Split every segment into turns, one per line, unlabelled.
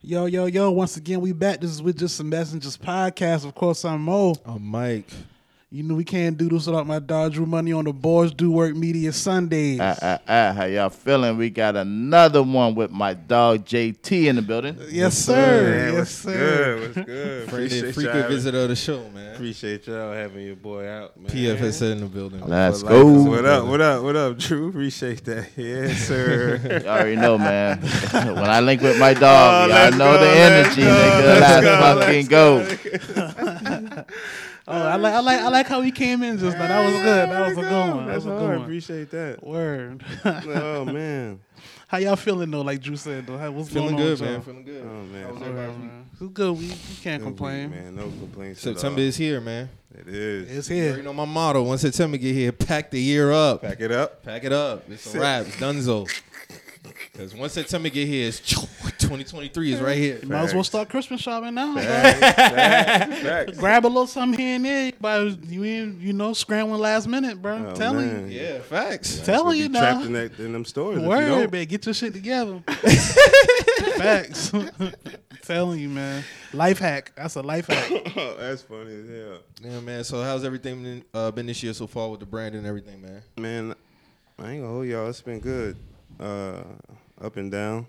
Yo, yo, yo, once again, we back. This is with Just Some Messengers podcast. Of course, I'm Mo.
I'm Oh, Mike.
You know, we can't do this without my dog Drew Money on the Boys Do Work Media Sundays.
Uh,
Ah, ah, ah, how y'all feeling? We got another one with my dog JT in the building.
yes, sir.
Man,
yes,
what's
sir.
Good, what's good?
Frequent,
Appreciate y'all.
frequent visitor of the show, man.
Appreciate y'all having your boy out, man.
PFSN in the building.
Let's
But
go.
life is
What up? What up? What up, Drew? Appreciate that. Yes, sir.
You already know, man. when I link with my
Oh,
dog, y'all
let's
know
go,
the
let's
energy,
go,
nigga. Let's,
let's go,
fucking
let's
go.
Oh, I like, I like, I like how he came in just now. That was good. That was a good one. That was
That's
a
hard.
good one.
Appreciate that.
Word.
Oh man.
how y'all feeling though? Like Drew said, though, how, what's
Feeling
going
good,
on with
man.
y'all?
Feeling good.
Oh man.
How's
Good
everybody's
Word,
week?
man. It's good. We, we can't
week,
complain.
man. No complaints. at
September
all.
is here, man.
It is.
It's
You
here.
know my motto. Once September get here, pack the year up.
Pack it up.
Pack it up. It's a wrap. It's Dunzo. Because once September get here, it's 2023 is right here.
You might as well
Facts.
start Christmas shopping now.
Facts.
Grab a little something here and there. But you ain't, you know, scrambling last minute, bro. I'm
Oh,
telling you.
man.
Yeah, facts.
Tell-
We'll
you
be
now.
Trapped in, that, in them stores. if you
Word,
don't.
man. Get your shit together. Facts. telling you, man. Life hack. That's a life hack.
That's funny as hell.
Yeah, man. So how's everything been, uh, been this year so far with the brand and everything, man?
Man, I ain't gonna hold y'all. It's been good, uh, up and down,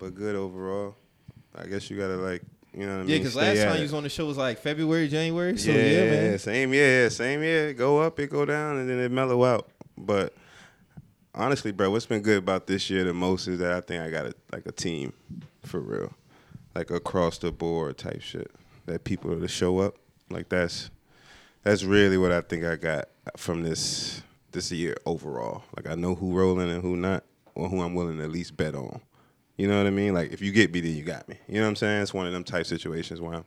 but good overall. I guess you gotta like, you know what I mean.
Yeah, because
stay
last
at
time
it.
you was on the show was like February, January. So
yeah,
yeah, man.
same year, yeah, same year. It Go up, it go down, and then it mellow out. But honestly, bro, what's been good about this year the most is that I think I got a, like a team, for real, like across the board type shit. That people to show up, like that's that's really what I think I got from this this year overall. Like I know who rolling and who not, or who I'm willing to at least bet on. You know what I mean? Like if you get me, then you got me. You know what I'm saying? It's one of them type situations where I'm.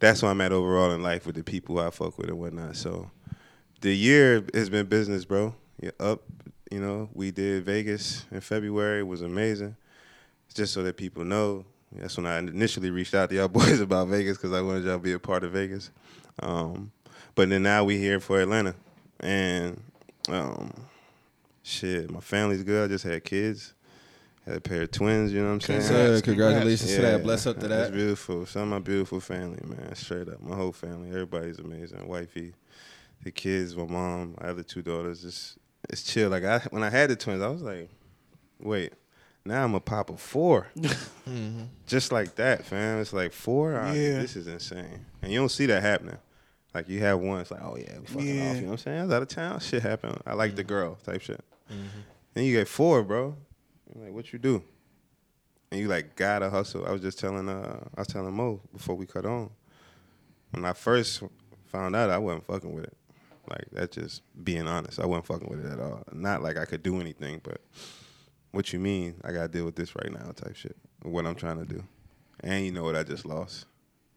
That's where I'm at overall in life with the people I fuck with and whatnot. So the year has been business, bro. You're up. You know, we did Vegas in February. It was amazing. Just so that people know, that's when I initially reached out to y'all boys about Vegas because I wanted y'all to be a part of Vegas. Um, but then now we here for Atlanta, and um, shit, my family's good. I just had kids, had a pair of twins. You know what I'm saying?
Yes, sir. Congratulations to that.
Yeah,
Bless up to
That's
that.
beautiful. Some of my beautiful family, man. Straight up. My whole family. Everybody's amazing. Wifey, the kids, my mom, my other two daughters. Just it's chill. Like I when I had the twins, I was like, wait, now I'm a papa four. Just like that, fam. It's like four? Ah,
Yeah.
This is insane. And you don't see that happening. Like you have one, it's like, oh yeah, we fucking
Yeah.
off. You know what I'm saying? I was out of town. Shit happened. I like the girl type shit. Then you get four, bro. You're like, what you do? And you like gotta hustle. I was just telling uh I was telling Mo before we cut on. When I first found out I wasn't fucking with it. Like that's just being honest. I wasn't fucking with it at all. Not like I could do anything, but what you mean I gotta deal with this right now type shit. What I'm trying to do. And you know what I just lost.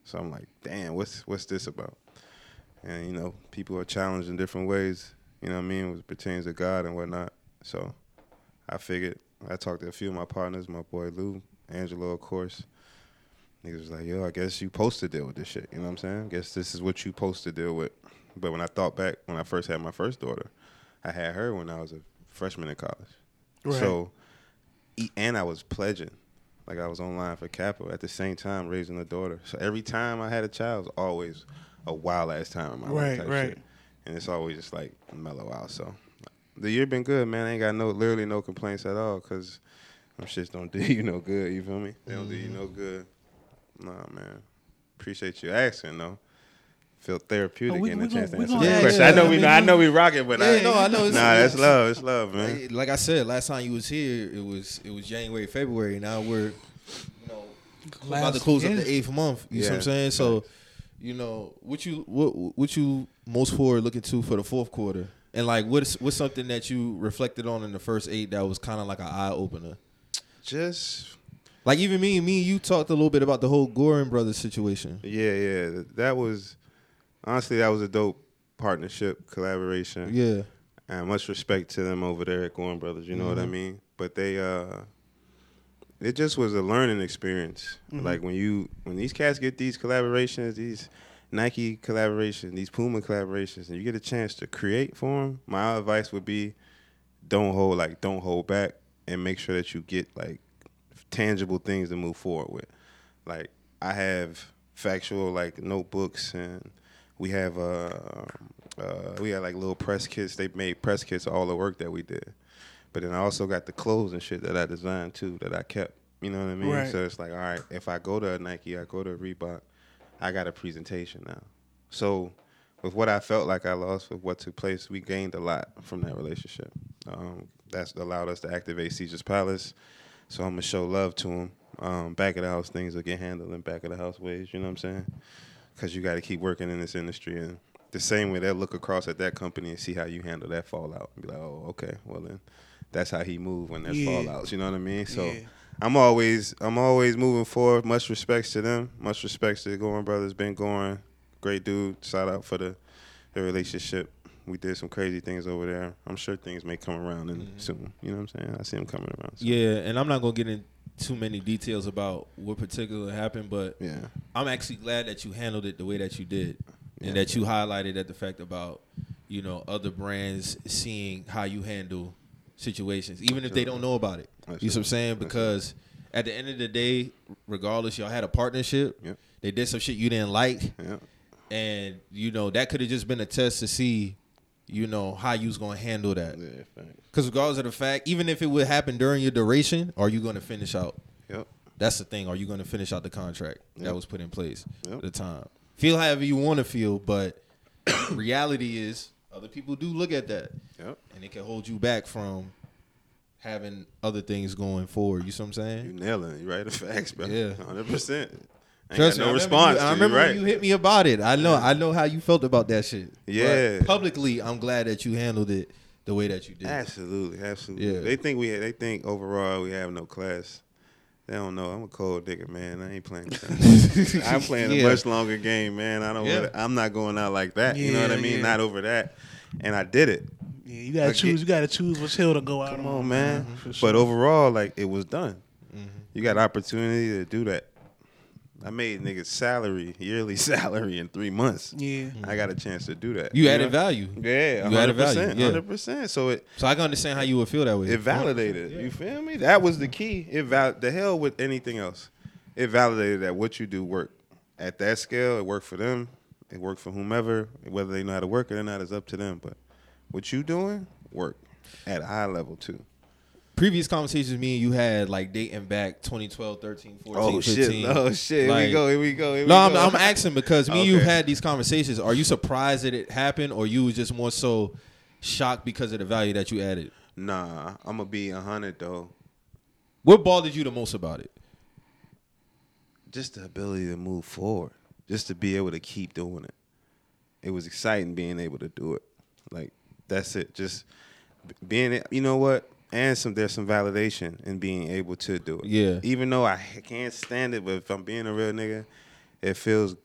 So I'm like, damn, what's what's this about? And you know, people are challenged in different ways, you know what I mean, with pertains to God and whatnot. So I figured I talked to a few of my partners, my boy Lou, Angelo of course. Niggas was like, yo, I guess you supposed to deal with this shit. You know what I'm saying? Guess this is what you supposed to deal with. But when I thought back, when I first had my first daughter, I had her when I was a freshman in college.
Right.
So, e- and I was pledging. Like I was online for Capital at the same time raising a daughter. So every time I had a child, it was always a wild ass time in my
Right,
life. Type
right.
Shit. And it's always just like mellow out. So the year been good, man. I ain't got no literally no complaints at all because them shits don't do you no good. You feel me? They don't do you no
Mm-hmm.
good. Nah, man. Appreciate you asking though. Feel therapeutic
Oh, we-
getting
we
a
gon-
chance to
we
answer
gon-
that
yeah,
question.
yeah.
I know
I
we,
mean,
I
you-
know we rocking, but I,
Yeah, no, I know. It's-
nah, that's love. It's love, man.
Like- Like I said, last time you was here, it was it was January, February. Now we're you know about to close up
yeah.
the eighth month. You see what I'm
Yeah.
saying? So, you know, what you what what you most forward looking to for the fourth quarter, and like what's what's something that you reflected on in the first eight that was kind of like an eye opener.
Just
Like even me, me and you talked a little bit about the whole Gorin brothers situation.
Yeah, yeah. Th- That was honestly that was a dope partnership collaboration.
Yeah,
And much respect to them over there at Gorn Brothers, you know what I mean? But they uh it just was a learning experience. Like when you when these cats get these collaborations, these Nike collaborations, these Puma collaborations, and you get a chance to create for them, my advice would be don't hold like don't hold back and make sure that you get like tangible things to move forward with. like I have factual like notebooks and we have uh, uh we had like little press kits. They made press kits of all the work that we did. But then I also got the clothes and shit that I designed too that I kept. You know what I mean?
Right.
So it's like, all right, if I go to a Nike, I go to a Reebok, I got a presentation now. So with what I felt like I lost, with what took place, we gained a lot from that relationship. Um, that's allowed us to activate Caesar's Palace. So I'm gonna show love to him. Um, back of the house things will get handled in back of the house ways. You know what I'm saying? Because you got to keep working in this industry, and the same way they'll look across at that company and see how you handle that fallout, and be like, oh, okay, well then, that's how he moved when there's
Yeah.
fallouts. You know what I mean? So.
Yeah.
I'm always I'm always moving forward. Much respects to them. Much respects to Going Brothers. Been going, great dude. Shout out for the the relationship. We did some crazy things over there. I'm sure things may come around in
Mm-hmm.
soon. You know what I'm saying? I see them coming around. soon.
Yeah, and I'm not gonna get into too many details about what particular happened, but
Yeah.
I'm actually glad that you handled it the way that you did,
Yeah.
and that you highlighted at the fact about you know other brands seeing how you handle situations, even if they don't know about it. You see what I'm saying? Because at the end of the day, regardless, y'all had a partnership.
Yep.
They did some shit you didn't like,
Yeah.
and you know that could have just been a test to see, you know, how you was gonna handle that.
Yeah. Thanks.
Because regardless of the fact, even if it would happen during your duration, are you going to finish out?
Yep.
That's the thing. Are you going to finish out the contract that was put in place
Yep.
at the time? Feel however you want to feel, but reality is other people do look at that,
Yep.
and it can hold you back from having other things going forward. You see what I'm
You
saying?
nailing. You right the facts, bro.
Yeah.
Hundred percent. Ain't
Trust
got
me,
no
I remember you- I
response. to
remember
you,
when
right?
you hit me about it. I know. I know how you felt about that shit. But
Yeah.
publicly, I'm glad that you handled it the way that you did.
Absolutely, absolutely.
Yeah.
They think we they think overall we have no class. They don't know. I'm a cold nigga, man. I ain't playing. with them. I'm playing
Yeah.
a much longer game, man. I don't.
Yeah.
Wanna, I'm not going out like that. you know what I
Yeah,
mean?
yeah.
Not over that. And I did it.
Yeah, you gotta
Like,
choose.
it-
You gotta choose which hill to go out
Come
on.
on, man.
Mm-hmm,
But overall, like it was done. You got opportunity to do that. I made niggas salary, yearly salary in three months.
Yeah.
I got a chance to do that.
You added
know?
value.
Yeah,
You added value, yeah.
hundred percent. So it
So I can understand how you would feel that way.
It validated. You feel me? That was the key. It val- the hell with anything else. It validated that what you do work. At that scale, it worked for them. It worked for whomever. Whether they know how to work it or not is up to them. But what you doing work at a high level too.
previous conversations me and you had like dating back 2012 13 14
Oh shit!
15
Oh shit! Here
Like-
we go. Here we go. Here we
no I'm,
go.
I'm asking because me and you
Okay.
had these conversations are you surprised that it happened or you was just more so shocked because of the value that you added
Nah, I'm gonna be hundred though.
what bothered you the most about it
just the ability to move forward, just to be able to keep doing it. It was exciting being able to do it. Like that's it. Just b- being, you know what? And some there's some validation in being able to do it.
Yeah.
Even though I h- can't stand it, but if I'm being a real nigga, it feels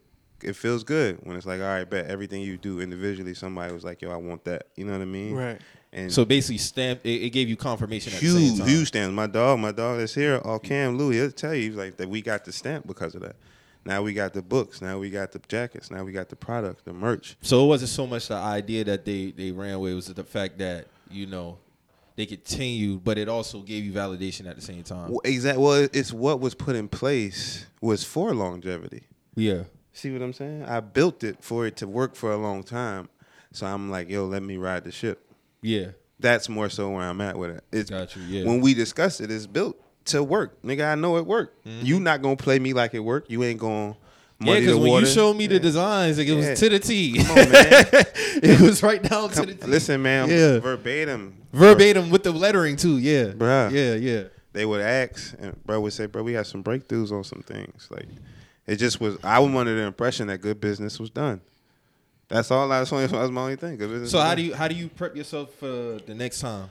it feels good when it's like, all right, bet everything you do individually, somebody was like, yo, I want that. You know what I mean?
Right.
And
so basically stamp it, it gave you confirmation at the same
Mm. huge,
time.
huge stamps. My dog, my dog that's here, all Cam Louie, he'll tell you, he's like, that we got the stamp because of that. Now we got the books. Now we got the jackets. Now we got the product, the merch.
so it wasn't so much the idea that they they ran away it was the fact that you know they continued but it also gave you validation at the same time
Well, exactly. Well, it's what was put in place was for longevity.
yeah
See what I'm saying? I built it for it to work for a long time. So I'm like, yo, let me ride the ship.
yeah
That's more so where I'm at with it. It's
Got you, yeah.
when we discussed it, it's built to work, nigga. I know it worked. You not gonna play me like it worked. You ain't gonna
Mm-hmm. yeah,
muddy
because
the
when
water.
you showed me the designs, like it
Yeah.
was to the T.
Come on, man.
it was right down to the T.
Listen, man,
Yeah.
verbatim.
verbatim with the lettering too. Yeah,
Bruh.
Yeah, yeah.
They would ask, and bro would say, "Bro, we had some breakthroughs on some things." Like, it just was. I was under the impression that good business was done. That's all. I was only. That was my only thing. Good business.
So
was
how
done.
do you how do you prep yourself for the next time,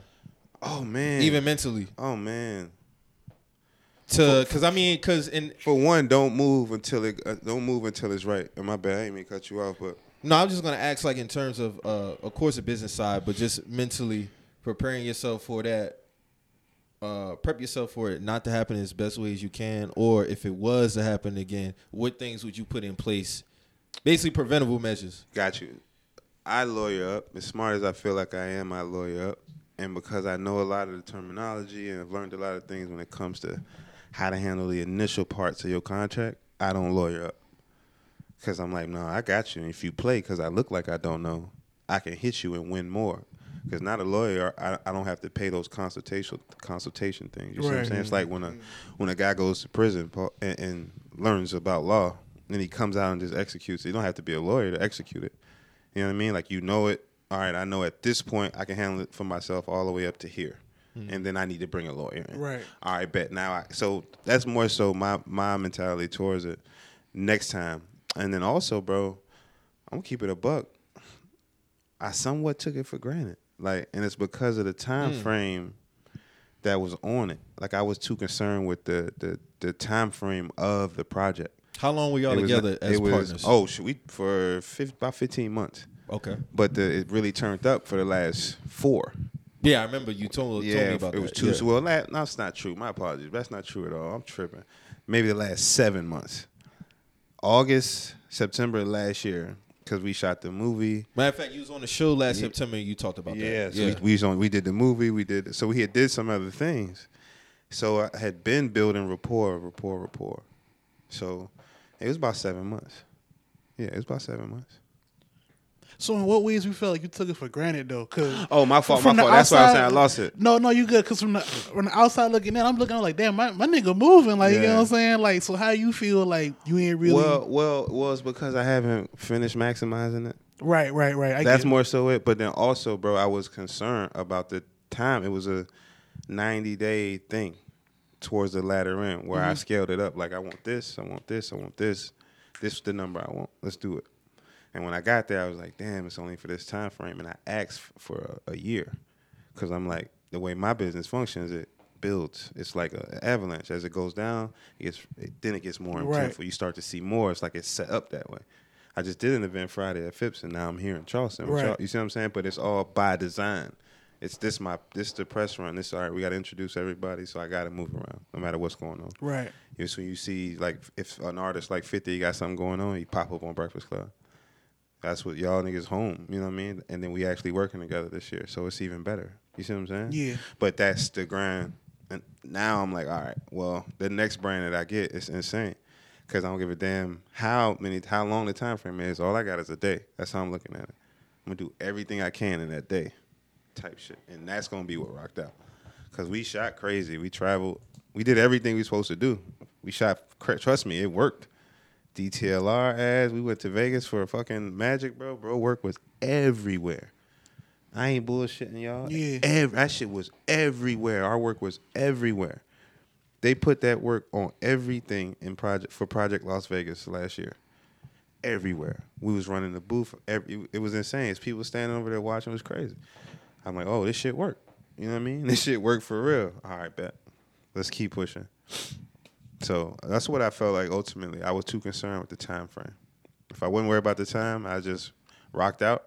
Oh man.
even mentally?
Oh man.
To because I mean because in
For one, don't move until it. Uh, don't move until it's right. And my bad. I didn't mean to cut you off, but
no, I'm just gonna ask like in terms of uh, of course the business side, but just mentally preparing yourself for that. Uh, prep yourself for it not to happen as best way as you can, or if it was to happen again, what things would you put in place? Basically, preventable measures.
Got you. I lawyer up. As smart as I feel like I am, I lawyer up. And because I know a lot of the terminology and I've learned a lot of things when it comes to how to handle the initial parts of your contract, I don't lawyer up. Cause I'm like, no, I got you. And if you play, cause I look like I don't know, I can hit you and win more. Cause not a lawyer, I, I don't have to pay those consultation consultation things. You see what I'm
Right.
saying? It's like when a when a guy goes to prison Paul, and, and learns about law, and he comes out and just executes. it. You don't have to be a lawyer to execute it. You know what I mean? Like you know it. All right, I know at this point I can handle it for myself all the way up to here, and then I need to bring a lawyer. In.
Right.
All right, bet now. I, so that's more so my my mentality towards it. Next time, and then also, bro, I'm gonna keep it a buck. I somewhat took it for granted, like, and it's because of the time frame that was on it. Like I was too concerned with the the the time frame of the project.
How long were y'all
It was-
together as
it was-
partners?
Oh, should we for fif- about 15 months.
okay.
But the, it really turned up for the last four.
Yeah, I remember you told, told me
Yeah,
about
it was
that.
two.
Yeah.
Well, la that's not true. My apologies. That's not true at all. I'm tripping. Maybe the last seven months, August, September last year, because we shot the movie.
Matter of fact, you was on the show last September and you talked about
Yeah,
that.
so We, we was on, we did the movie. We did so we had did some other things. So I had been building rapport, rapport, rapport. So it was about seven months. Yeah, it was about seven months.
So in what ways you felt like you took it for granted though? Cause
Oh, my fault,
from
my
the
fault. That's why I was saying I lost it.
No, no, you good. Cause from the from the outside looking in, I'm looking I'm like, damn, my, my nigga moving. Like you know
Yeah.
what I'm saying. Like so, how you feel like you ain't really
Well, well, well, it's because I haven't finished maximizing it.
right, right, right. I
That's
get it.
more so it. But then also, bro, I was concerned about the time. It was a 90 day thing towards the latter end where
Mm-hmm.
I scaled it up. Like, I want this, I want this, I want this. This is the number I want. Let's do it. And when I got there, I was like, damn, it's only for this time frame. And I asked f- for a, a year because I'm like, the way my business functions, it builds. It's like a- an avalanche. As it goes down, it gets, it, then it gets more
Right.
intentful. You start to see more. It's like it's set up that way. I just did an event Friday at Phipps, and now I'm here in Charleston. with
Right.
y'all. You see what I'm saying? But it's all by design. It's this my this the press run. This all right. We got to introduce everybody, so I got to move around no matter what's going on.
right.
It's when you see like if an artist like Fifty got something going on, he pop up on Breakfast Club. That's what y'all niggas home. You know what I mean? And then we actually working together this year, so it's even better. You see what I'm saying?
Yeah.
But that's the grind. And now I'm like, all right, well, the next brand that I get is insane, because I don't give a damn how many, how long the time frame is. All I got is a day. That's how I'm looking at it. I'm gonna do everything I can in that day, type shit, and that's gonna be what rocked out. Cause we shot crazy. We traveled. We did everything we supposed to do. We shot. cra- Trust me, it worked. DTLR ads. We went to Vegas for a fucking magic, bro. Bro, work was everywhere. I ain't bullshitting y'all.
Yeah.
Ev- that shit was everywhere. Our work was everywhere. They put that work on everything in project for Project Las Vegas last year. Everywhere. We was running the booth. Every, it was insane. It's people standing over there watching. It was crazy. I'm like, oh, this shit worked. You know what I mean? This shit worked for real. All right, bet. Let's keep pushing. So that's what I felt like ultimately. I was too concerned with the time frame. If I wouldn't worry about the time, I just rocked out.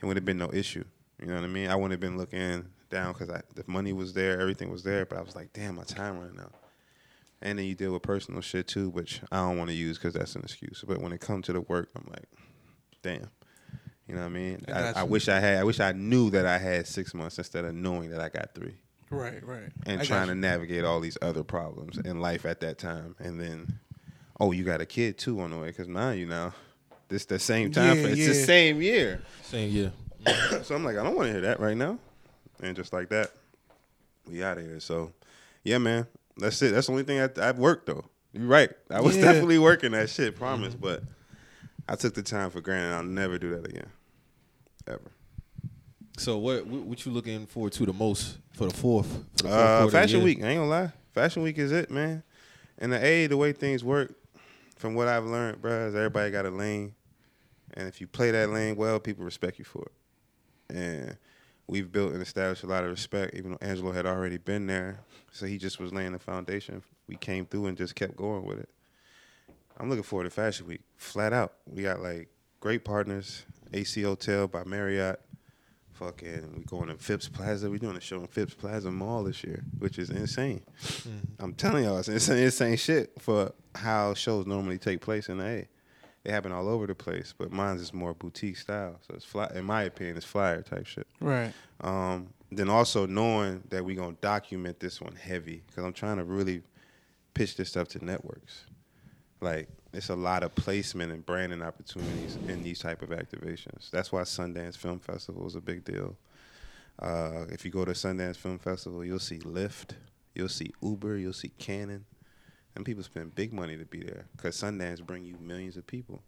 It would have been no issue. You know what I mean? I wouldn't have been looking down because the money was there, everything was there, but I was like, damn, my time running out. And then you deal with personal shit too, which I don't want to use because that's an excuse. But when it comes to the work, I'm like, damn. You know what I mean?
I
I,
got
I
you.
wish I had. I wish I knew that I had six months instead of knowing that I got three
Right, right.
and
I got
trying
you.
to navigate all these other problems in life at that time. And then, oh, you got a kid too on the way because now you know this the same time.
Yeah,
frame. It's the
yeah.
same year.
Same year.
so I'm like, I don't want to hear that right now. And just like that, we out of here. So, yeah, man, that's it. That's the only thing I, I've worked though. You're right. I was
Yeah. Mm-hmm.
definitely working that shit, promise. But I took the time for granted. I'll never do that again, ever.
So what what, what you looking forward to the most for the fourth? For the fourth quarter
Uh,
of the
Fashion
year?
Week. I ain't gonna lie. Fashion Week is it, man. And the A, the way things work, from what I've learned, bruh, is everybody got a lane, and if you play that lane well, people respect you for it. And we've built and established a lot of respect, even though Angelo had already been there, so he just was laying the foundation. We came through and just kept going with it. I'm looking forward to Fashion Week, flat out. We got like great partners, AC Hotel by Marriott. Fucking, we going to Phipps Plaza. We doing a show in Phipps Plaza Mall this year, which is insane. I'm telling y'all, it's insane, insane shit for how shows normally take place in the A. They happen all over the place, but mine's is more boutique style. So it's fly, in my opinion, it's flyer type shit.
Right.
Um, then also knowing that we're gonna document this one heavy because I'm trying to really pitch this stuff to networks. like it's a lot of placement and branding opportunities in these type of activations. That's why Sundance Film Festival is a big deal. Uh, if you go to Sundance Film Festival, you'll see Lyft, you'll see Uber, you'll see Canon, and people spend big money to be there because Sundance bring you millions of people.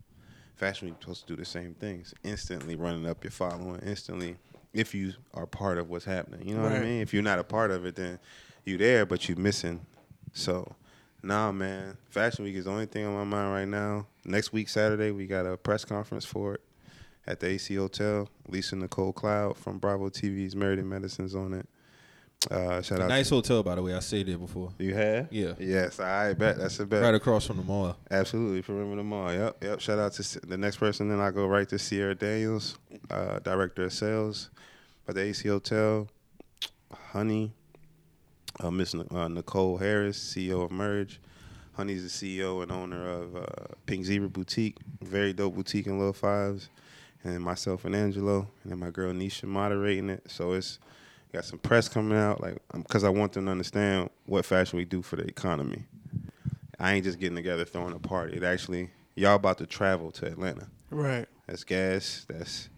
Fashion Week supposed to do the same things, instantly running up your following, instantly if you are part of what's happening. You know what I
Right.
mean? If you're not a part of it, then you there, but you missing. So, nah, man. Fashion Week is the only thing on my mind right now. Next week, Saturday, we got a press conference for it at the AC Hotel. Lisa Nicole Cloud from Bravo TV's Married in Medicine's on it. Uh, shout out.
Nice hotel, by the way. I stayed there before.
to- you had?
Yeah.
Yes, I bet. That's a bet.
Right across from the mall.
Absolutely, perimeter mall. Yep, yep. Shout out to S- the next person. Then I go right to Sierra Daniels, uh, director of sales at the AC Hotel. Honey, uh, Miss N- uh, Nicole Harris, CEO of Merge. Honey's the CEO and owner of uh, Pink Zebra Boutique, very dope boutique in Little Fives. And myself and Angelo, and then my girl Nisha moderating it. So it's got some press coming out, like because I want them to understand what fashion we do for the economy. I ain't just getting together throwing a party. It actually y'all about to travel to Atlanta.
Right.
That's gas. That's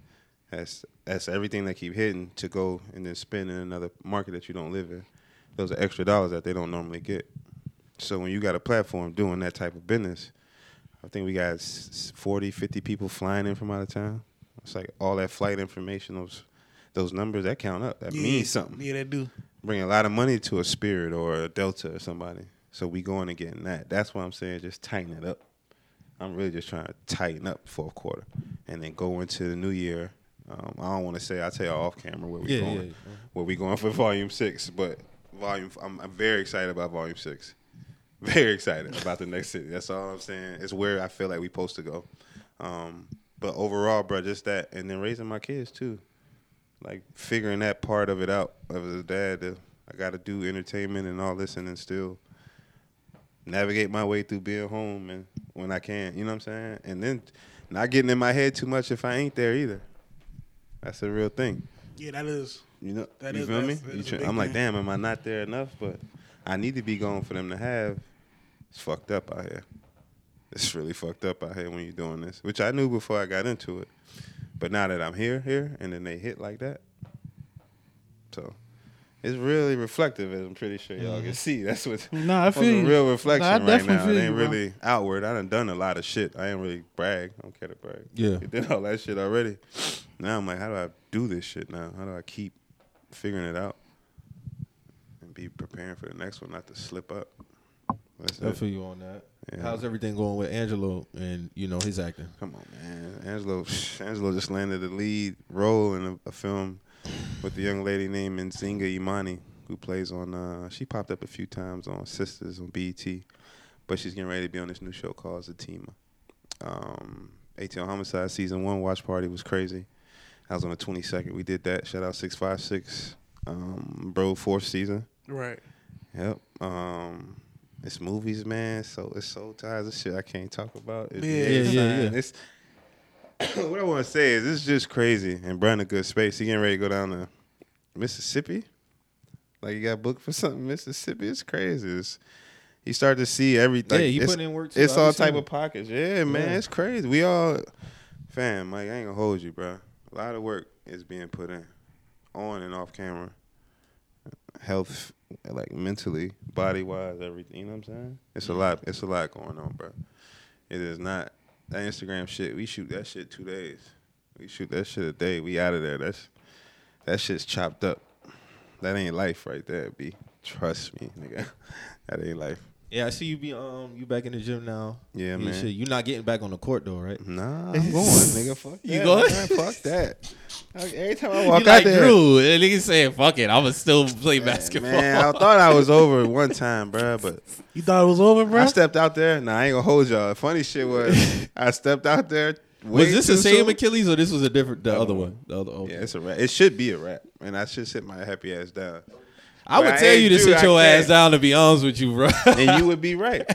that's that's everything they keep hitting to go and then spend in another market that you don't live in. Those are extra dollars that they don't normally get. So when you got a platform doing that type of business, I think we got s- s- 40, 50 people flying in from out of town. It's like all that flight information, those those numbers that count up. That means something
Yeah, they do.
bring a lot of money to a spirit or a delta or somebody. So we going and getting that. That's why I'm saying just tighten it up. I'm really just trying to tighten up fourth quarter and then go into the new year. Um, I don't want to say I tell you off camera where we
Yeah,
going,
yeah, yeah.
where we going for volume six, but volume I'm, I'm very excited about volume six. Very excited about the next city. That's all I'm saying. It's where I feel like we supposed to go. Um, but overall, bro, just that, and then raising my kids too like figuring that part of it out of the dad that I got to do entertainment and all this and then still navigate my way through being home and when I can, you know what I'm saying? And then not getting in my head too much if I ain't there either. That's a real thing.
Yeah, that is.
You know,
That
you
is-
feel me?
that's-
You
that's a
tr-
big
I'm like,
thing.
damn, am I not there enough? But I need to be gone for them to have. It's fucked up out here. It's really fucked up out here when you're doing this, which I knew before I got into it. But now that I'm here, here, and then they hit like that, so it's really reflective, as I'm pretty sure y'all can see. That's what.
Mm-hmm. Nah, I
was
feel
a
you.
real
Nah, I
reflection right
definitely
now.
feel
it
you,
ain't
bro.
really outward. I done done a lot of shit. I ain't really brag. I don't care to brag.
Yeah.
I did all that shit already. Now I'm like, how do I do this shit now? How do I keep figuring it out and be preparing for the next one, not to slip up? That's
I
it.
feel you on that.
Yeah.
How's everything going with Angelo and you know his acting?
Come on, man. Angelo, Angelo just landed the lead role in a, a film with the young lady named Nzinga Imani, who plays on. Uh, she popped up a few times on Sisters on BET, but she's getting ready to be on this new show called Zatima. Um, ATL Homicide season one watch party was crazy. I was on the twenty second. We did that. Shout out six five six, um, bro. Fourth season.
Right.
Yep. Um, it's movies, man. So it's soul ties and shit I can't talk about. It's
Yeah,
it's
yeah,
fine.
yeah.
It's what I want to say is it's just crazy and Brian a good space. He getting ready to go down to Mississippi. Like he got booked for something in Mississippi. It's crazy. It's, he started to see everything.
Yeah, he
it's,
putting in work, too.
It's
I
all
be seeing
type
it.
of pockets. Yeah, man.
Yeah.
It's crazy. We all fam. Like I ain't gonna hold you, bro. A lot of work is being put in, on and off camera health, like mentally, body wise, everything. You know what I'm saying? It's a lot. It's a lot going on, bro. It is not that Instagram shit. We shoot that shit two days. We shoot that shit a day. We out of there. That's that shit's chopped up. That ain't life right there, B. Trust me, nigga. That ain't life.
Yeah, I see you be um you back in the gym now.
Yeah,
You
man.
Shit. You not getting back on the court though, right?
Nah, I'm going, nigga. Fuck
You
that,
going?
man. Fuck that. Like, every time I walk
You
out
like
there,
Drew, and nigga saying, "Fuck it, I'ma still play basketball."
man, I thought I was over one time, bro, but
You thought it was over, bro?
I stepped out there. Nah, I ain't gonna hold y'all. Funny shit was I stepped out there. way
Was this
too
the same
soon.
Achilles or this was a different the other one? The other okay.
Yeah, it's a wrap. It should be a wrap, and I should sit my happy ass down.
I would
But I
tell
ain't
you to
do
sit
it, I
your ass
can't.
down. To be honest with you, bro.
and you would be right.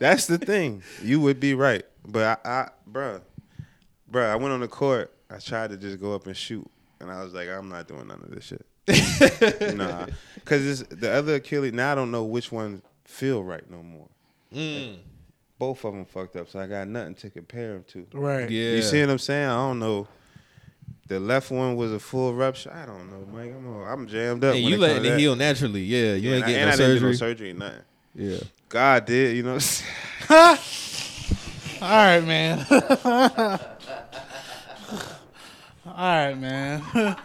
That's the thing. You would be right. But I, I bruh, bruh, I went on the court. I tried to just go up and shoot, and I was like, I'm not doing none of this shit. nah,
Mm.
because the other Achilles. Now I don't know which one feel right no more. both of them fucked up, so I got nothing to compare them to.
Right.
Yeah.
You see what I'm saying? I don't know. The left one was a full rupture. I don't know, Mike. I'm all, I'm jammed up.
And
when
you
it
letting
comes
it
to
heal naturally. Yeah. You ain't
that. and I,
getting
and
no
I didn't do no
surgery.
surgery, nothing.
Yeah.
God did, you know. what I'm saying?
All right, man. All right, man.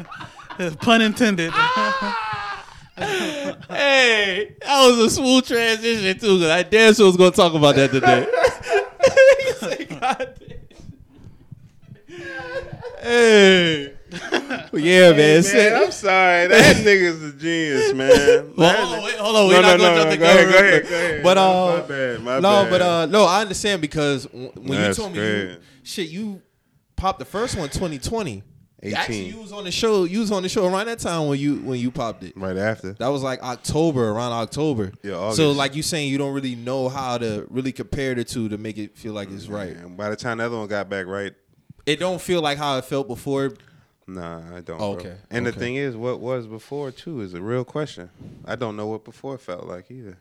Pun intended.
Hey, that was a smooth transition too. Cause I damn sure was gonna talk about that today. God damn. Hey, But yeah, man.
Man,
say-
I'm sorry. That nigga's a genius, man.
Well,
That
hold on,
nigga-
wait, hold on, we're not gonna jump the
go ahead,
gun
go
real
ahead,
quick.
go ahead.
But
No,
uh,
my bad, my
No, but
bad.
uh, no, I understand because w- when
That's
you told me you,
crazy.
shit, you popped the first one 2020.
18.
Actually, you was on the show. You was on the show around that time when you when you popped it.
right after.
That was like October, around October.
Yeah, August.
So like you saying, you don't really know how to really compare the two to make it feel like it's right.
And by the time the other one got back right,
It don't feel like how it felt before.
nah, I don't.
Oh,
bro.
okay,
And
okay.
the thing is, what was before too is a real question. I don't know what before felt like either.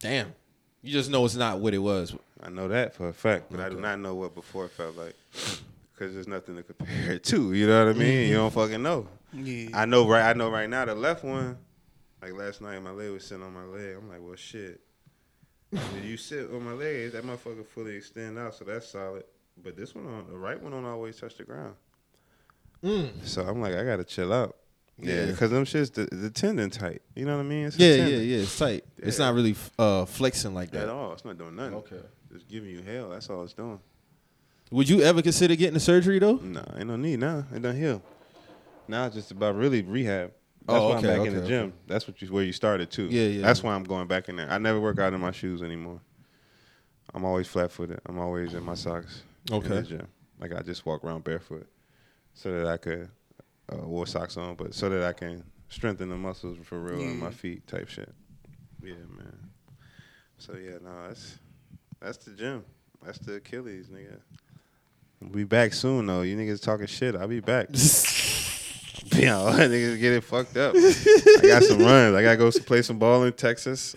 Damn, you just know it's not what it was.
I know that for a fact, but I do not know what before felt like because there's nothing to compare it to. You know what I mean?
Mm-hmm.
You don't fucking know.
Yeah.
I know right. I know right now the left one. Like last night, my leg was sitting on my leg. I'm like, well, shit. If you sit on my leg, that motherfucker fully extend out, so that's solid. But this one on the right one don't always touch the ground. So I'm like, I gotta chill out. Yeah,
Mm. Yeah.
because them shits the, the tendon tight. You know what I mean? It's a
Yeah, yeah,
tendon.
yeah. It's tight. It's
Yeah.
not really uh, flexing like
At
that.
all, it's not doing nothing.
Okay.
it's giving you hell. That's all it's doing.
Would you ever consider getting a surgery though?
No, ain't no need now. It done heal. Now it's just about really rehab. That's
Oh,
why
okay,
I'm back in
okay,
the gym. That's what you where you started too.
Yeah, yeah,
That's
yeah.
why I'm going back in there. I never work out in my shoes anymore. I'm always flat footed. I'm always in my socks. In
Okay.
the gym. Like I just walk around barefoot so that I could uh wore socks on, but so that I can strengthen the muscles for real in my feet type shit. Yeah, man. So yeah, no, that's that's the gym. That's the Achilles, nigga. We'll be back soon though. You niggas talking shit. I'll be back. Mm. you know, niggas get it fucked up. I got some runs. I gotta go s- play some ball in Texas.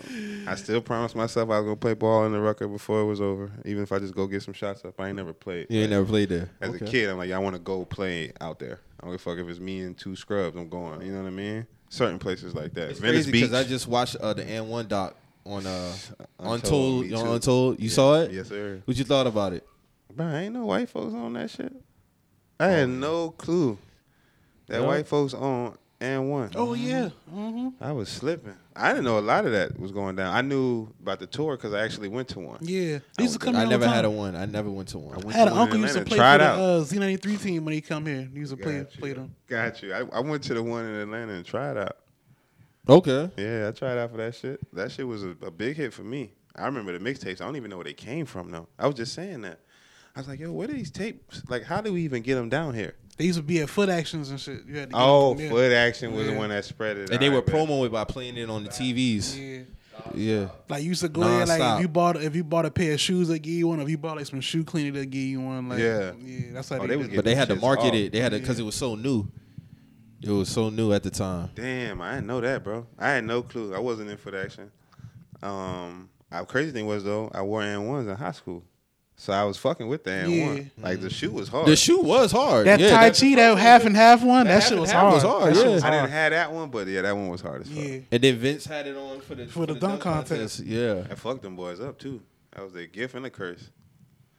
I still promised myself I was gonna play ball in the Rucker before it was over. Even if I just go get some shots up. I ain't never played.
You ain't never played there.
As
Okay.
a kid, I'm like, I want to go play out there. I don't give a fuck if it's me and two scrubs. I'm going. You know what I mean? Certain places like that.
It's
Venice
crazy
Beach.
because I just watched uh, the N one doc on uh, Untold.
Untold, me
on
too.
Untold, you saw it.
yes, sir.
What you thought about it?
Bro, ain't no white folks on that shit. I
Oh.
had no clue that
Yeah.
white folks on and one.
Oh yeah. hmm
I was slipping. I didn't know a lot of that was going down. I knew about the tour because I actually went to one.
Yeah. They used to come
I
here all
never
the time.
had a one. I never went to one.
went
I had
to
an
one in
uncle used to
Atlanta.
play
Try
for
it
the
out.
uh, Z93 team when he come here. He used to play
Got you.
play them.
Got you. I, I went to the one in Atlanta and tried out.
okay.
Yeah, I tried out for that shit. That shit was a, a big hit for me. I remember the mixtapes. I don't even know where they came from though. I was just saying that. I was like, yo, where are these tapes? Like, how do we even get them down here?
They used to be at foot actions and shit. You had to get
Oh,
them from there.
Foot Action was
Yeah.
the one that spread it.
And they were
Alright, bet.
promoing it by playing it on the TVs.
Yeah.
Yeah.
Like you used to go there, like
Nonstop.
if you bought if you bought a pair of shoes, they give you one. If you bought like some shoe cleaner, they give you one. Like
Yeah.
yeah, that's how
Oh,
they,
they
do
was
it.
But they had to
Shit's
market
off.
it. They had to because it was so new. It was so new at the time.
Damn, I didn't know that, bro. I had no clue. I wasn't in Foot Action. Um, I, crazy thing was though, I wore N ones in high school, so I was fucking with the N one. Like the shoe was hard.
The shoe was hard.
That
yeah,
Tai
that-
Chi, that half and half one, that, shit
and
was
half
hard.
was hard,
That shit
yeah.
was
I didn't
hard.
have that one, but yeah, that one was hard as fuck.
Yeah,
And then Vince had it on for the
For the dunk contest.
Yeah.
I fucked them boys up too. That was their gift and a curse.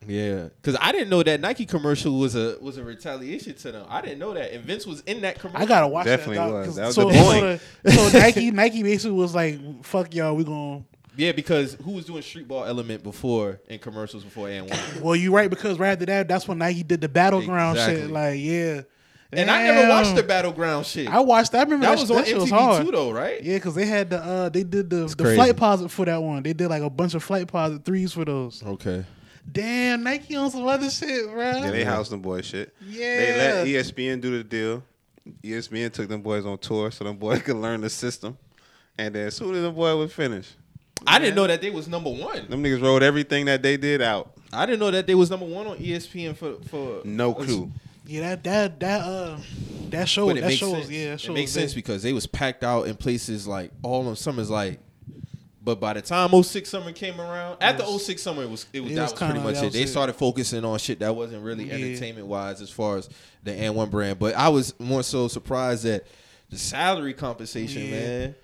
Yeah, because I didn't know that Nike commercial was a was a retaliation to them. I didn't know that, and Vince was in that commercial.
I gotta watch
Definitely
that. dog,
was.
'cause-
That was
so,
the point.
So, the- so Nike, Nike basically was like, "Fuck y'all, we gonna."
yeah, because who was doing street ball element before in commercials before and one?
Well, you right because right after that, that's when Nike did the battleground shit.
Exactly.
Like, yeah.
And I never watched the
Damn.
battleground shit.
I watched. I remember
that
that,
was
shit-
on
that shit was
MTV
hard.
too, though, right?
Yeah, because they had the uh, they did the, the
crazy.
flight posit for that one. They did like a bunch of flight posit threes for those.
Okay.
Damn, Nike on some other shit, bro.
Yeah, they housed them boys shit.
Yeah.
They let E ESPN do the deal. E ESPN took them boys on tour so them boys could learn the system. And then as soon as the boy was finished,
I didn't know that they was number one.
them niggas rolled everything that they did out.
I didn't know that they was number one on E ESPN for for
No clue.
yeah, that that that uh that show
But it
that
makes
shows
sense.
yeah that show
it makes
was
sense
big.
because they was packed out in places like all on summers like But by the time 06 summer came around, after 06 summer, it was it was,
it
that
was
was pretty
kinda-
much
that
it.
was
They
it.
started focusing on shit that wasn't really
Yeah.
entertainment wise as far as the N one brand. But I was more so surprised at the salary compensation,
Yeah.
man.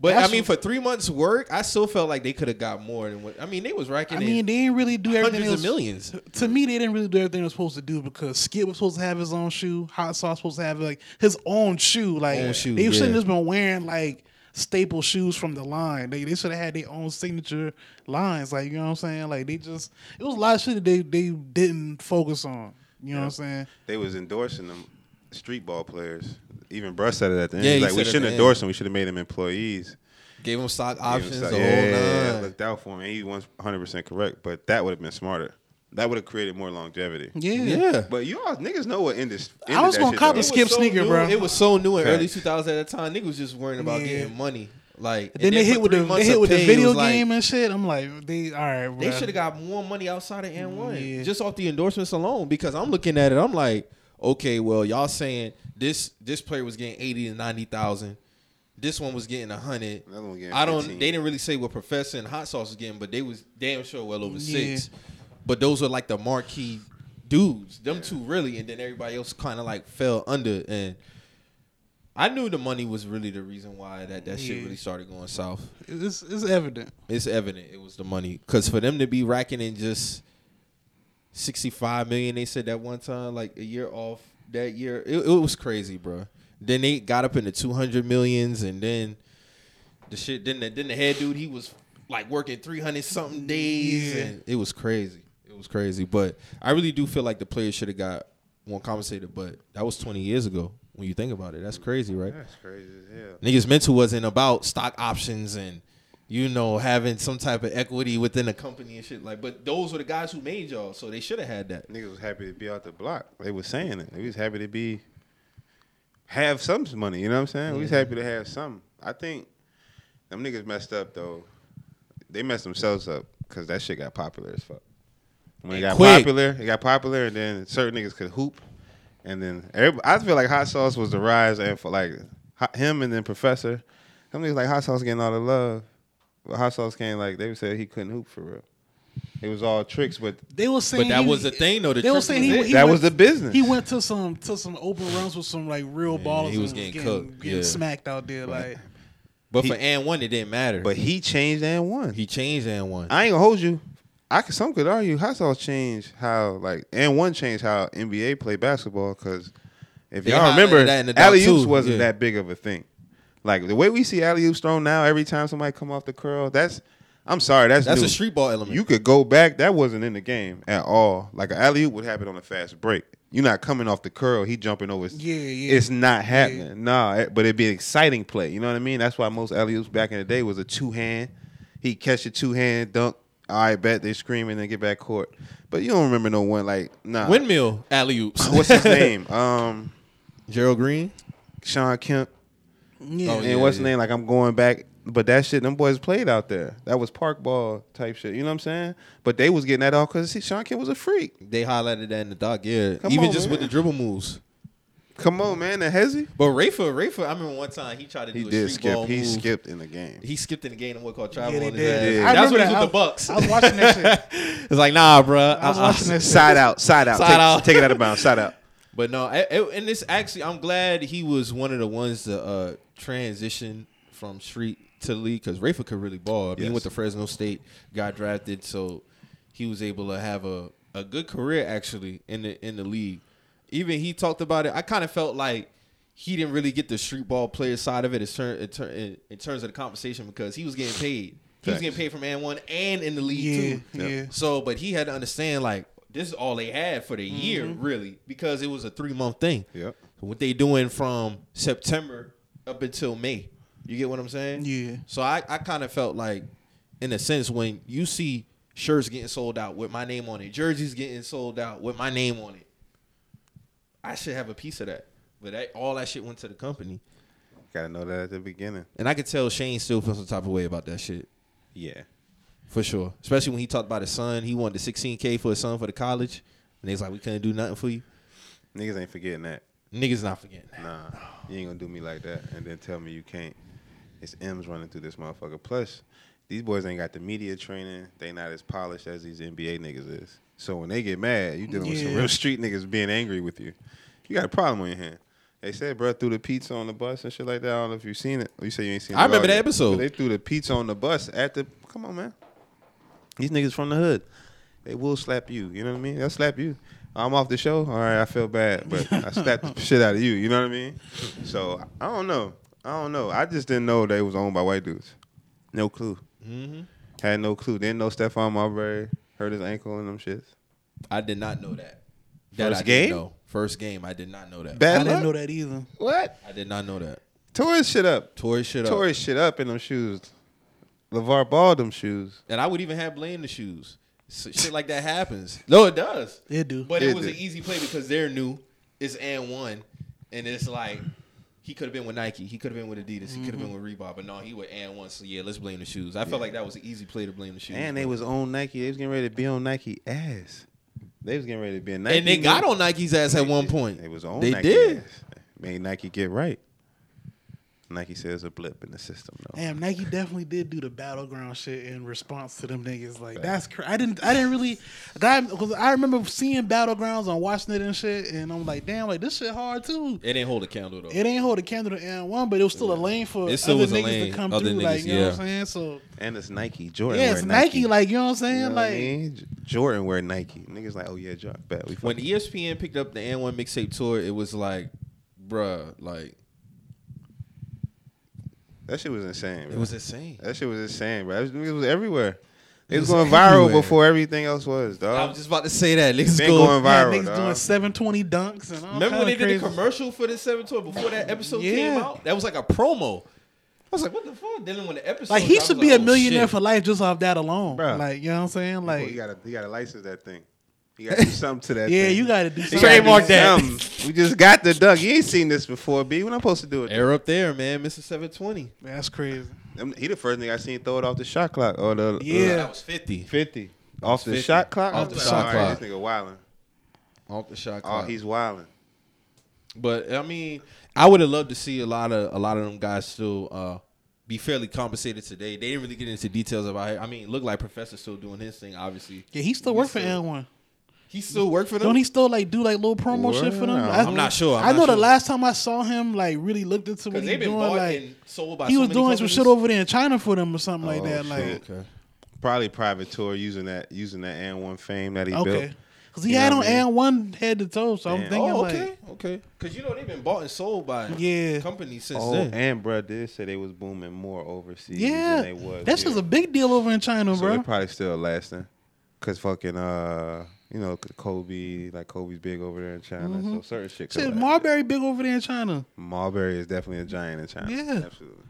But
That's
I mean,
what-
for three months' work, I still felt like they could have got more than what. I mean, they was racking
I mean,
in
they didn't really do everything.
hundreds
they
of
was-
millions.
To me, they didn't really do everything they were supposed to do because Skip was supposed to have his own shoe, Hot Sauce was supposed to have like his own shoe. Like
Own shoe,
they
yeah.
shouldn't have been wearing like staple shoes from the line. They they should have had their own signature lines. Like you know what I'm saying? Like they just it was a lot of shit that they they didn't focus on. You know what I'm saying?
They was endorsing them street ball players. Even Bruss said it at the end.
Yeah,
He's
he
like we
said at
shouldn't
the end.
endorse them. We should have made them employees.
Gave them stock
He was
options.
like,
the
yeah,
whole
yeah, yeah,
nine.
looked out for him. And he was 100 percent correct, but that would have been smarter. That would have created more longevity.
Yeah.
yeah.
But you all niggas know what industry.
I was gonna cop a
It was
skip sneaker,
new.
bro.
It was so new in
Facts.
early 2000s at the time. Niggas was just worrying about
Yeah.
getting money. Like
Then
and
they hit
for
with
three
the they
months
hit
of
with the
pay, it
video
was like,
game and shit. I'm like, they all right.
They
bruh.
should have got more money outside of N one
Yeah.
just off the endorsements alone. Because I'm looking at it, I'm like, okay, well, y'all saying this this player was getting eighty to ninety thousand. This one was getting a hundred.
Another one getting
I don't.
15.
They didn't really say what Professor and Hot Sauce was getting, but they was damn sure well over
Yeah.
six. But those were like the marquee dudes. Them two really, and then everybody else kind of like fell under. And I knew the money was really the reason why that that shit
Yeah.
really started going south
It's, it's evident.
it's evident it was the money because for them to be racking in just 65 million they said that one time like a year off that year it, it was crazy bro then they got up into 200 millions and then the shit then the, then the head dude he was like working 300 something days
Yeah.
and it was crazy it was crazy but i really do feel like the players should have got more compensated but that was 20 years ago when you think about it that's crazy right
That's crazy as hell.
niggas mental wasn't about stock options and you know having some type of equity within the company and shit like but those were the guys who made y'all so they should have had that
Niggas was happy to be out the block. They was saying it. They was happy to be have some money. You know what I'm saying? We was happy to have some. I think them niggas messed up though. They messed themselves up because that shit got popular as fuck. When it
And
got
quick.
popular, it got popular, and then certain niggas could hoop, and then everybody, I feel like Hot Sauce was the rise, and for like Hot- him and then Professor, them niggas like Hot Sauce getting all the love. But Hot Sauce came like they said he couldn't hoop for real. It was all tricks, but
They were saying
but that
he-
was the thing though the
they were
trick
saying
was
he,
it.
he
that
went-
was the business.
He went to some to some open runs with some like real ballers.
he was
and
getting cooked,
getting
yeah.
smacked out there. Like
but
he-
for and one it didn't matter
But
but
he changed and won.
he changed and one
I ain't gonna hold you. I could, some could argue Hot Sauce changed how like and one changed how NBA play basketball because if
They
y'all
highlighted
remember,
that in the doc
alley oops
too,
wasn't
yeah.
that big of a thing. Like the way we see alley oops thrown now, every time somebody come off the curl, that's I'm sorry, that's
that's
new.
a street ball element
You could go back. That wasn't in the game at all. Like an alley oop would happen on a fast break. You're not coming off the curl. He jumping over.
Yeah, yeah.
It's not happening. Nah, it- but it'd be an exciting play. You know what I mean? That's why most alley oops back in the day was a two hand. He catch a two hand dunk. All right, bet they scream and then get back court. But you don't remember no one like nah.
windmill alley oops
what's his name? Um,
gerald green
Sean Kemp.
yeah,
Oh,
and
yeah,
what's
yeah.
the name? Like I'm going back, but that shit, them boys played out there. That was park ball type shit. You know what I'm saying? But they was getting that all because Sean Kemp was a freak.
they highlighted that in the doc yeah
Come
even
on,
just with the
man.
dribble moves
Come on, man, the Hezzy.
but Rafa, Rafa, I remember one time he tried to do
He
a
did
street
skip.
ball
He
move.
skipped in the game.
He skipped in the game and what called
Yeah,
travel
they
on his
did.
ass.
I
That's
remember
when he was
that.
with the Bucks.
I was watching that shit.
it's like nah, uh-uh. bro.
I was watching that shit.
Ah, Side out, side out,
Side
take,
out.
take it out of bounds, side out.
But no, I, I- and this actually, I'm glad he was one of the ones to uh, transition from street to the league because Rafa could really ball. I mean,
Yes.
with the Fresno State, got drafted, so he was able to have a, a good career actually in the in the league. Even he talked about it. I kind of felt like he didn't really get the street ball player side of it in, turn, in, turn, in, in terms of the compensation because he was getting paid. He was
Facts.
getting paid from and one and in the league
Yeah,
too.
yeah.
So, but he had to understand like this is all they had for the year, really, because it was a three month thing.
Yep.
What they doing from September up until May? You get what I'm saying?
Yeah.
So I, I kind of felt like, in a sense, when you see shirts getting sold out with my name on it, jerseys getting sold out with my name on it, I should have a piece of that. But that, all that shit went to the company,
Gotta know that at the beginning.
and I could tell Shane still feels some type of way about that shit.
Yeah.
For sure. Especially when he talked about his son. He wanted the 16K for his son for the college. And they was like, we couldn't do nothing for you.
Niggas ain't forgetting that.
Niggas not forgetting that.
Nah, you ain't gonna do me like that and then tell me you can't. It's M's running through this motherfucker. Plus, these boys ain't got the media training. They not as polished as these NBA niggas is. So when they get mad, you dealing with some
Yeah.
real street niggas being angry with you. You got a problem on your hand. They said, bro, threw the pizza on the bus and shit like that. I don't know if you seen it. Oh, You say you ain't seen it.
I remember
at all
that
yet.
episode.
But They threw the pizza on the bus at the. Come on, man. These niggas from the hood. They will slap you. You know what I mean? They'll slap you. I'm off the show. All right, I feel bad, but I slapped the shit out of you. You know what I mean? So I don't know. I don't know. I just didn't know they was owned by white dudes. No clue.
Mm-hmm.
Had no clue. Didn't know Stephon Marbury hurt his ankle and them shits.
I did not know that. That
First
I
game?
didn't know. First game, I did not know that.
I
Bad
didn't
luck.
know that either.
What?
I did not know that.
Tore his shit up.
Tore his shit up.
Tore his shit up in them shoes. LeVar Ball them shoes.
And I would even have blame the shoes. So shit like that happens. No, it does.
It do.
But
It
it was
do.
an easy play because they're new. It's and one, and it's like he could have been with Nike. He could have been with Adidas. He could have been
Mm-hmm.
with Reebok. But no, he with and one. So yeah, let's blame the shoes. I felt like that was an easy play to blame the shoes.
And they was on Nike. They was getting ready to be on Nike ass. They was getting ready to be in Nike.
and they got on Nike's ass at one point.
They was on
They
Nike
did.
ass. Made Nike get right. Nike says a blip in the system though.
Damn, Nike definitely did do the battleground shit in response to them niggas. Like that's crazy. I didn't, I didn't really, because I remember seeing battlegrounds on watching it and shit, and I'm like, damn, like this shit hard too.
It didn't hold a candle though.
It ain't hold a candle to N one, but it was still a lane for
It still
other
was a
niggas
lane,
to come
other
through. like
niggas,
you know what
yeah.
I'm saying? So
And it's Nike. Jordan
yeah,
wear
it's
Nike.
Nike. Like you know what I'm saying?
You know what
like
I mean? J- Jordan wear Nike. Niggas like, oh yeah, Jordan. Bet we
when E
fucking-
ESPN picked up the and one mixtape tour, it was like, bruh, like
that shit was insane.
it
bro.
was insane.
that shit was insane, bro. It was, it was everywhere. It,
was
was, going viral
everywhere.
before everything else was,
I
dog.
was just about to say that niggas
Been
go-
going
yeah,
viral,
niggas
dog.
doing 720 dunks and all
Remember when they
kinda
did the
crazy-
commercial for the seven tour before that episode came
Yeah.
out? That was like a promo. I was like, what the fuck? Then when the episode
Like he
dropped, I
should
was
be
like,
a
oh,
millionaire
shit.
for life just off that alone.
Bruh.
Like you know what I'm saying?
Oh,
Like
you gotta, you gotta license that thing. You gotta do something to that.
yeah,
thing.
you got to do something.
Trademark that.
Something. we just got the duck. You ain't seen this before, B. What I'm supposed to do with
Air up there, man. Mr. 720.
That's crazy.
Um, He the first nigga I seen throw it off the shot clock or the
Yeah.
That was 50.
fifty off the
50.
shot clock.
Off
I
the
was
shot
like, all right,
clock.
This nigga wilding.
Off the shot
Oh,
clock.
he's wilding.
but I mean, I would have loved to see a lot of a lot of them guys still uh, be fairly compensated today. They didn't really get into details about it. I mean, it looked like Professor still doing his thing, obviously.
Yeah, he still work for N one.
He still worked for them.
Don't he still like do like little promo shit for them?
Wow.
I-
I'm not sure. I'm
I know
not
the
sure.
last time I saw him, like really looked into what
Because
he
they've
was
been
doing.
bought
Like
and sold by
he
so
was
many
doing some
companies.
shit over there in China for them or something like
Oh,
that. Like
shit. Probably private tour using that using that and one fame that he built.
okay, because he
You know
had
what
on
I mean?
and one head to toe. So I'm
Damn.
thinking
oh,
like
okay, okay. Because you know they've been bought and sold by
Yeah.
companies since
Oh,
then.
and bruh did say they was booming more overseas than they
yeah,
was.
that's
here.
just a big deal over in China,
So
bro.
it probably still lasting, cause fucking uh, you know, Kobe, like Kobe's big over there in China, so certain shit. could
Mm-hmm. Shit,
last.
Marbury big over there in China.
Marbury is definitely a giant in China.
Yeah.
absolutely.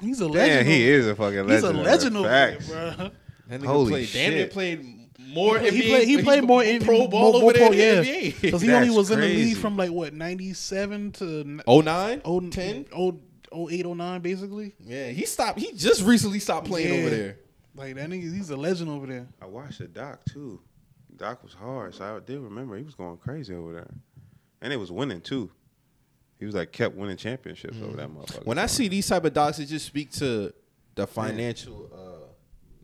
He's a
Damn,
legend.
he
over-
is a fucking legend.
He's a
bro.
legend over there,
Facts.
bro.
That nigga
Holy
played, Damn near
shit.
played more.
He
NBA,
played. He played more in
pro ball
more,
over there
pro-
than
yeah.
the NBA.
Because he
That's
only was in the
crazy.
league from like what ninety seven to
Oh nine, oh
old
ten.
10 old 0809 basically
Yeah, he stopped. He just recently stopped playing
Yeah.
over there.
like that nigga he's a legend over there
I watched the doc too. Doc was hard, so I did remember he was going crazy over there, and it was winning too. He was like kept winning championships
Mm-hmm.
over that motherfucker.
When I see these type of docs, it just speak to the financial uh,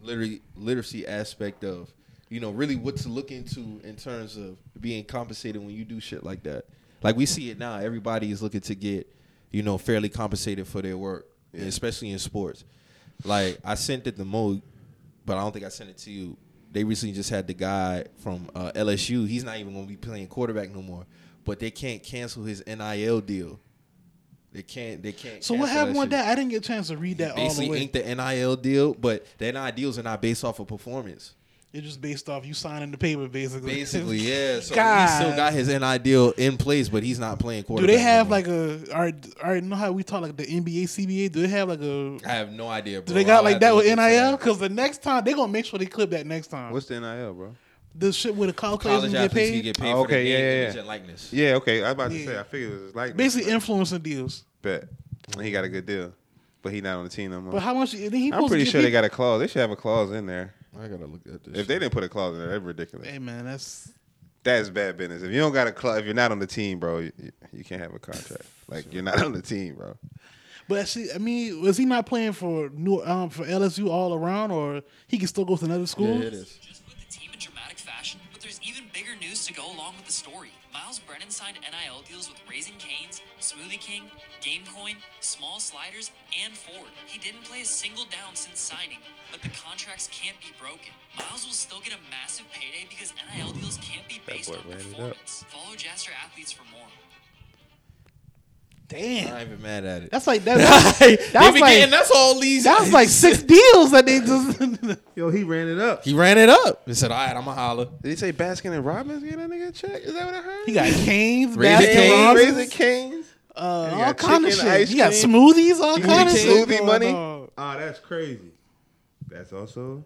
literacy, literacy aspect of you know really what to look into in terms of being compensated when you do shit like that. Like we see it now, everybody is looking to get you know fairly compensated for their work, especially in sports. Like I sent it the Mo, but I don't think I sent it to you. They recently just had the guy from uh, LSU. He's not even going to be playing quarterback no more. But they can't cancel his NIL deal. They can't. They can't.
so what
cancel
happened with
shit.
that i didn't get a chance to read that all the
Basically,
way
inked the NIL deal, but the NIL deals are not based off of performance.
it's just based off you signing the paper basically
Basically, yeah. So
God.
he still got his NIL deal in place, but he's not playing
do
quarterback.
they have
no more.
like a all right all right you know how we talk like the nba cba do they have like a
I have no idea. Bro.
do they
Oh, I'll
got like
have
that
to
with
look into
nil
that.
because the next time they gonna make sure they clip that next time
what's the NIL, bro?
the shit with the college players
College
can get
athletes
paid
can get paid
Oh,
for their
okay,
name,
yeah, yeah,
image,
yeah.
and likeness.
Yeah, okay. I was about to
Yeah.
say. I figured it was like
basically influencing deals
bet. And he got a good deal, but he not on the team no more.
but how much then he
I'm
supposed to
pretty
get
sure they
paid-
got a clause. They should have a clause in there.
I gotta look at this.
If they didn't put a clause in there, that's ridiculous.
hey man that's
That's bad business. If you don't got a club, if you're not on the team, bro, you, you can't have a contract. Like you're not on the team, bro.
But she, I mean, was he not playing for New um, for LSU all around, or he can still go to another school?
Yeah, it is.
just quit the team in dramatic fashion, but there's even bigger news to go along with the story. Miles Brennan signed NIL deals with Raising Canes, Smoothie King, Gamecoin, Small Sliders, and Ford. He didn't play a single down since signing, but the contracts can't be broken. Miles will still get a massive payday because NIL deals can't be based
boy
on
ran it up.
performance. Follow Jaster Athletes for more.
Damn,
I ain't even mad at it.
that's like that's
Hey, they
That's
be
like-
getting, that's all these.
that's like six deals that they just.
Yo, he ran it up.
he ran it up and said, "All right, I'm gonna holler."
Did he say Baskin and Robbins get a nigga check? Is that what I heard?
he got canes,
Raising
baskets,
Cane's,
Robbins,
Raising Cane's.
uh,
he
all
got
kind of
chicken,
shit.
ice
He got
cream.
smoothies, all
You
kind of
get
shit.
smoothie
going
money?
on.
Ah, that's crazy. That's also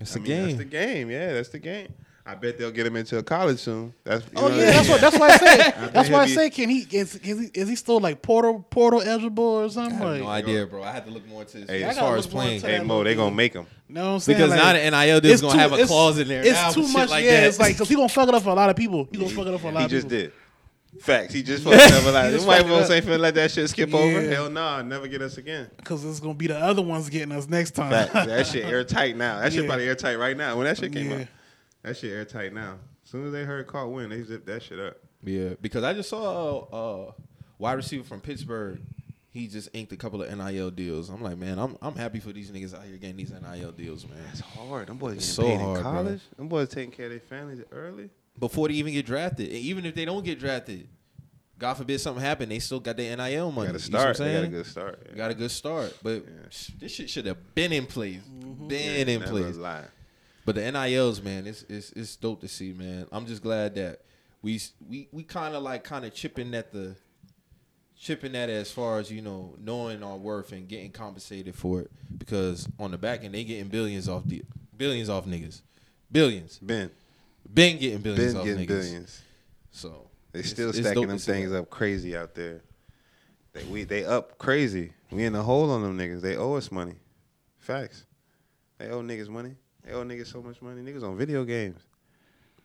It's
I
a
mean,
game.
That's the game. Yeah, that's the game. I bet they'll get him into a college soon. That's you
Oh
know
yeah,
I mean?
that's what that's why I say. That's
he'll
why I
be-
say, can he is, is he is he still like portal portal eligible or something?
I have
Like,
no idea, bro. I had to look more into this.
Hey, I
as
gotta
far
look
as
more
playing,
into
Hey Mo, they gonna make him.
know what I'm saying?
Because
Like,
now the NIL deal's
it's
gonna
too-
have a
it's-
clause in there.
It's
now for
too
shit
much.
Like
yeah,
that.
it's like because he gonna fuck it up for a lot of people. He gonna fuck it up for a lot
He
of
just
people.
did. Facts. He just fucked up a lot.
just
You might
fucked it
well
up.
say, "Finna let that shit skip over."
Yeah.
Hell nah, never get us again.
Because it's gonna be the other ones getting us next time.
Facts. that shit airtight now. That shit
Yeah.
probably airtight right now. When that shit came
Yeah.
up, that shit airtight now. As soon as they heard caught win, they zipped that shit up.
Yeah, because I just saw a uh, wide receiver from Pittsburgh. He just inked a couple of NIL deals. I'm like, man, I'm I'm happy for these niggas out here getting these NIL deals, man.
It's hard. Them boys
It's so
getting paid
hard,
in
bro.
college. Them boys taking care of their families early.
Before they even get drafted, and even if they don't get drafted, God forbid something happen, they still got their NIL money.
Got
You
a
see what I'm
start. They got a
saying?
good start.
They got a good start, but sh- this shit should have been in place, been in
Never
place.
lie.
But the NILs, man, it's it's it's dope to see, man. I'm just glad that we s- we we kind of like kind of chipping at the chipping at it as far as you know knowing our worth and getting compensated for it because on the back end they getting billions off the billions off niggas, billions.
Ben,
Been getting billions
Ben
off
getting
niggas.
billions.
So
They
it's-
still
it's dope
stacking
to
them
see.
things up crazy out there. They we they up crazy. We in the hole on them niggas. They owe us money. Facts. They owe niggas money. They owe niggas so much money. Niggas on video games.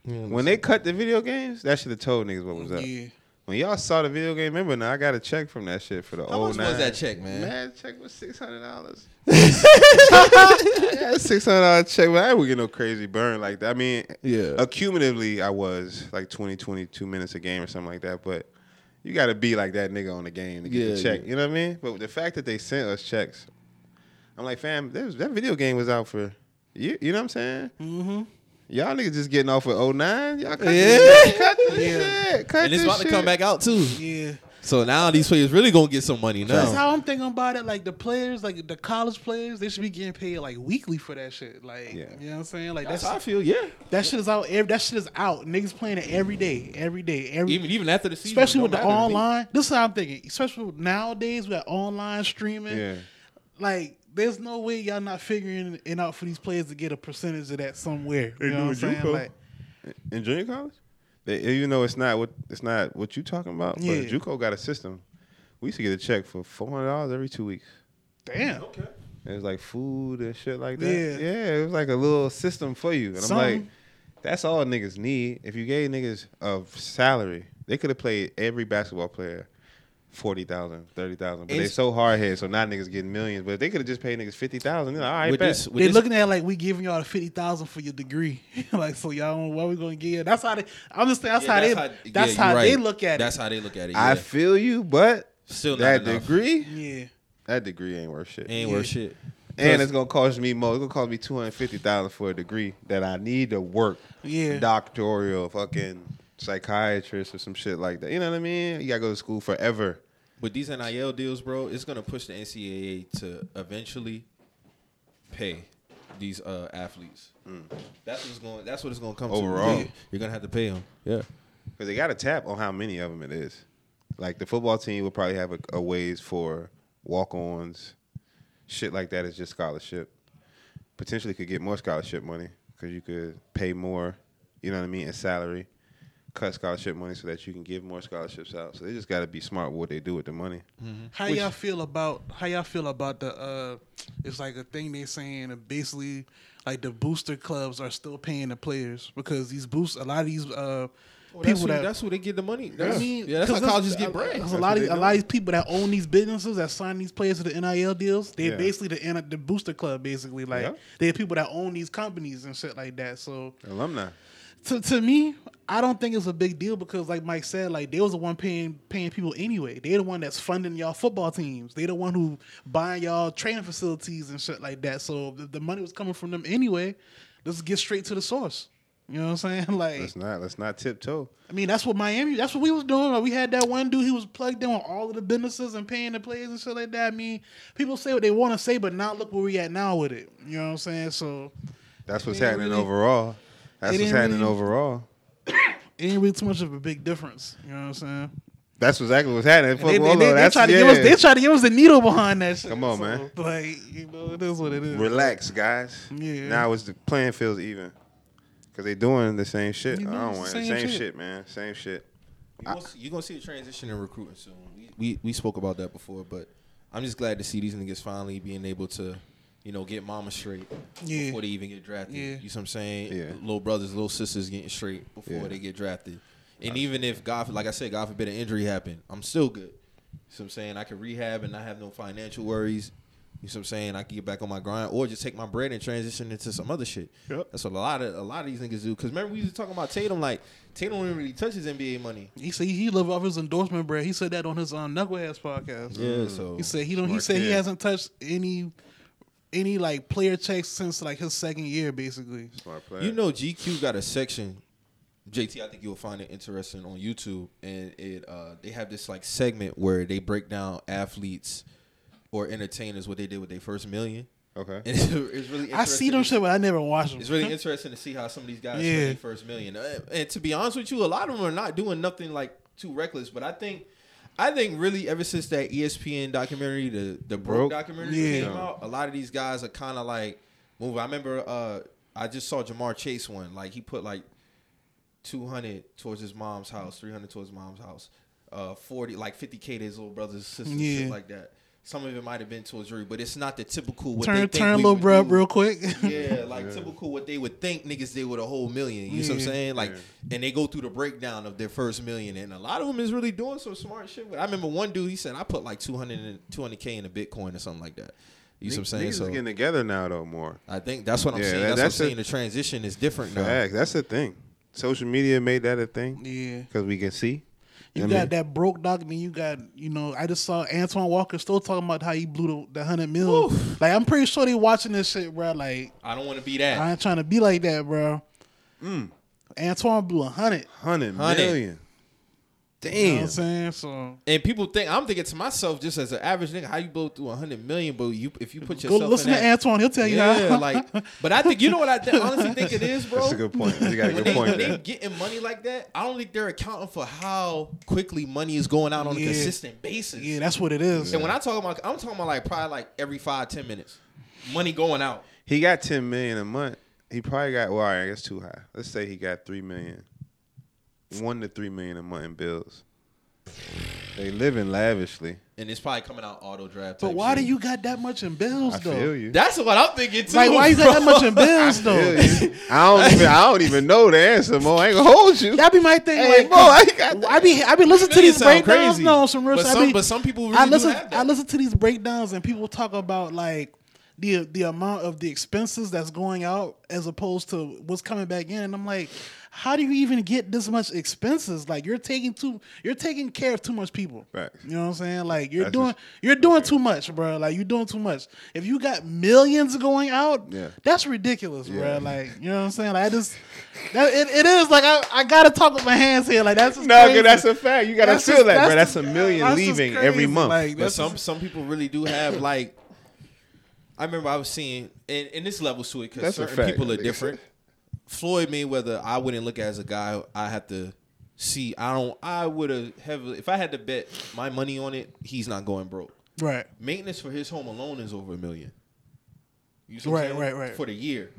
When they cut the video games, that should have told niggas what was up.
Yeah.
When y'all saw the video game, remember now I got a check from that shit for the
How much
old
was
nine.
that check, man?
Man, that check was six hundred dollars. yeah, six hundred dollar check, but I ain't get no crazy burn like that. I mean,
Yeah.
accumulatively I was like 20, 22 minutes a game or something like that. But you got to be like that nigga on the game to get
Yeah,
the check. You know what I mean? But the fact that they sent us checks, I'm like, fam, that, was- that video game was out for you. You know what I'm saying? Mm-hmm. Y'all niggas just getting off with 09. Y'all cut this, cut this shit. Cut
And it's
this
about to
shit.
come back out too.
Yeah.
So now these players really gonna get some money now.
That's how I'm thinking about it. Like the players, like the college players, they should be getting paid like weekly for that shit. Like,
Yeah.
you know what I'm saying? Like
That's
that's,
how I feel. Yeah.
that shit is out. ev- That shit is out. Niggas playing it every day, every day, every
Even even after the season,
especially
no
with the
matter to me.
online. This is how I'm thinking. Especially with nowadays, we got online streaming.
Yeah.
Like, there's no way y'all not figuring it out for these players to get a percentage of that somewhere. You know what I'm saying? Like,
in junior college. They, even though it's not what it's not what you talking about,
Yeah.
but JUCO got a system. We used to get a check for four hundred dollars every two weeks.
damn.
It was like food and shit like that.
Yeah.
Yeah, it was like a little system for you. And I'm like,
Something.
that's all niggas need. If you gave niggas a salary, they could have played every basketball player 40,000, 30,000. But they
It's-
so hard headed, so now niggas getting millions. But if they could have just paid niggas 50,000, they're like, all right,
With
bet.
this- with
They're
this-
looking at it like we giving y'all the fifty thousand for your degree, like so y'all don't what we gonna give. That's how they. I'm just saying that's
Yeah,
how they.
yeah,
that's
you're
how they
right.
look at
That's
it.
how they look at it.
I
yeah.
feel you, but
Still not
that
enough.
degree,
yeah,
that degree ain't worth shit.
ain't worth shit.
And it's gonna cost me more. It's gonna cost me two hundred fifty thousand for a degree that I need to work.
Yeah.
Doctoral, fucking psychiatrist or some shit like that. You know what I mean? You gotta go to school forever.
With these NIL deals, bro, it's gonna push the NCAA to eventually pay these uh, athletes.
Mm.
That's what's going. That's what it's gonna come
Overall.
to. you're gonna have to pay them. Yeah,
Cause they got a tap on how many of them it is. Like the football team will probably have a, a ways for walk-ons, shit like that is just scholarship. Potentially could get more scholarship money because you could pay more. You know what I mean? In salary, cut scholarship money so that you can give more scholarships out. So they just got to be smart with what they do with the money.
How y'all feel about how y'all feel about the? uh It's like a thing they saying, and basically, like the booster clubs are still paying the players because these boost a lot of these uh
that's
people
who,
that
that's who they get the money.
I
That's,
mean,
yeah, that's how
'cause there's-
colleges get bread.
There's a lot of
what
a
they
lot of these people that own these businesses that sign these players to the NIL deals. They're
Yeah.
basically the N- the booster club, basically. Like
Yeah.
they're people that own these companies and shit like that. So
Alumni.
to to me, I don't think it's a big deal because, like Mike said, like they was the one paying paying people anyway. They're the one that's funding y'all football teams. They the one who buying y'all training facilities and shit like that. So if the money was coming from them anyway. Let's get straight to the source. You know what I'm saying? Like
Let's not let's not tiptoe.
I mean, that's what Miami. That's what we was doing. Like, we had that one dude. He was plugged in on all of the businesses and paying the players and shit like that. I mean, people say what they want to say, but now look where we at now with it. You know what I'm saying? So
That's what's
didn't
happening
really-
overall. That's
they
what's
didn't
happening
really-
overall.
it ain't really too much of a big difference. You know what I'm saying?
That's exactly what's happening. Fuck
They, they,
Wallo,
they, they
that's-
try to give us.
yeah.
They try to give us the needle behind that shit.
Come on,
So,
man.
Like you know, it is what it is.
Relax, guys.
Yeah.
Now it's the playing field's even. Cause they doing the same shit.
They
I
doing
don't
the
want
same
same, same
shit.
shit. man. Same shit.
You're gonna, see, you gonna see a transition in recruiting soon. We, we we spoke about that before, but I'm just glad to see these niggas finally being able to, you know, get mama straight
Yeah.
before they even get drafted.
Yeah.
You see what I'm saying?
Yeah.
Little brothers, little sisters getting straight before
Yeah.
they get drafted. And even if God, like I said, God forbid an injury happened, I'm still good. You see what I'm saying? I can rehab and not have no financial worries. You see what I'm saying? I can get back on my grind, or just take my bread and transition into some other shit.
Yep.
That's what a lot of a lot of these niggas do. Cause remember we was talking about Tatum, like Tatum didn't really touch his NBA money.
He said he live off his endorsement bread. He said that on his um, knuckleheads podcast.
Yeah, so
He said he don't. He
Smart
said he
kid.
hasn't touched any any like player checks since like his second year, basically.
Smart player.
you know GQ got a section. JT, I think you'll find it interesting on YouTube, and it uh, they have this like segment where they break down athletes or entertainers what they did with their first million.
Okay.
And it's, it's really interesting.
I see them shit, but I never watch them.
It's really interesting to see how some of these guys
Yeah.
spend their first million. Uh, And to be honest with you, a lot of them are not doing nothing like too reckless. But I think, I think really ever since that E ESPN documentary, the the broke,
Broke?
documentary
Yeah.
came out, a lot of these guys are kind of like moving. I remember uh, I just saw Jamar Chase one. Like he put like two hundred towards his mom's house, three hundred towards his mom's house, uh, forty like fifty k to his little brothers, sisters,
Yeah.
shit like that. Some of it might have been towards jewelry, but it's not the typical what they
turn
think
turn
we
little
would
bro up
do.
real quick.
Yeah, like typical what they would think niggas did with a whole million. You know what I'm
Yeah.
saying? Like, and they go through the breakdown of their first million, and a lot of them is really doing some smart shit. But I remember one dude, he said, "I put like 200 200 k in a Bitcoin or something like that." You see what I'm saying?
Niggas
So
is getting together now though more.
I think that's what I'm
Yeah,
saying.
that-
that's,
that's
what I'm
a-
saying. The transition is different now.
Facts. That's the thing. Social media made that a thing.
Yeah.
Cause we can see.
You
I
got
mean-
that broke document. You got, you know, I just saw Antoine Walker still talking about how he blew the, the hundred mil. Like I'm pretty sure they watching this shit, bro. Like
I don't want to be that.
I ain't trying to be like that, bro.
Mm.
Antoine blew a hundred.
Hundred
Hundred.
million.
You know what
Damn.
I'm saying? So
and people think I'm thinking to myself, just as an average nigga, how you blow through 100 million, but you if you put
go
yourself
listen
in
to
that,
Antoine. He'll tell you
yeah,
how.
like. But I think you know what I th- honestly think it is, bro.
That's a good point. You got a
when
good
they,
point
when they
there.
getting money like that, I don't think they're accounting for how quickly money is going out on a
Yeah.
consistent basis.
yeah, that's what it is.
and when I talk about, I'm talking about like probably like every five ten minutes, money going out.
He got ten million a month. He probably got well, all right, that's too high. Let's say he got three million. One to three million a month in bills. They living lavishly.
And it's probably coming out auto draft.
But
type
why
shit.
do you got that much in bills
I
though?
feel you.
That's what I'm thinking too.
Like why you got that much in bills though?
I feel you. I don't even I don't even know the answer, Mo. I ain't gonna hold you.
That be my thing.
Hey,
like,
boy, I got that.
I be I be listening to
Really
these
sound
breakdowns.
crazy.
No, on some real
But
shit. I
some-
be-
but some people
I
really do
listen.
have that.
I listen to these breakdowns and people talk about like the the amount of the expenses that's going out as opposed to what's coming back in. And I'm like, how do you even get this much expenses? Like you're taking too you're taking care of too much people.
Facts.
You know what I'm saying? Like you're
That's
doing
just-
you're doing too much, bro. Like you're doing too much. If you got millions going out,
Yeah.
that's ridiculous, bro.
Yeah.
Like you know what I'm saying? Like I just that, it, it is like I, I gotta talk with my hands here. Like that's just
No,
crazy.
cause that's a fact. You gotta
That's
feel
just-
that, bro.
that's
That's
just-
a million
that's just
leaving
crazy.
every month.
Like,
But
that's
some
just-
some people really do have like. I remember I was seeing, and, and this levels to it because
That's a
certain
fact.
people are different. Floyd Mayweather, I wouldn't look at as a guy. I have to see. I don't. I would have heavily if I had to bet my money on it. He's not going broke.
right.
Maintenance for his home alone is over a million. You see what
Right,
I'm saying?
right, right.
For the year,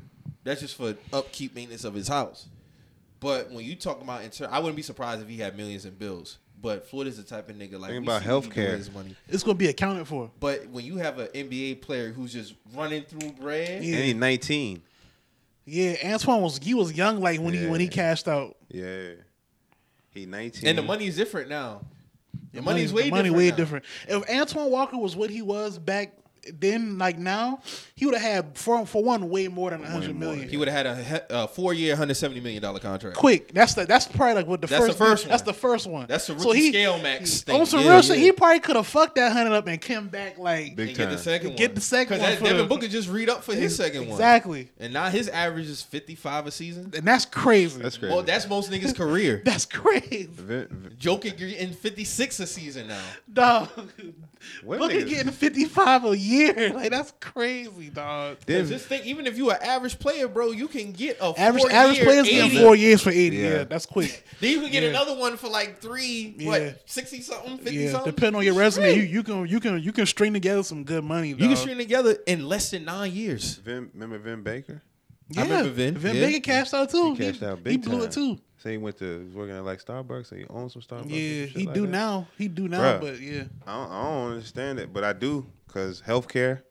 that's just for upkeep maintenance of his house. But when you talk about, inter- I wouldn't be surprised if he had millions in bills. But Floyd is the type of nigga like
Think
we
about
see what he do with
healthcare.
his money.
It's gonna be accounted for.
But when you have an NBA player who's just running through bread,
Yeah.
And he nineteen.
Yeah, Antoine was he was young like when he when he
Yeah.
cashed out.
Yeah. He 19.
And the money's different now. The, money's
the
way
money
different.
way
now.
different. If Antoine Walker was what he was back then, like now, he would have had for for one way more than a hundred million.
He would have had a, he- a four year, $170 million contract.
Quick, that's the that's probably like what the
That's the
first
first
that's
one.
the first one.
That's the
So
rookie
he-
scale max thing.
On some
Yeah,
real shit,
yeah.
he probably could have fucked that hundred up and came back like
Big
And get the
time.
second
Get
one.
the second
'Cause
one
that-
for
Devin
the-
Booker just read up for his second one.
exactly,
And now his average is 55 a season.
and that's crazy.
That's crazy.
Well, that's most niggas' career.
That's crazy,
Vin- Vin-
Joker in 56 a season now.
dog.
What
Booker
niggas-
getting fifty five a year, like that's crazy, dog.
Because
Then-
this thing, even if you an average player, bro, you can get a
Average
four
average
year,
players
80.
getting four years for eighty.
Yeah.
Yeah, that's quick.
Then you can get
Yeah.
another one for like three,
Yeah.
what, sixty something, fifty
Yeah,
something.
depending on your resume,
Shit.
you, you can you can you can string together some good money.
you can
dog.
string together in less than nine years.
Vin, remember Vin Baker?
Yeah.
remember Vin, yeah.
Baker cashed out too.
He cashed out big
He blew
time.
it too.
So he went to he was working at like Starbucks. So he owned some Starbucks. and
Yeah,
shit
he
like
do
that.
now. He do now,
Bruh.
but yeah.
I don't, I don't understand it, but I do because healthcare,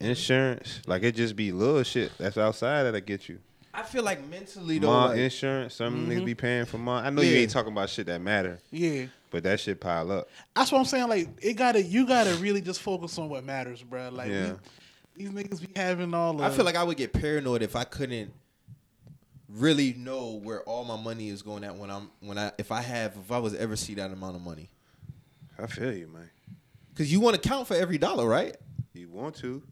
insurance, like it just be little shit that's outside that'll get you.
I feel like mentally though,
Ma
like, mm-hmm.
insurance, some niggas be paying for ma. I know you
Yeah.
ain't talking about shit that matter,
Yeah.
but that shit pile up.
That's what I'm saying. Like it gotta you gotta really just focus on what matters, bruh. Like
Yeah.
we- these niggas be having all of
I feel like I would get paranoid if I couldn't really know where all my money is going at when I'm when I if I have if I was ever see that amount of money.
I feel you, man.
Because you want to count for every dollar, right?
You want to?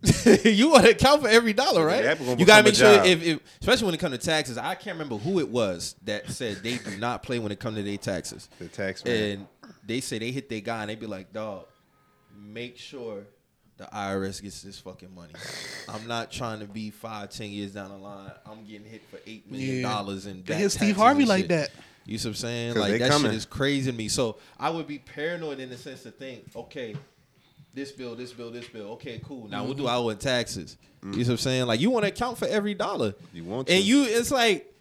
you want to count for every dollar, right?
that gonna
you gotta
become
make
a
sure,
job.
if, if especially when it comes to taxes, I can't remember who it was that said they do not play when it comes to their taxes.
The tax man.
And they say they hit their guy and they be like, dog, make sure the IRS gets this fucking money. I'm not trying to be five, ten years down the line. I'm getting hit for eight million dollars and
They
back
hit Steve
taxes
Harvey
and
like
shit."
that.
You see what I'm saying?
'Cause
Like
they
that
coming.
shit is crazy to me. So I would be paranoid in the sense to think, okay, this bill, this bill, this bill. Okay, cool. Now we'll do
Mm-hmm.
our taxes. You see what I'm saying? Like you want to account for every dollar.
You want
And
to.
you it's like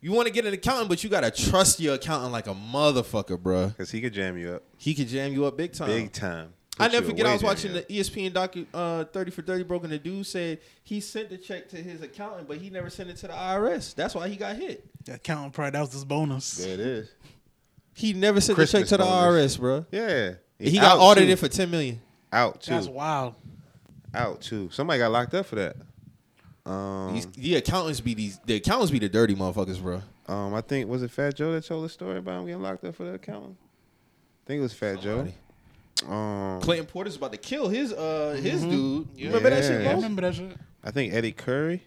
you want to get an accountant, but you gotta trust your accountant like a motherfucker, bruh.
Cause he could jam you up
He could jam you up big time.
big time.
Uh-uh. I
Put
never
you
forget I
away
was
jam
watching
you
the E
up.
ESPN docu uh, 30 for 30 broken the dude said he sent the check to his accountant, but he never sent it to the IRS. That's why he got hit.
that counting pride, that was his bonus.
There it is.
He never sent
Christmas
the check to the
bonus.
IRS, bruh.
Yeah.
He got
Out,
audited
too.
for ten million.
out too.
That's wild.
out too. Somebody got locked up for that. Um,
These- the accountants be these. The accountants be the dirty motherfuckers, bro.
Um, I think was it Fat Joe that told the story about him getting locked up for the accounting. I think it was Fat
Somebody.
Joe. Um,
Clayton Porter's about to kill his uh his dude. You remember that shit,
Yeah.
Yeah,
bro?
I remember that shit.
I think Eddie Curry.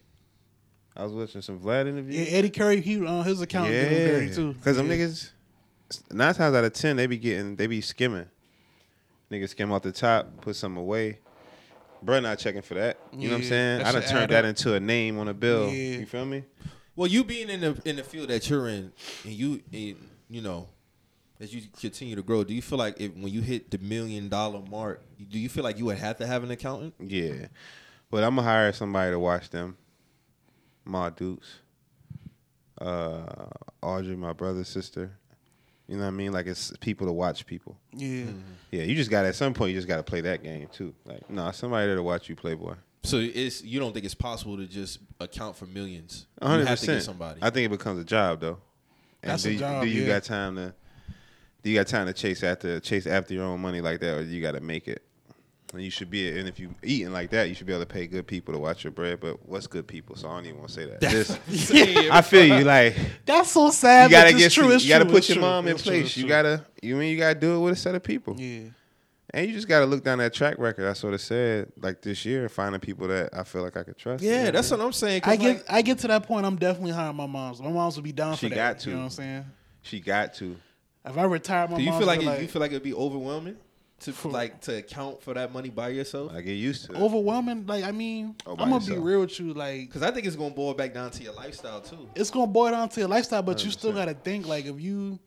I was watching some Vlad
Yeah,
interview.
Eddie Curry, he uh, his account yeah. dirty too.
because them
Yeah.
niggas nine times out of ten they be getting they be skimming. Niggas skim off the top, put some away. Bruh not checking for that. You know what I'm
Yeah,
saying?
that
I done
should
turned
add
that
up.
into a name on a bill.
Yeah.
You feel me?
Well, you being in the in the field that you're in, and you and, you know, as you continue to grow, do you feel like if, when you hit the million dollar mark, do you feel like you would have to have an accountant?
Yeah. But I'm gonna hire somebody to watch them. Ma Dukes. Uh Audrey, my brother's sister. You know what I mean? Like it's people to watch people.
Yeah.
Mm, Yeah, you just got to at some point you just gotta play that game too. Like, nah, somebody there to watch you play boy.
So it's you don't think it's possible to just account for millions?
A hundred
You have to get
percent.
somebody.
I think it becomes a job though. And
That's
do
a
you,
job,
Do you
yeah.
got time to? Do you got time to chase after chase after your own money like that, or you got to make it? And you should be. And if you eating like that, you should be able to pay good people to watch your bread. But what's good people? So I don't even want to say that. Just- I feel you. Like
That's so sad.
you gotta
but
get.
it's true.
you
it's
gotta
true,
put
it's
your
true,
mom in
it's true,
place.
it's
you
true.
gotta. You mean you gotta do it with a set of people.
Yeah.
And you just gotta look down that track record. I sort of said like this year, finding people that I feel like I could trust.
yeah, that's what I'm saying. 'cause
I get
like-
I get to that point. I'm definitely hiring my moms. My moms would be down for
She
that.
got to.
You know what I'm saying?
she got to.
If I retire, my
do you
moms
feel like,
would be
it, you feel like it'd be overwhelming to
For-
like to account for that money by yourself?
I get used to. It.
overwhelming. Like I mean,
Oh,
I'm
by
gonna be
yourself.
real with you. Like
Because I think it's gonna boil back down to your lifestyle too.
it's gonna boil down to your lifestyle, but you still
100%.
gotta think. Like if you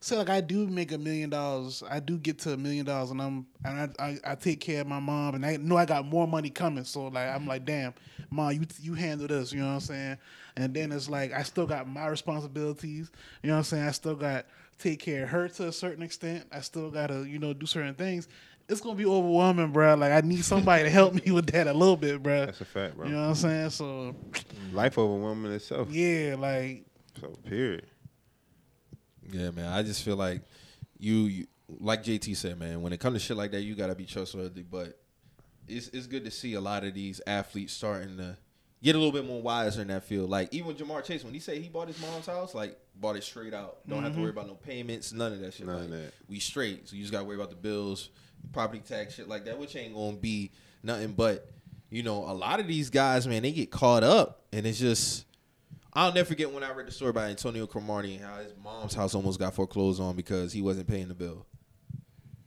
say like I do make a million dollars, I do get to a million dollars, and I'm and I, I I take care of my mom, and I know I got more money coming. So like I'm like, damn, mom, you you handle this. You know what I'm saying? And then it's like I still got my responsibilities. You know what I'm saying? I still got take care of her to a certain extent. I still gotta you know do certain things. It's gonna be overwhelming, bro. Like I need somebody to help me with that a little bit, bro.
That's a fact, bro.
You know what I'm saying? So
Life overwhelming itself.
yeah, like
So period.
Yeah, man. I just feel like you, you like JT said, man. When it comes to shit like that, you gotta be trustworthy. But it's it's good to see a lot of these athletes starting to get a little bit more wiser in that field. Like even Jamar Chase, when he said he bought his mom's house, like bought it straight out. Don't have to worry about no payments, none of that shit.
Mm-hmm. None of
Like,
that.
We straight, so you just gotta worry about the bills, property tax, shit like that, which ain't gonna be nothing. But you know, a lot of these guys, man, they get caught up, and it's just. I'll never forget when I read the story about Antonio Cromartie and how his mom's house almost got foreclosed on because he wasn't paying the bill.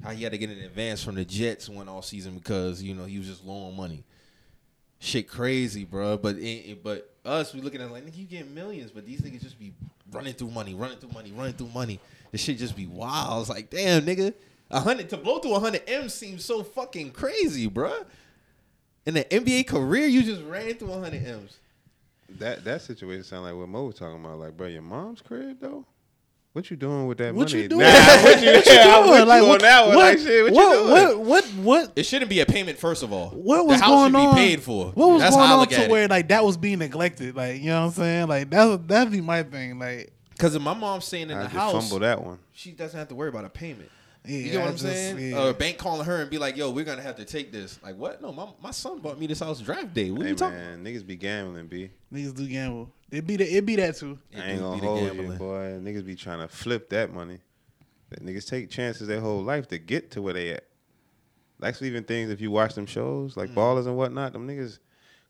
How he had to get an advance from the Jets one off season because you know he was just low on money. Shit, crazy, bro. But it, it- but us, we looking at it like nigga, you get millions, but these niggas just be running through money, running through money, running through money. This shit just be wild. I was like, damn, nigga, a hundred to blow through a hundred M seems so fucking crazy, bro. In an NBA career, you just ran through a hundred M's.
That that situation sound like what Mo was talking about. Like, bro, your mom's crib though. What you doing with that
What
money?
you doing?
Nah, what you,
What you
yeah, I'm
doing?
with you
Like,
on
what-
that one. Like,
what-
shit, what, you doing?
What? What? What?
It shouldn't be a payment, first of all.
What was
the house
going
should
on?
Be paid for.
What was
That's
going
how I
on
look
to
at
where
it.
like that was being neglected? Like you know what I'm saying? Like that that'd be my thing. Like
Because if my mom's staying in
I
the
just
house,
fumbled that one.
she doesn't have to worry about a payment.
yeah,
You get what
I
I'm
just-
saying? Uh,
yeah.
Or a bank calling her and be like, "Yo, we're gonna have to take this." Like, what? No, my, my son bought me this house draft day. What are
Hey
you talking?
man, niggas be gambling, b.
Niggas do gamble. It be the, it be that too.
It
I ain't
do
gonna
be the
hold you,
gambling.
boy. Niggas be trying to flip that money. That niggas take chances their whole life to get to where they at. That's even things if you watch them shows
Mm.
like ballers and whatnot. Them niggas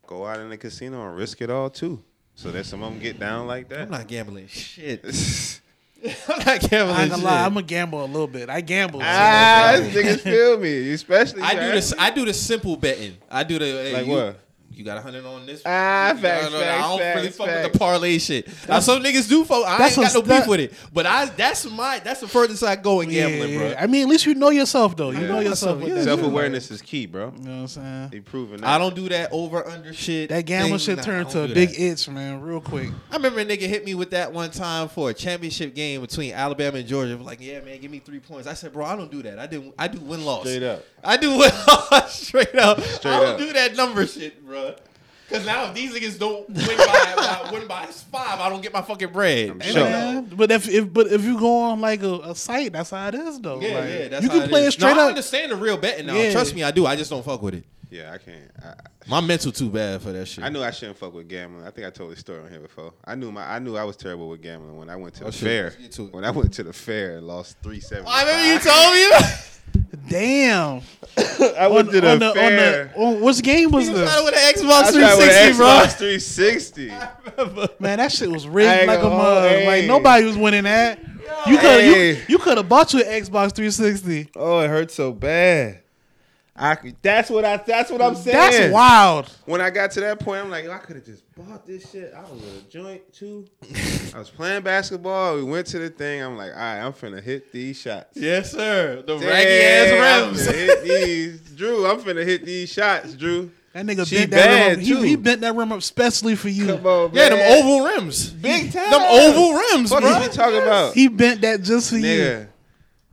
go out in the casino and risk it all too. So that some of them get down like that.
I'm not gambling shit. I'm not gambling
I ain't gonna lie,
shit.
I'm gonna gamble a little bit. I gamble.
ah, these niggas feel me, especially.
I do
Jack.
this. I do the simple betting. I do the hey,
Like
you,
what?
You got a hundred on this.
Ah,
You got
facts,
a hundred- I don't
facts,
really
facts,
fuck with
facts.
the parlay shit. now some niggas do fuck. I ain't
that's
got
what's-
no beef
that-
with it, but I that's my that's the furthest I go in gambling,
Yeah,
bro.
I mean, at least you know yourself though. You
Yeah.
know yourself. with that
Self
shit.
awareness is key, bro.
You know what I'm saying?
He proven that.
I don't do that over under shit.
That gambling shit
thing. Nah, I
turned
don't
to a
do
big
that.
itch, man, real quick.
I remember a nigga hit me with that one time for a championship game between Alabama and Georgia. I'm like, yeah, man, give me three points. I said, bro, I don't do that. I didn't. I do win loss.
Straight up.
I do win loss straight up.
Straight
I don't
up.
do that number shit, bro. Cause now if these niggas don't win by I win by five, I don't get my fucking bread.
I'm
Hey,
Sure.
man, But if, if but if you go on like a, a site, that's how it is though.
Yeah,
Like,
yeah, that's
you
how
can play
is.
it straight
No, I
up.
understand the real betting now.
Yeah.
Trust me, I do. I just don't fuck with it.
Yeah, I can't. I,
My mental too bad for that shit.
I knew I shouldn't fuck with gambling. I think I told this story on here before. I knew my I knew I was terrible with gambling when I went to the
shit.
fair.
Let's get to it.
When I went to the fair and lost three seven.
I remember you told me.
Damn.
I went to the
on the,
fair.
On the, on, which game was
He was
this?
trying with an Xbox
I tried with
360, bro.
Xbox 360.
Man, that shit was
I
rigged
ain't
like a
gonna
mug.
hold-
Like
oh, hey.
nobody was winning that. You could you,
Hey.
you could have bought you an Xbox 360.
Oh, it hurt so bad. I c- that's what I that's what I'm saying.
That's wild.
When I got to that point, I'm like, yo, I could have just bought this shit. I was with a joint too. I was playing basketball. We went to the thing. I'm like, all right, I'm finna hit these shots.
Yes, sir. The
Damn,
raggy ass
I'm finna
rims.
hit these, Drew. I'm finna hit these shots, Drew.
That nigga
She
bent that
bad,
room. He, he
too.
bent that room up specially for you.
on,
Yeah, them oval rims.
big time.
Them oval rims,
What
bro.
are we talking about,
He bent that just for you.
nigga?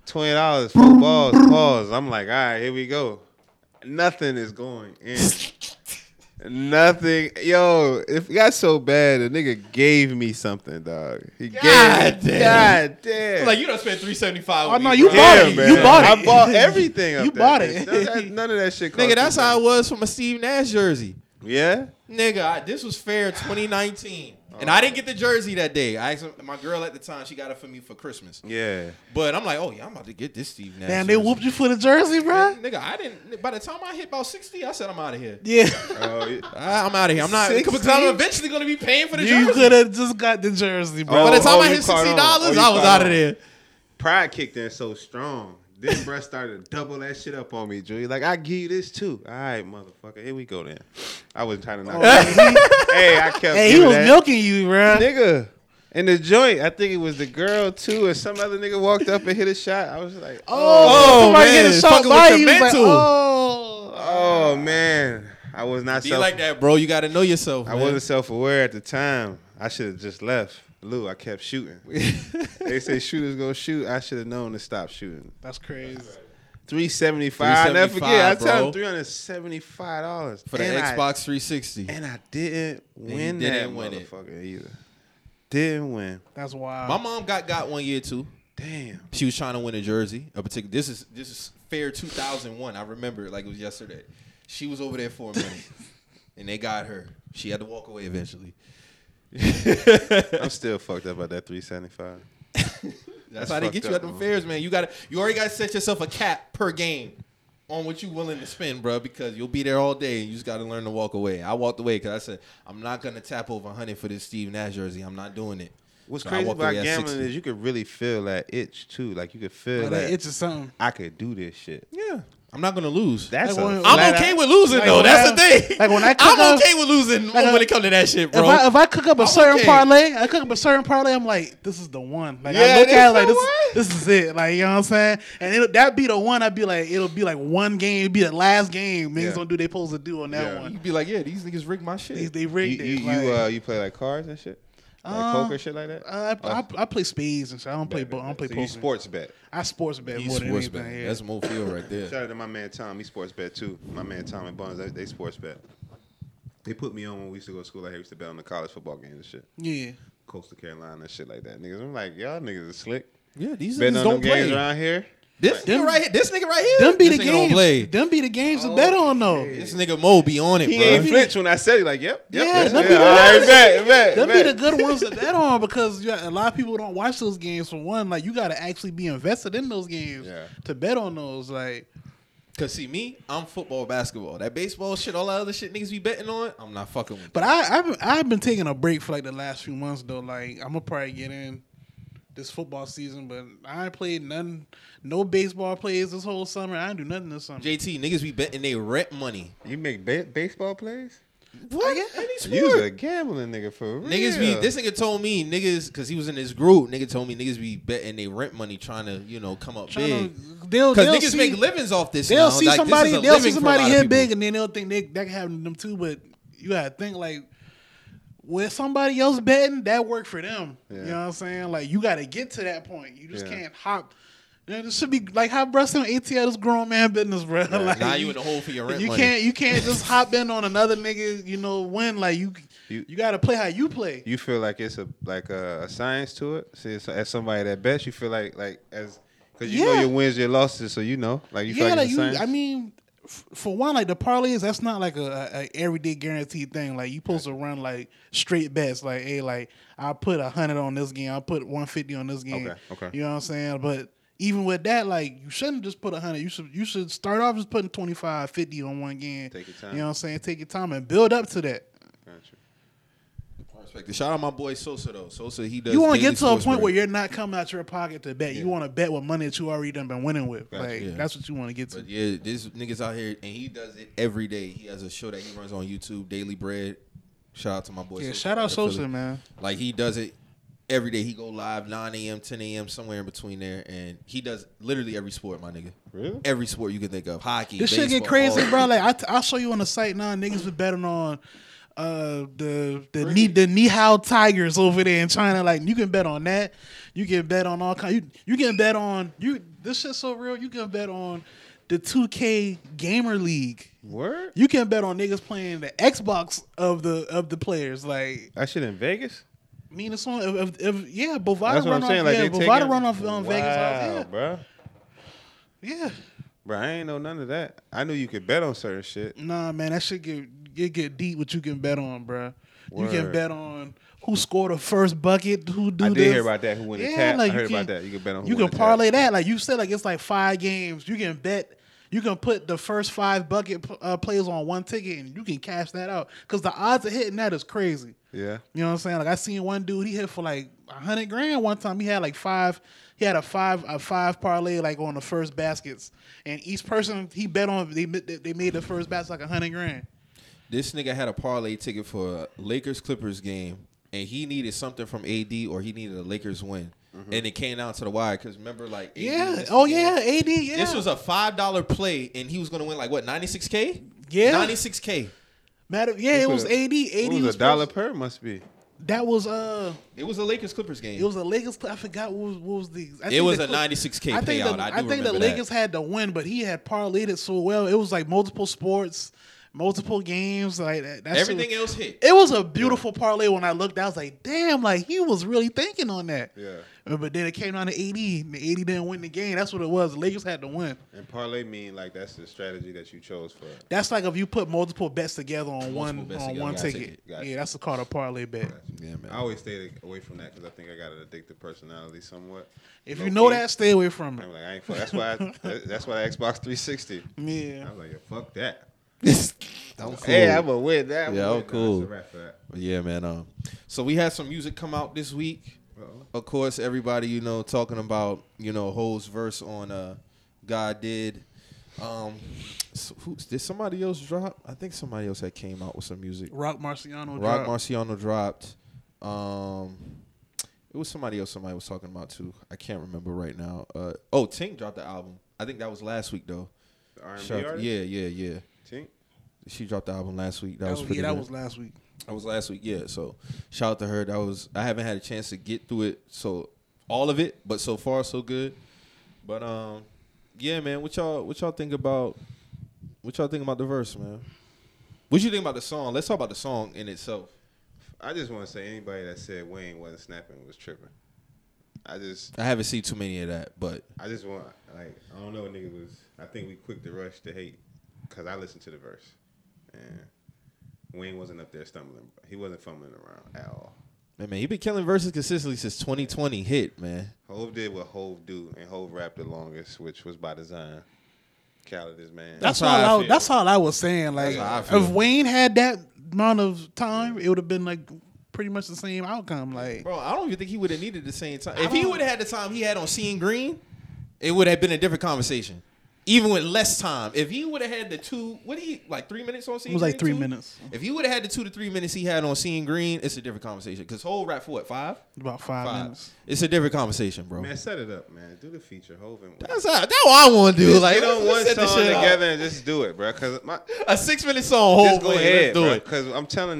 Twenty dollars for balls, balls. I'm like, all right, here we go. Nothing is going in. Nothing, yo. If it got so bad, a nigga gave me something, dog. He
God
gave me,
damn.
God damn.
Like you don't spend three seventy five.
Oh, no, you bought
Damn,
it.
man.
You bought it.
I bought everything. Up
You
that
bought
bitch.
it.
None of that- None of that shit.
nigga. That's how I
I
was from a Steve Nash jersey.
Yeah.
Nigga, I, this was fair 2019, and I didn't get the jersey that day. I asked my girl at the time; she got it for me for Christmas.
Yeah.
But I'm like, oh yeah, I'm about to get this Steve Nash.
Damn, they
jersey.
whooped you for the jersey, bruh.
Nigga, I didn't. By the time I hit about 60, I said I'm out of here.
Yeah.
Oh, yeah.
I, Ah, I'm out of here. I'm not
60?
because I'm eventually gonna be paying for the
You
jersey.
could have just got the jersey, bro.
Oh.
By the time I
you
hit
caught on.
sixty dollars,
Oh,
I
you
was out
caught
of
on.
there.
Pride kicked in so strong. Then bruh started to double that shit up on me, Julie. Like, I give you this too. All right, motherfucker. Here we go then. I wasn't trying to knock Hey, I kept
Oh, hey, he
giving
was
that.
milking you, bruh.
Nigga. In the joint, I think it was the girl too, or some other nigga walked up and hit a shot. I was like,
Oh,
Oh,
somebody
man.
get a shot
Fucking with
by
your
you. He was like,
mental.
oh.
oh, man. I was not
Be
self
like that, bro. You gotta know yourself.
I
man.
wasn't self aware at the time. I should have just left. Lou, I kept shooting. they say shooters gonna shoot. I should have known to stop shooting.
That's crazy.
375. I never forget. I
375,
tell him
bro.
$375.
for the
And I-
Xbox 360.
and I didn't
didn't
win that
win it.
motherfucker either. Didn't win.
That's wild.
My mom got got one year too.
Damn.
She was trying to win a jersey. A particular. This is this is fair 2001. I remember it like it was yesterday. She was over there for a minute, and they got her. She had to walk away eventually.
I'm still fucked up about that 375.
That's, how they
fucked
get you
up,
at them
man.
fairs, man. You got to you already got to set yourself a cap per game on what you willing to spend, bro, because you'll be there all day and you just got to learn to walk away. I walked away because I said I'm not gonna tap over 100 for this Steve Nash jersey. I'm not doing it.
What's
So I
crazy
walked
about
away at
gambling
60.
is you could really feel that itch too. Like you could feel
Like,
that
that itch is something.
I could do this shit.
yeah, I'm not gonna lose.
That's
Like,
a
when-
flat
I'm
out-
okay with losing
like,
though.
when
That's
I-
the thing.
like, when I cook
I'm
up-
okay with losing
like,
when
uh,
it comes to that shit,
If
bro.
I, if I cook up a certain
okay.
parlay, I cook up a certain parlay. I'm like, this is the one. Like
Yeah,
I look
this
at it like
the
this, this is it. Like you know what I'm saying? And it'll, that be the one. I'd be like, it'll be like one game. It'd be the last game. Niggas
Yeah.
don't do they supposed to do on that
Yeah.
one.
You'd be like, yeah, these niggas rigged my shit.
They, they
You
rigged
you,
it.
you,
like,
uh, you play like cards and shit, like
Uh,
poker shit like that.
I, I, I play spades and shit. I don't play.
Bet,
bo-
bet,
I don't play
bet. so
poker.
You sports bet.
I sports bet
He's
more than
sports
anything.
betting.
Yeah.
That's Mo Field right there.
Shout out to my man Tom. He sports bet too. My man Tom and Bones, they, they sports bet. They put me on when we used to go to school. Like I used to bet on the college football games and shit,
yeah.
Coastal Carolina and shit like that. Niggas, I'm like, y'all niggas are slick.
Yeah, these
Betting
niggas
on
don't
them games
play.
around here.
This
Them-
nigga right here. This nigga right here.
Them be the
This nigga don't play.
games. Them be the games to bet on though.
This nigga Mo be on it,
He
bro.
ain't flinch Uh, when I said it. Like, yep, yep.
Yeah,
that's
them
it.
be the
All right,
guys.
bet, bet,
That'd
bet.
be the good ones to bet on because you got- a lot of people don't watch those games. For one, like you got to actually be invested in those games
Yeah.
to bet on those. Like,
Cause see me, I'm football, basketball, that baseball shit, all that other shit niggas be betting on. I'm not fucking with.
but I, I've I've been taking a break for like the last few months though. Like, I'm gonna probably get in this football season, but I ain't played none, no baseball plays this whole summer. I ain't do nothing this summer.
JT niggas be betting they rent money.
You make ba- baseball plays?
What? Any
You was
sport?
a gambling nigga for real.
Niggas be this nigga told me niggas because he was in this group. Nigga told me niggas be betting they rent money trying to you know come up
Tryna-
big
they'll
because
they'll
niggas
see-
make livings off this.
They'll
now.
see
Like, this
somebody.
is a
They'll see
living for a
somebody
lot of
hit
people.
big, and then they'll think they, that can happen to them too. But you gotta think like with somebody else betting that worked for them. You
Yeah.
know what I'm saying? Like you gotta get to that point. You just
Yeah.
can't hop. You know, this should be like how Bruston ATL is grown man business, bro. like,
now you in the hole for your rent
you
money.
can't you can't just hop in on another nigga. You know win like you you,
You-
gotta play how you play.
You feel like it's a like a, a science to it. See, it's, as somebody that bets, you feel like like as because you
Yeah.
know your wins, your losses, so you know like you feel
yeah,
like,
like
it's
you.
a science.
I mean, f- for one, like the parlays, that's not like a, a, a everyday guaranteed thing. Like you' supposed to run like straight bets. Like, hey, like I put a hundred on this game. I put one fifty on this game.
Okay, okay.
You know what I'm saying? But even with that, like you shouldn't just put a hundred. You should you should start off just putting 25, 50 on one game.
Take your time.
You know what I'm saying? Take your time and build up to that.
Gotcha.
I respect it. Shout out my boy Sosa though. Sosa he does.
you want to
daily
get to a point
sports
where
betting.
you're not coming out your pocket to bet. You want to bet with money that you already done been winning with. Like
Yeah.
that's what you want to get to.
But yeah, this niggas out here and he does it every day. He has a show that he runs on YouTube, Daily Bread. Shout out to my boy.
yeah,
Sosa
shout
out
out
of
Sosa,
Philly.
man.
Like he does it every day. He go live 9 a.m., 10 a.m., somewhere in between there, and he does literally every sport, my nigga.
Really?
Every sport you can think of. Hockey.
This shit get
baseball,
crazy,
all-
bro. Like I, t- I show you on the site now, niggas be betting on uh the the knee the Nihao Tigers over there in China. Like you can bet on that. You can bet on all kind. You you can bet on you. This shit's so real. You can bet on the 2K gamer league.
Word.
You can bet on niggas playing the Xbox of the of the players. Like
That shit in Vegas.
I mean, it's on. If, if, if, yeah, Bovada
That's what
run
I'm saying.
off.
Like
yeah,
they taking,
Bovada run off on
wow,
Vegas. Yeah,
bro.
yeah.
Bro, I ain't know none of that. I knew you could bet on certain shit.
Nah, man, that shit get it get deep. What you can bet on, bro? You can
Word.
bet on who scored the first bucket. Who do
I did
this.
hear about that, who win the tap. I heard about that. You can bet on who
you
win
can
the tap.
parlay that. Like you said, like it's like five games. You can bet. You can put the first five bucket uh, players on one ticket, and you can cash that out because the odds of hitting that is crazy.
Yeah.
You know what I'm saying? Like I seen one dude, he hit for like a hundred grand one time. He had like five, he had a five a five parlay like on the first baskets, and each person he bet on they ma- they made the first basket like a hundred grand.
This nigga had a parlay ticket for a Lakers Clippers game, and he needed something from AD or he needed a Lakers win, and it came down to the wire. Cause remember, like
Mm-hmm.
AD
Yeah.
missed the
Oh
game.
yeah. AD. Yeah.
This was a five dollar play, and he was gonna win like what ninety six k?
Yeah.
ninety six k.
matter. Yeah, it was AD. AD
It was,
was
a dollar
supposed-
per must be.
That was uh,
It was a Lakers Clippers game.
it was a Lakers. I forgot what was, what was the. I
It
think
was
the
a
Clip-
ninety six k
I think
payout.
the,
I do
I think the
remember that.
Lakers had to win, but he had parlayed it so well. It was like multiple sports. multiple games like that. That's
Everything else hit.
It was a beautiful parlay when I looked. I was like, damn, like he was really thinking on that.
Yeah.
Uh, But then it came down to 80, and the 80 didn't win the game. That's what it was. The Lakers had to win.
And parlay mean like that's the strategy that you chose for. it.
That's like if you put multiple bets together on one
bets
on
together.
one
Gotcha.
ticket.
Gotcha.
Yeah, that's called a parlay bet.
Yeah,
I always stayed away from that because I think I got an addictive personality somewhat.
If
Low
you know
key.
that, stay away from it.
I'm like, I ain't fuck. That's why. I, that's why the Xbox 360. I
Yeah.
was like, yeah, fuck that.
I'm cool.
Hey, I'm gonna win that.
Yeah,
one.
I'm cool.
Nah, that's a wrap for that.
yeah, man. Um, so we had some music come out this week.
Uh-huh.
Uh-oh.
Of course, everybody you know talking about you know Ho's verse on uh, God did. Um, s- who, did somebody else drop? I think somebody else had came out with some music.
Rock Marciano.
Rock
dropped.
Marciano dropped. Um, it was somebody else somebody was talking about too. I can't remember right now. Uh, oh, Tink dropped the album. I think that was last week though.
The R&B
Shout-
artist?
yeah, yeah, yeah.
Tink?
She dropped the album last week. That,
That
was,
was, Oh, yeah,
pretty.
that
good.
was last week.
That was last week, yeah. So shout out to her. That was I haven't had a chance to get through it, so all of it, but so far so good. But um, yeah, man. What y'all what y'all think about what y'all think about the verse, man? What you think about the song? Let's talk about the song in itself.
I just want to say anybody that said Wayne wasn't snapping was tripping. I just,
I haven't seen too many of that, but
I just want like I don't know, nigga was. I think we quick to rush to hate because I listened to the verse, and Wayne wasn't up there stumbling. He wasn't fumbling around at all.
man, man, he been killing verses consistently since 2020 hit, man.
Hove did what Hove do, and Hove rapped the longest, which was by design. Khaled is man.
That's,
That's
all.
how I
I,
feel.
that's all I was saying. Like,
That's how I
if
feel.
Wayne had that amount of time, it would have been like pretty much the same outcome. Like,
Bro, I don't even think he would have needed the same time. If he would have had the time he had on Seeing Green, it would have been a different conversation. Even with less time. If he would have had the two, what do you, like three minutes on Seeing
was
Green?
like three
two?
minutes.
If he would have had the two to three minutes he had on Seeing Green, it's a different conversation. Because whole rap for what, five?
about five, minutes.
It's a different conversation, bro.
man, set it up, man. Do the feature, Hove and Wayne.
That's, how, that's what I want to do. Like,
Get on
let's
one
set
song
this shit up.
together and just do it, bro. Because my
A six minute song, whole
just go ahead,
do
bro,
it.
Because I'm telling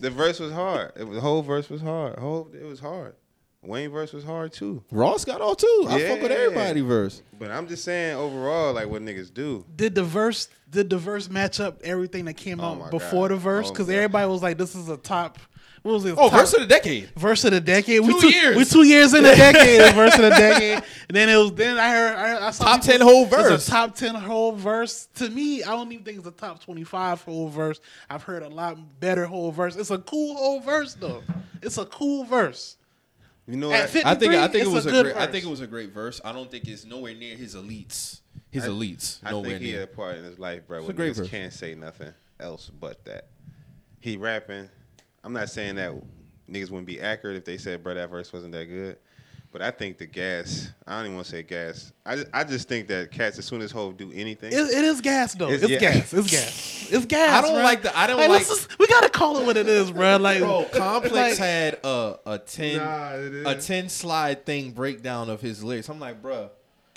the verse was hard. It was, the whole verse was hard. Whole it was hard. Wayne verse was hard too.
Ross got all two. I fuck with
Yeah.
everybody verse.
But I'm just saying overall, like what niggas do.
Did the verse? Did the verse match up everything that came
Oh my
out before
God.
the verse?
Oh,
Because
God.
everybody was like, "This is a top." What was it?
Oh,
top-
verse of the decade.
verse of the decade. we
Two
two
years.
We two years in the decade. the verse of the decade. And then it was. Then I heard. I, I saw
Top
people-
10 whole
it's a
verse.
top ten whole verse. To me, I don't even think it's a top twenty five whole verse. I've heard a lot better whole verse. It's a cool whole verse though. It's a cool verse.
You know
At
what?
50
I think I think
it's
it
a
was a,
good
great I
verse.
think it was a great verse. I don't think it's nowhere near his elites. His elites
I
nowhere
think he had
near.
a part in his life, bro.
a
When
great
niggas
verse.
can't say nothing else but that. He rapping. I'm not saying that niggas wouldn't be accurate if they said, bro, that verse wasn't that good. But I think the gas. I don't even want to say gas. I just, I just think that cats, as soon as Hov do anything,
It, it is gas though.
It's-
It's,
yeah.
gas. It's gas. It's gas.
I don't
bruh.
like the- I don't
let's
like-
just- we gotta call it what it is, bro. Like
Bro,
like-
Complex had a a ten
Nah, it is.
a ten slide thing breakdown of his lyrics. I'm like, bruh.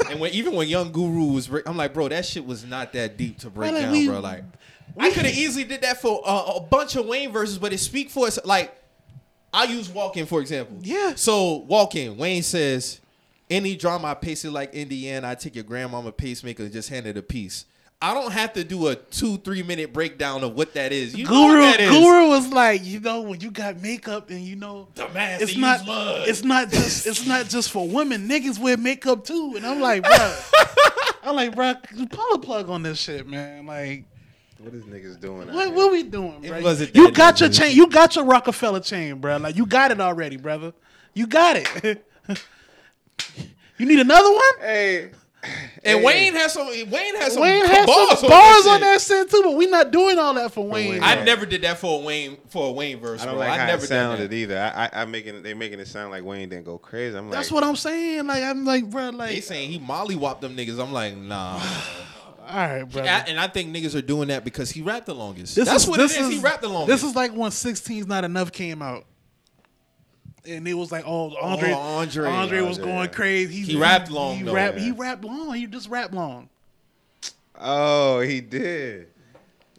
And when even when Young Guru was, break- I'm like, bro, that shit was not that deep to break
Bro, like,
down,
we-
bro. Like, I could have easily did that for a, a bunch of Wayne verses, but it speak for us. Like, I use Walking for example.
Yeah.
So Walking, Wayne says, "Any drama I pace it like Indiana. I take your grandmama pacemaker and just hand it a piece." I don't have to do a two three minute breakdown of what that is. You know what
Guru,
that is.
Guru was like, you know, when you got makeup and you know,
The mask
it's
they
not,
use mud.
it's not just, it's not just for women. Niggas wear makeup too, and I'm like, bro, I'm like, bro, pull a plug on this shit, man. Like,
what is niggas doing? out
what,
here?
what we doing,
It
bro?
wasn't
You
that
got your
easy.
chain, you got your Rockefeller chain, bro. Like, you got it already, brother. You got it. you need another one.
Hey,
And
Hey.
Wayne has some. Wayne has some
Wayne has
bars,
some bars
on
on
that.
that shit too, but we not doing all that for Wayne.
Wayne.
shit. I
Yeah.
never did that for a Wayne for a Wayne verse.
I don't
bro.
like
I
how
never
it sounded
Did
either. I, I, I making they making it sound like Wayne didn't go crazy. I'm like,
That's what I'm saying. Like, I'm like, bro,
that. They
like,
saying he mollywopped them niggas. I'm like, nah.
all right, brother.
I- and I think niggas are doing that because he rapped the longest.
This
That's
is-
what
this
it is. He rapped the longest.
This is like when 16's Not Enough came out. And it was like, oh, Andre,
Oh, Andre.
Andre, was
Andre.
going crazy.
He rapped long,
He
though.
rapped,
Yeah.
he rapped long. He just rapped long.
Oh, he did.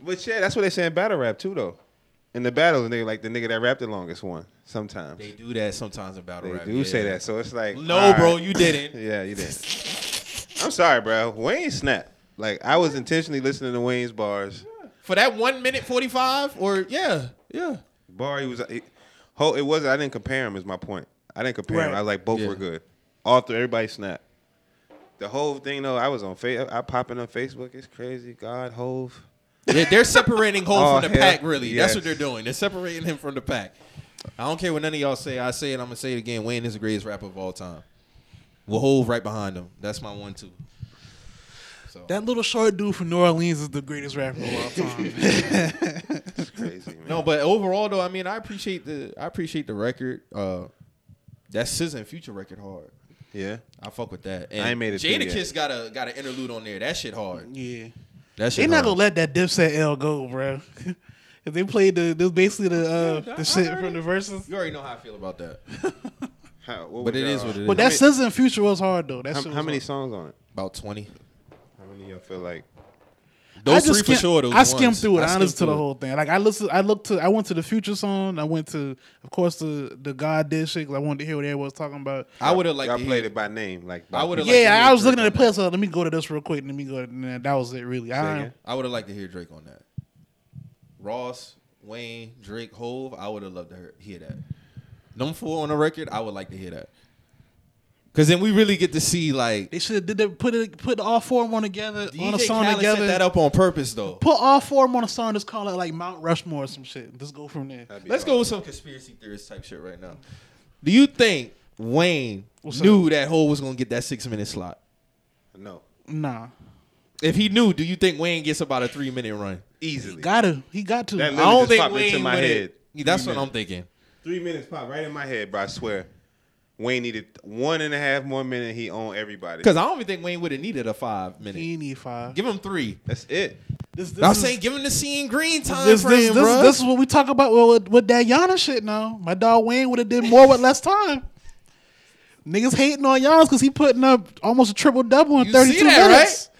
But yeah, that's what they say in battle rap too, though. In the battles, nigga, like the nigga that rapped the longest one. Sometimes
they
they,
do that sometimes in battle rap.
do
yeah.
say that, so it's like,
No,
all right.
bro, you didn't.
yeah, you did. I'm sorry, bro. Wayne snap. Like I was intentionally listening to Wayne's bars
for that one minute forty five or yeah, yeah.
Barry was. It, ho- it was. I didn't compare him. Is my point. I didn't compare him.
Right.
I was like both
Yeah.
were good. All three. Everybody snapped. The whole thing though, I was on Facebook. I popping on Facebook. It's crazy. God, Hove.
Yeah, they're separating Hove
Oh,
from the
hell,
pack. Really, that's
yes.
what they're doing. They're separating him from the pack. I don't care what none of y'all say. I say it. I'm gonna say it again. Wayne is the greatest rapper of all time. Well, Hove right behind him. That's my one two.
That little short dude from New Orleans is the greatest rapper of all time.
It's crazy. Man.
No, but overall though, I mean, I appreciate the I appreciate the record. Uh, that SZA and Future record hard.
Yeah.
I fuck with that. And
I ain't made it through yet.
Jadakiss got a got an interlude on there. That shit hard.
yeah.
That shit.
They not
hard.
gonna let that Dipset L go, bro. if they played the this basically the uh,
Yeah, I- I
the shit
heard
from
it.
the verses.
You already know how I feel about that.
How, what
But
was
it is
y'all-
what it is.
But that SZA and Future was hard though. That
How,
shit
how
was
many
hard.
songs on it?
about twenty.
How many y'all feel like?
I
Those
just
three
skimmed,
for sure. Those
I skimmed
ones.
through it.
I
I
skimmed
listened to
through
the
it.
whole thing. Like I listened, I looked to, I went to the Future song. I went to, of course, the the God did shit 'cause I wanted to hear what everyone was talking about.
I would have liked.
y'all
to
played
hear-
it by name, like by
I would've
people.
like to
yeah,
hear
I was
Drake
looking at
on
the playlist. So let me go to this real quick. and Let me go. And then that was it, really. I,
again?
I would have liked to hear Drake on that. Ross, Wayne, Drake, Hove. I would have loved to hear, hear that. Number four on the record. I would like to hear that. Cause then we really get to see like
they should have did they put it put all four of them on together on a
DJ
song
Khaled set
together.
that up on purpose though.
Put all four of them on a song. Just call it like Mount Rushmore or some shit. Just go from there.
That'd be
Let's
hard.
go with some conspiracy theorist type shit right now. Do you think Wayne
What's
knew that Hove was gonna get that six minute slot?
No,
Nah,
If he knew, do you think Wayne gets about a three minute run?
easily.
gotta he got to.
That
I
Literally
don't
just
think
popped
Wayne
into my
would've-
head.
That's what I'm thinking.
Three minutes pop right in my head, bro. I swear. Wayne needed one and a half more minute. He owned everybody.
Because I don't even think Wayne would have needed a five minute.
he ain't need five.
Give him three.
That's it.
This, this
I'm
is-
saying give him the scene green time
This,
frame,
this, this,
bro.
this is what we talk about with, with that Yana shit now. My dog Wayne would have did more with less time. Niggas hating on Giannis because he putting up almost a triple double in
You see
32
that,
minutes.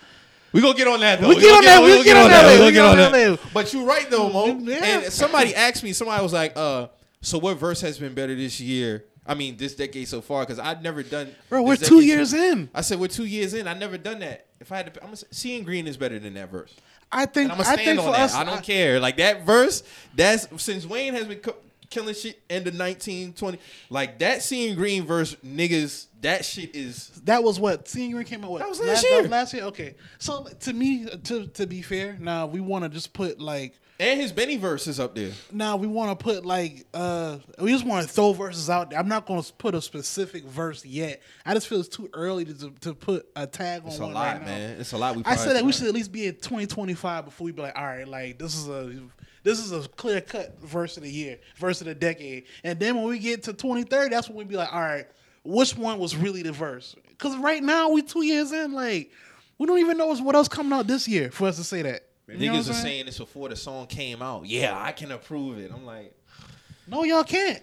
we gonna get on that. Though.
We get
gonna
on that. We
gonna
get on that.
We
We
gonna get on
get on
that.
that.
But you're right though, Mo.
Yeah.
And somebody asked me. Somebody was like, "Uh, so what verse has been better this year? I mean, this decade so far? Because I've never done.
Bro, we're
this
two
decade
years
so-
in.
I said we're two years in. I never done that. If I had to, I'm gonna say, seeing green is better than that verse.
I think,
And I'm
I
gonna stand
think
on
for
that.
us,
I don't care. Like that verse, that's since Wayne has been co- killing shit in the 1920. Like that seeing green verse, niggas. That shit is.
that was what senior year came out. What
That was last year.
last year, okay. So to me, to to be fair, now we want to just put like
And his Benny verse is up there.
now we want to put like uh we just want to throw verses out there. I'm not going to put a specific verse yet. I just feel it's too early to to put a tag on
It's a
one
lot,
right now.
man. It's a lot. We.
I said that we
prioritized.
should at least be at 2025 before we be like, all right, like this is a this is a clear cut verse of the year, verse of the decade, and then when we get to 2030, that's when we be like, all right, which one was really the verse? Because right now we two years in, like we don't even know what's- what else coming out this year for us to say that. You know what I'm
Niggas are saying this before the song came out. Yeah, I can approve it. I'm like,
no, y'all can't,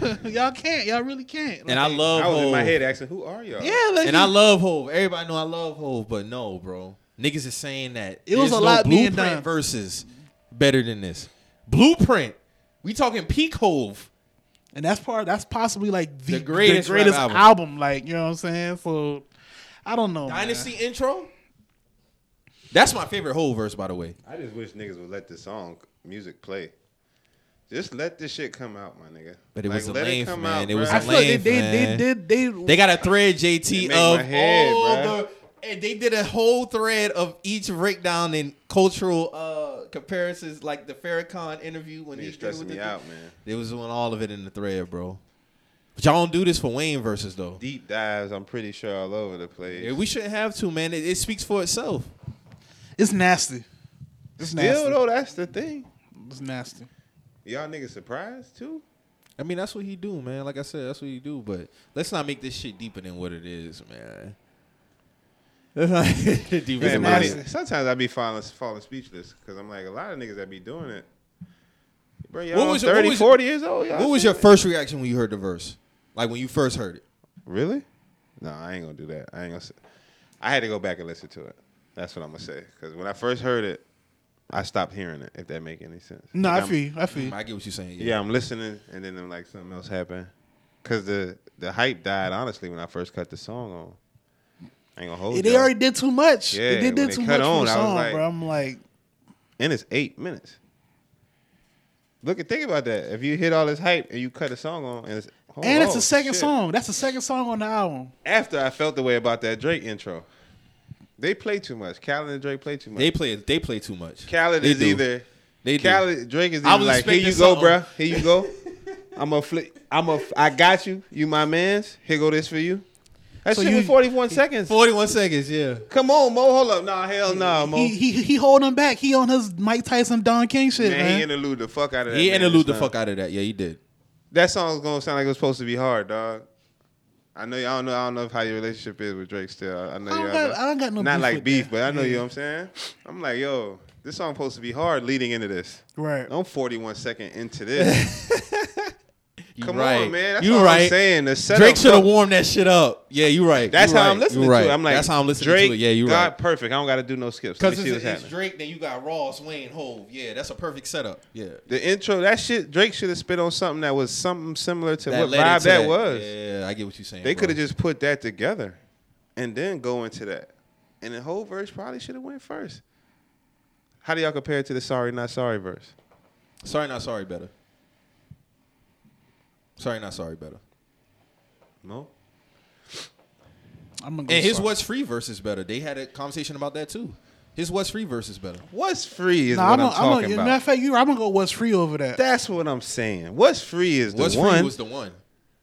y'all can't, y'all really can't.
and I
Like,
love.
I was in my
Hov.
head asking, "Who are y'all?"
yeah, like,
And I love Hove. Everybody know I love Hove, but no, bro. Niggas is saying that
It was
there's
a lot being
blueprint
done.
versus better than this blueprint. We talking peak Hove.
And that's part. That's possibly like the,
The
the greatest,
greatest rap
album.
album.
Like you know what I'm saying. So I don't know. man.
Dynasty intro. That's my favorite whole verse, by the way.
I just wish niggas would let the song music play. Just let this shit come out, my nigga.
But it was a
let
lame, man. It
bruh.
was a
I feel like they,
lame,
they, they
man.
did. They,
They got a thread, JT,
It make
of
my head,
all
bruh.
the. And they did a whole thread of each breakdown and cultural uh, comparisons, like the Farrakhan interview when
Nigga
he
stressing
with
me
the,
out, man.
They was doing all of it in the thread, bro. But y'all don't do this for Wayne versus though.
Deep dives, I'm pretty sure all over the place.
Yeah, we shouldn't have to, man. It, it speaks for itself.
It's nasty. It's
Still
nasty.
though, that's the thing.
It's nasty.
Y'all niggas surprised too?
I mean, that's what he do, man. Like I said, that's what he do. But let's not make this shit deeper than what it is, man. Let's not deeper
Man,
than
bro,
what it
nasty.
is.
sometimes I be falling, falling speechless because I'm like a lot of niggas that be doing it. Bro, y'all
What was your-
30,
what was your-
40 years old. Y'all
What was
seen
your
it?
first reaction when you heard the verse? Like when you first heard it?
Really? No, I ain't gonna do that. I ain't gonna. Say. I had to go back and listen to it. That's what I'm gonna say. Because when I first heard it, I stopped hearing it. If that make any sense.
No, I
Like, I'm-
feel you. I feel you.
I get what you're saying.
Yeah, I'm listening, and then I'm like something else happened. Cause the the hype died honestly when I first cut the song on. I ain't gonna hold.
They
y'all.
already did too much.
Yeah,
they did,
when
did
they
too
cut
much
on,
for the
I was
song,
like-
bro. I'm like,
and it's eight minutes. Look and think about that. If you hit all this hype and you cut a song on, and it's oh,
and it's
oh,
the second
shit.
song. That's the second song on the album.
After I felt the way about that Drake intro, they play too much. Khaled and Drake play too much.
They play. They play too much.
Khaled
They
is
do.
either
They do.
Khaled Drake is
I
either
was
like, here you
expecting
go,
something.
bruh. Here you go. I'm a flip. I'm a. f- I got you. You my man's. Here go this for you. That
So
should shit
you-
was 41 seconds.
Forty-one seconds. Yeah.
Come on, Mo. Hold up. Nah, hell nah, Mo.
He, he he holding him back. He on his Mike Tyson Don King shit,
man,
man.
he interlude the fuck out of that.
He
man
interlude the
just now.
fuck out of that. Yeah, he did.
That song's gonna sound like it was supposed to be hard, dog. I know. y- I don't know. I don't know if how your relationship is with Drake still. I I know.
I don't
y'all
got-
know-
I don't got no
Not
beef
like
with
beef,
that.
but I know you.
Yeah.
know what I'm saying. I'm like, yo, this song's supposed to be hard leading into this.
Right.
I'm 41 second into this.
You
Come
right.
on, man. That's
you
all
right.
I'm saying. The setup
Drake should have
felt-
warmed that shit up. Yeah, you right.
That's
You
how
right.
I'm listening
You
to
right.
it. I'm like,
that's how I'm listening
Drake,
to it. Yeah, you
God,
right.
perfect. I don't got to do no skips. Let me
Because
see
it's,
what's
it's
happening.
Drake, then you got Raw, Swain, Hove. Yeah, that's a perfect setup. Yeah.
The intro, that shit, Drake should have spit on something that was something similar to what
led
vibe
into
that was.
Yeah, I get what you're saying.
They
bro.
could have just put that together and then go into that. And the whole verse probably should have went first. How do y'all compare it to the sorry not sorry verse?
Sorry, not sorry, better. Sorry, not sorry, better.
No.
I'm gonna go
And his
sorry.
what's free verse is better. They had a conversation about that too. His what's free verse is better.
What's free is
Nah,
what
I'm,
I'm,
gonna- I'm,
talking
gonna-
about.
matter of fact, you, I'm gonna go what's free over that.
That's what I'm saying. What's free is the
What's
one.
free was the one.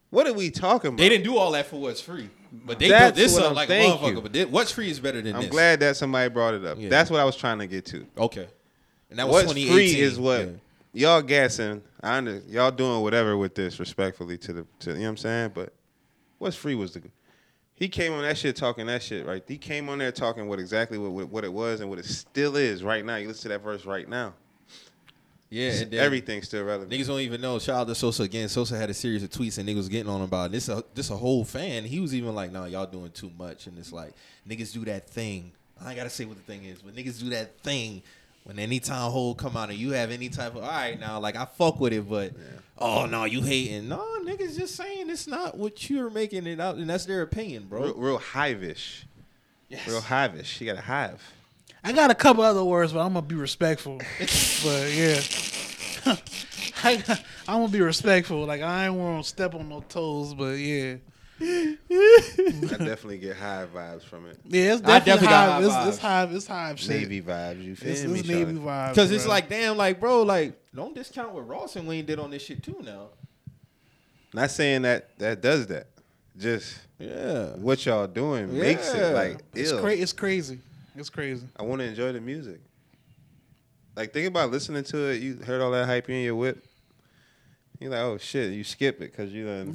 what are we talking about?
They didn't do all that for what's free, but they built
That's
this
what
up
I'm-
like a
thank
motherfucker.
you.
But thi- what's free is better than
I'm
this.
glad that somebody brought it up.
Yeah.
That's what I was trying to get to.
Okay. And that was
What's
2018.
free is what
Yeah.
y'all guessing. I under, y'all doing whatever with this, respectfully to the to you know what I'm saying. But what's free was the he came on that shit talking that shit right. He came on there talking what exactly what what, what it was and what it still is right now. You listen to that verse right now.
Yeah, and then
Everything's still relevant.
Niggas don't even know. Shout out to Sosa again. Sosa had a series of tweets and niggas was getting on him about it. this. A, this a whole fan. He was even like, "Nah, y'all doing too much." And it's like niggas do that thing. I ain't gotta say what the thing is, but niggas do that thing when anytime hold come out and you have any type of all right now, like I fuck with it, but oh no, you hating? No, niggas just saying it's not what you're making it out, and that's their opinion, bro.
real, real hivish, real hivish. He got a hive.
I got a couple other words, but I'm gonna be respectful. but yeah, I, I'm gonna be respectful. Like I ain't want to step on no toes, but yeah,
I definitely get hive vibes from it.
yeah. It's definitely,
I definitely got
hive.
high
it's, it's hive. It's hive shit.
Navy vibes. You feel
It's,
me?
it's navy
Charlotte?
vibe.
Because it's like, damn, like bro, like don't discount what Ross and Wayne did on this shit too. Now,
Not saying that that does that. Just
yeah,
what y'all doing makes
Yeah.
it like
it's,
ill.
cra- it's crazy. It's crazy.
I want to enjoy the music. Like think about listening to it. You heard all that hype you in your whip. You're like, oh shit, you skip it because you done.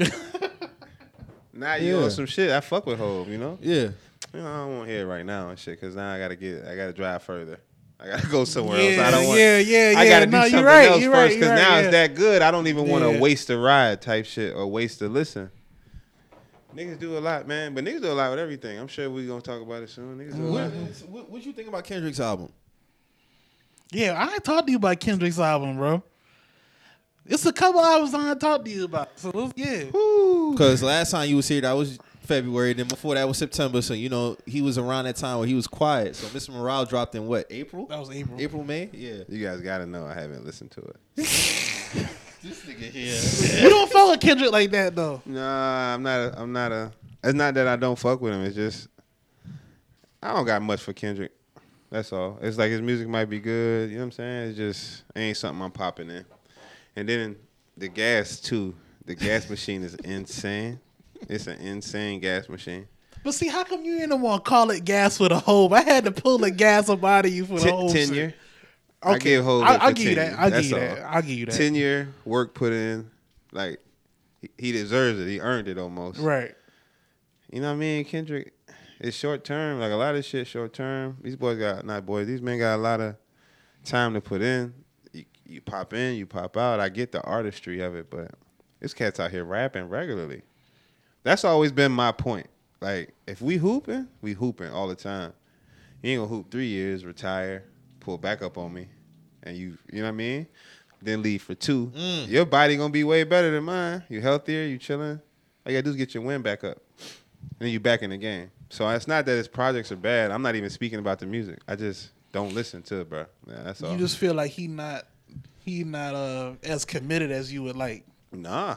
now you
Yeah.
on some shit. I fuck with Hove, you know.
yeah.
You know, I don't want to hear it right now and shit because now I gotta get, I gotta drive further. I gotta go somewhere else. I
Yeah,
don't want.
yeah, yeah,
I gotta
yeah.
do
No, you're
something
right,
else
you're right,
first
you're
because
right,
now
yeah.
it's that good. I don't even want to
Yeah.
waste a ride type shit or waste a listen. Niggas do a lot, man, but niggas do a lot with everything. I'm sure we gonna talk about it soon. Niggas do a lot.
What, what, what you think about Kendrick's album?
Yeah, I ain't talked to you about Kendrick's album, bro. It's a couple hours I ain't talked to you about. So let's- yeah,
Because last time you was here, that was February. Then before that was September. So you know he was around that time where he was quiet. So Mr. Morale dropped in what April?
that was April.
April, May. Yeah.
You guys gotta know I haven't listened to it.
You don't follow Kendrick like that though.
Nah, I'm not. A, I'm not a. It's not that I don't fuck with him. It's just I don't got much for Kendrick. That's all. It's like his music might be good. You know what I'm saying? It's just it ain't something I'm popping in. And then the gas too. The gas machine is insane. It's an insane gas machine.
But see, how come you ain't the one call it gas with a hope? I had to pull the gas up out of you for the
Ten-
whole Oh, shit.
tenure. I give Hov
I-
it
I'll
for
give you that.
tenure.
I'll
That's
give you that.
all.
I'll give you that.
Ten year work put in, like he- he deserves it. He earned it almost.
Right.
You know what I mean? Kendrick it's short term. Like a lot of shit short term. These boys got not boys. These men got a lot of time to put in. You, you pop in, you pop out. I get the artistry of it, but this cat's out here rapping regularly. That's always been my point. Like if we hooping, we hooping all the time. You ain't gonna hoop three years, retire, pull back up on me, and you you know what I mean? Then leave for two.
Mm.
Your body gonna be way better than mine. You healthier, you chilling. All you gotta do is get your win back up and then you back in the game. So it's not that his projects are bad. I'm not even speaking about the music. I just don't listen to, bro. Yeah, that's all.
You just feel like he not he not uh as committed as you would like.
nah,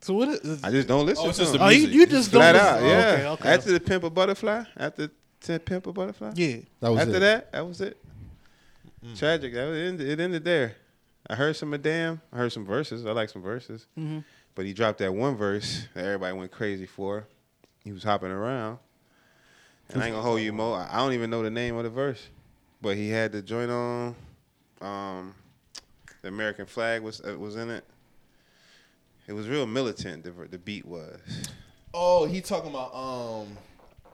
So what is?
I just don't listen
Oh, it's
to
just
him.
the
oh, you,
music.
you just don't.
Flat
listen.
out,
Oh,
yeah.
Okay, okay.
After the Pimp a Butterfly, after to Pimp a Butterfly,
yeah.
That was
after
it.
that, that was it. Tragic. That was, it, ended, it ended there. I heard some of damn. I heard some verses. I like some verses. But he dropped that one verse that everybody went crazy for. He was hopping around. And I ain't gonna hold you, Mo. I I don't even know the name of the verse, but he had the joint on. Um, the American flag was uh, was in it. It was real militant. The, ver- the beat was.
Oh, he talking about um.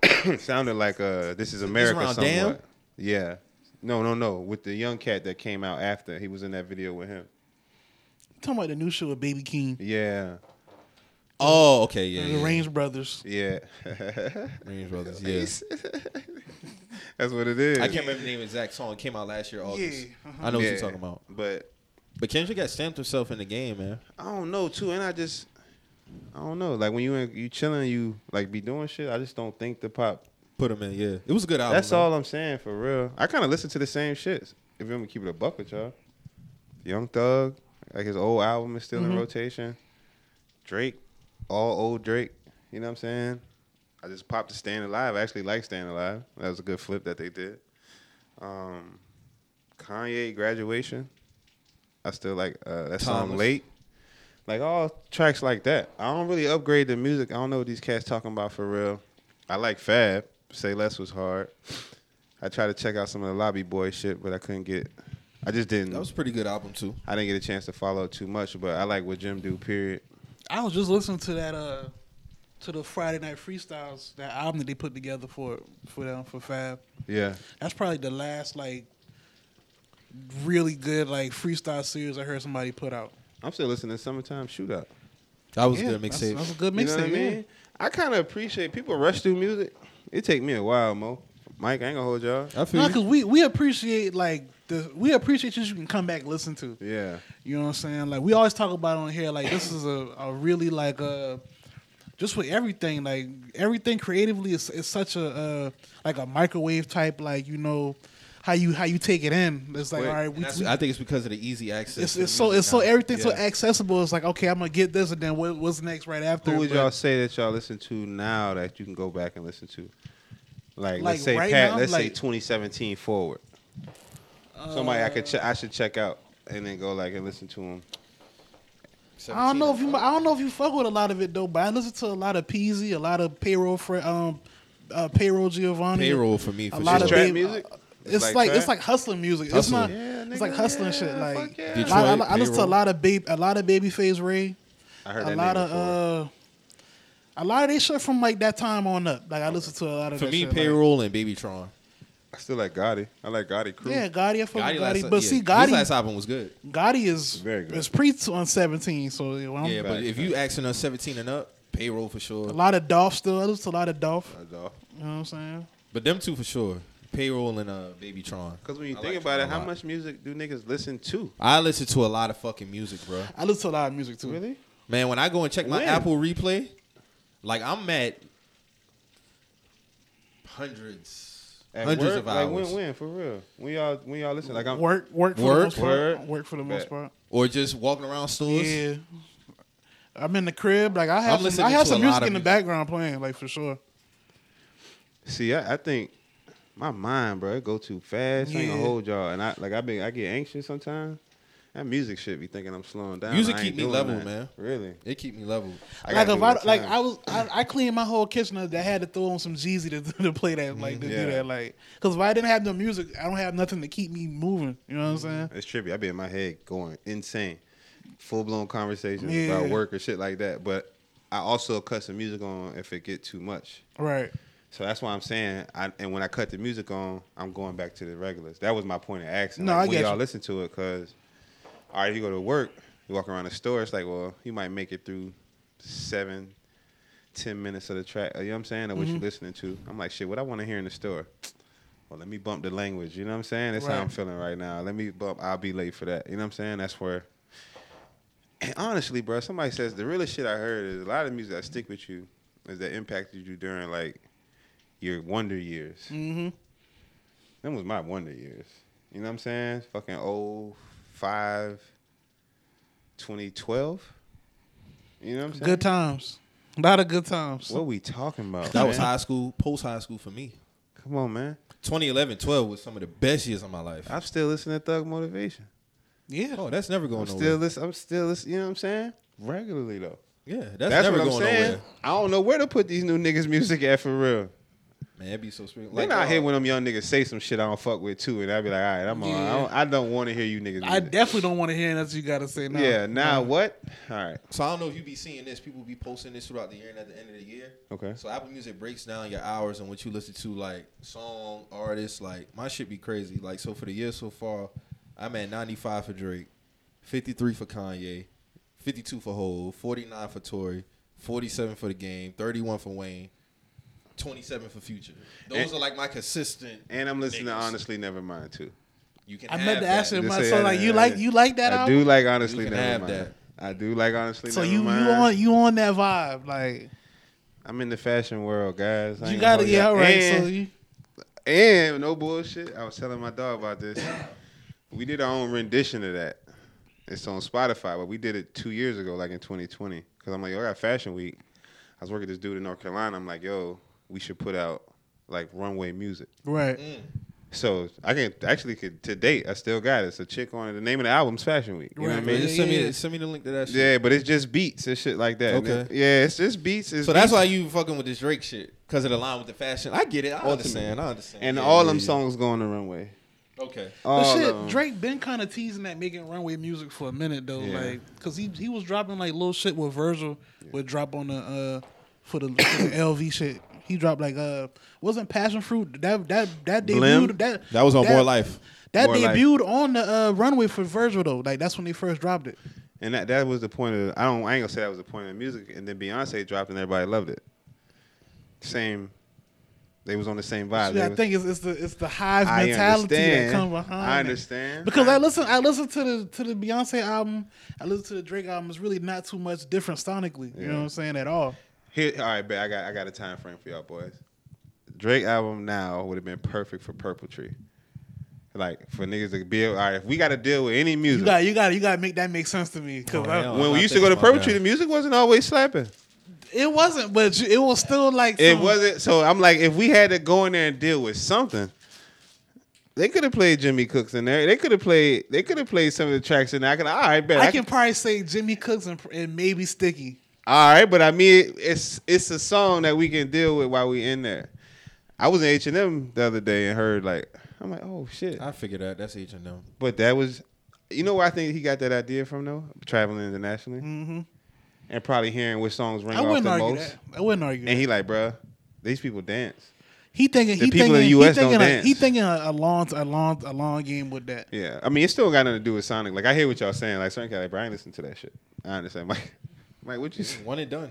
It sounded like uh, this is America
around
somewhat.
Damn?
Yeah. No, no, no. With the young cat that came out after he was in that video with him.
Talking about the new show with Baby King,
Yeah.
Oh, okay, yeah,
the
yeah.
Range Brothers.
Yeah.
Range Brothers, yeah.
That's what it is.
I can't remember the name of the exact song. It came out last year, August.
Yeah, uh-huh.
I know what
Yeah.
you're talking about.
But
But Kendrick got stamped himself in the game, man.
I don't know too, and I just I don't know. Like when you in, you chilling, you like be doing shit. I just don't think the pop.
Put him in, yeah. It was a good album.
That's
man.
all I'm saying for real. I kind of listen to the same shits. If I'm gonna keep it a buck with y'all, Young Thug, like his old album is still in rotation. Drake, all old Drake. You know what I'm saying? I just popped to Staying Alive. I actually like Staying Alive. That was a good flip that they did. Um, Kanye graduation. I still like uh, that song
Timeless.
late. Like all tracks like that. I don't really upgrade the music. I don't know what these cats talking about for real. I like Fab. Say less was hard. I tried to check out some of the Lobby Boy shit, but I couldn't get. I just didn't.
That was a pretty good album too.
I didn't get a chance to follow too much, but I like what Jim do. Period.
I was just listening to that uh to the Friday Night Freestyles that album that they put together for for them for Fab.
Yeah.
That's probably the last like really good like freestyle series I heard somebody put out.
I'm still listening to Summertime Shootout.
That was
Yeah,
a good
that's-
mixtape.
That's a good
You know what I
mixtape.
mean?
yeah.
I kind of appreciate people rush through music. It take me a while, Mo. Mike, I ain't gonna hold y'all.
I feel
No,
you.
because we we appreciate like the we appreciate you. You can come back and listen to.
Yeah.
You know what I'm saying? Like we always talk about on here. Like this is a, a really like uh just with everything. Like everything creatively is, is such a uh, like a microwave type. Like you know how you how you take it in. It's like
Quick.
all right,
And
we,
that's-
we-
I think it's because of the easy access.
it's,
to
it's so
music
it's so
now.
everything's so
Yeah.
accessible. It's like okay, I'm gonna get this, and then what, what's next right after?
Who would
But
y'all say that y'all listen to now that you can go back and listen to?
Like,
Like, let's say
right
Pat.
now,
let's say
like-
2017 forward. Somebody I could che- I should check out and then go like and listen to him.
I don't know if you I don't know if you fuck with a lot of it though, but I listen to a lot of Peasy, a lot of payroll for um uh, payroll Giovanni.
payroll for me. For
a lot
sure.
of
Trap
big-
music?
It's,
It's
like,
like
it's
trap?
like hustling music. It's
Hustling.
not.
Yeah, nigga,
it's like hustling
yeah,
shit.
fuck
Like
yeah.
I-
Detroit,
I, I, listen to a
payroll.
lot of baby, a lot of Babyface Ray,
I heard
a
that
lot
name
of
before.
uh, a lot of they shit from like that time on up. Like I listen to a lot of
For
that
me,
shit, like-
payroll and Babytron.
I still like Gotti. I like Gotti crew.
uh, yeah, Gotti, I fuck with
last-
Gotti. but
yeah,
see,
his last
Gotti,
album was good.
Gotti is
Very good.
is pre on seventeen. So you know, I'm-
Yeah, but
back,
if you asking us 17 and up, payroll for
a
sure.
lot of Dolph still. I listen to a lot of Dolph.
That's all.
You know what I'm saying?
But them two for sure. Payroll and uh, Babytron.
Because when you
I
think
like
about
Tron
it,
a
how
lot.
much music do niggas listen to?
I listen to a lot of fucking music, bro.
I listen to a lot of music too.
Really?
Man, when I go and check my
When?
Apple Replay, like I'm at hundreds,
At
hundreds
work?
of
like,
hours,
When, when, for real. When y'all, when y'all listen, like I'm.
Work, work, for
Work?
the most part.
Work.
Work for the most
Bet.
part.
or just walking around stores.
Yeah. I'm in the crib. Like I have, some,
listening
I have
to
some
a lot
music
of
in the
music.
background playing, like for sure.
See, I, I think my mind, bro, it go too fast. I ain't gonna
Yeah.
hold y'all, and I like I be, I get anxious sometimes. That music shit be thinking I'm slowing down.
Music
I
keep
ain't
me
doing
level,
that.
man.
Really?
It keep me level.
I
like
gotta
if
do
I
it
like
time.
I was I, I cleaned my whole kitchen up. I had to throw on some Jeezy to, to play that, like to
Yeah.
do that, like because if I didn't have no music, I don't have nothing to keep me moving. You know what I'm saying?
It's trippy. I be in my head going insane, full blown conversations
Yeah.
about work or shit like that. But I also cut some music on if it get too much.
Right.
So that's why I'm saying, I, and when I cut the music on, I'm going back to the regulars. That was my point of accent.
No,
like,
I
when
get
y'all
you.
listen to it, cause all right, you go to work, you walk around the store. It's like, well, you might make it through seven, ten minutes of the track. You know what I'm saying? Or what
Mm-hmm.
you listening to? I'm like, shit. What I want to hear in the store? Well, let me bump the language. You know what I'm saying? That's how I'm
Right.
feeling right now. Let me bump. I'll be late for that. You know what I'm saying? That's where. And honestly, bro, somebody says the realest shit I heard is a lot of music that stick with you is that impacted you during like your wonder years. Mm-hmm. Them was my wonder years. You know what I'm saying? Fucking 05, 2012. You know what I'm saying?
Good times. A lot of good times.
What we talking about?
That was
man?
high school, post high school for me.
Come on, man.
2011, 12 was some of the best years of my life.
I'm still listening to Thug Motivation.
Yeah.
Oh, that's never going
I'm
nowhere.
still listening. I'm still listening. You know what I'm saying? Regularly though.
yeah, that's,
That's,
never
what I'm
going
saying.
nowhere.
I don't know where to put these new niggas' music at for real.
Man, that'd be so spring.
Like,
Like,
then I hear
uh,
when them young niggas say some shit I don't fuck with too, and I be like, all right, I'm on. I don't, I don't want to hear you niggas.
I
music.
definitely don't want to hear that you got to say now.
yeah. Now what? All right.
So I don't know if you be seeing this. People be posting this throughout the year and at the end of the year.
Okay.
So Apple Music breaks down your hours and what you listen to, like song, artist. Like my shit be crazy. Like so for the year so far, I'm at 95 for Drake, 53 for Kanye, 52 for Hov, 49 for Tory, 47 for the game, 31 for Wayne, 27 for Future. Those
And-
are like my consistent.
And I'm listening to
niggas.
honestly Nevermind too.
You can.
I
have
meant to
that.
ask you,
Just
my
say
so
that,
like you
yeah,
like
yeah.
you like that
I
album.
do like honestly
You can have
Nevermind.
that.
I do like honestly
So
Nevermind.
you you on you on that vibe like
I'm in the fashion world, guys. I
you
ain't
got to
gonna
yeah all
hold
right.
oh, And,
So you
and no bullshit. I was telling my dog about this. We did our own rendition of that. It's on Spotify, but we did it two years ago, like in 2020. Because I'm like, yo, I got Fashion Week. I was working with this dude in North Carolina. I'm like, yo, we should put out like runway music.
right.
So I can actually could to date, I still got it. It's a chick on it. The name of the album's Fashion Week. You know what I
Right.
mean?
Man, just send
Yeah,
me
yeah.
send me the link to that shit.
Yeah, but it's just beats and shit like that.
Okay.
And it- Yeah, it's just beats. It's
So that's
beats.
why you fucking with this Drake shit because it aligned with the fashion. I get it. I
Ultimately.
understand. I understand.
And
Yeah,
all
yeah,
them
yeah.
songs go on the runway.
Okay.
But
All
shit,
of 'em.
Drake been kind of teasing that making runway music for a minute though,
Yeah.
like because he he was dropping like little shit with Virgil would drop on the uh for the, for the LV shit. He dropped like uh wasn't passion fruit that that that
Blim?
debuted that
That was on More Life.
That
More Life.
debuted on the uh, runway for Virgil though, like that's when they first dropped it.
And that, that was the point of I don't I ain't gonna say that was the point of the music. And then Beyonce dropped and everybody loved it. Same, they was on the same vibe. They
Yeah, I
was-
think it's, it's the it's the hive
I
mentality that
understand.
comes behind.
I
it.
understand.
because I,
I-
listen I listen to the to the Beyonce album, I listen to the Drake album. It's really not too much different sonically. You know what I'm saying at all.
Here, all right, bet I got I got a time frame for y'all boys. Drake album now would have been perfect for Purple Tree. Like for niggas to be all right. If we got to deal with any music,
You got you got you got to make that make sense to me because
hell.
when
I'm
we
not
used to go to
thinking about
Purple Tree,
that.
the music wasn't always slapping.
it wasn't, but you- it was still like
It
some-
wasn't. So I'm like, if we had to go in there and deal with something, they could have played Jimmy Cooks in there. They could have played. They could have played some of the tracks in there. I could. All right, bet.
I can probably say Jimmy Cooks and, and maybe Sticky.
All right, but I mean, it's it's a song that we can deal with while we in there. I was in H and M the other day and heard like, I'm like, oh shit.
I figured that. That's H and M.
But that was, you know, where I think he got that idea from though, traveling internationally, mm-hmm. and probably hearing what songs ring
I
off
wouldn't
the
argue
most.
that. I wouldn't argue.
And
that.
he like, bruh, these people dance.
He thinking
The
he thinking
people in the
he
US don't
thinking a,
dance.
he thinking a, a long a long a long game with that.
Yeah, I mean, it still got nothing to do with Sonic. Like I hear what y'all saying. Like certain guy, like, Brian, listen to that shit. I understand, Mike. Mike, what you say?
One and done.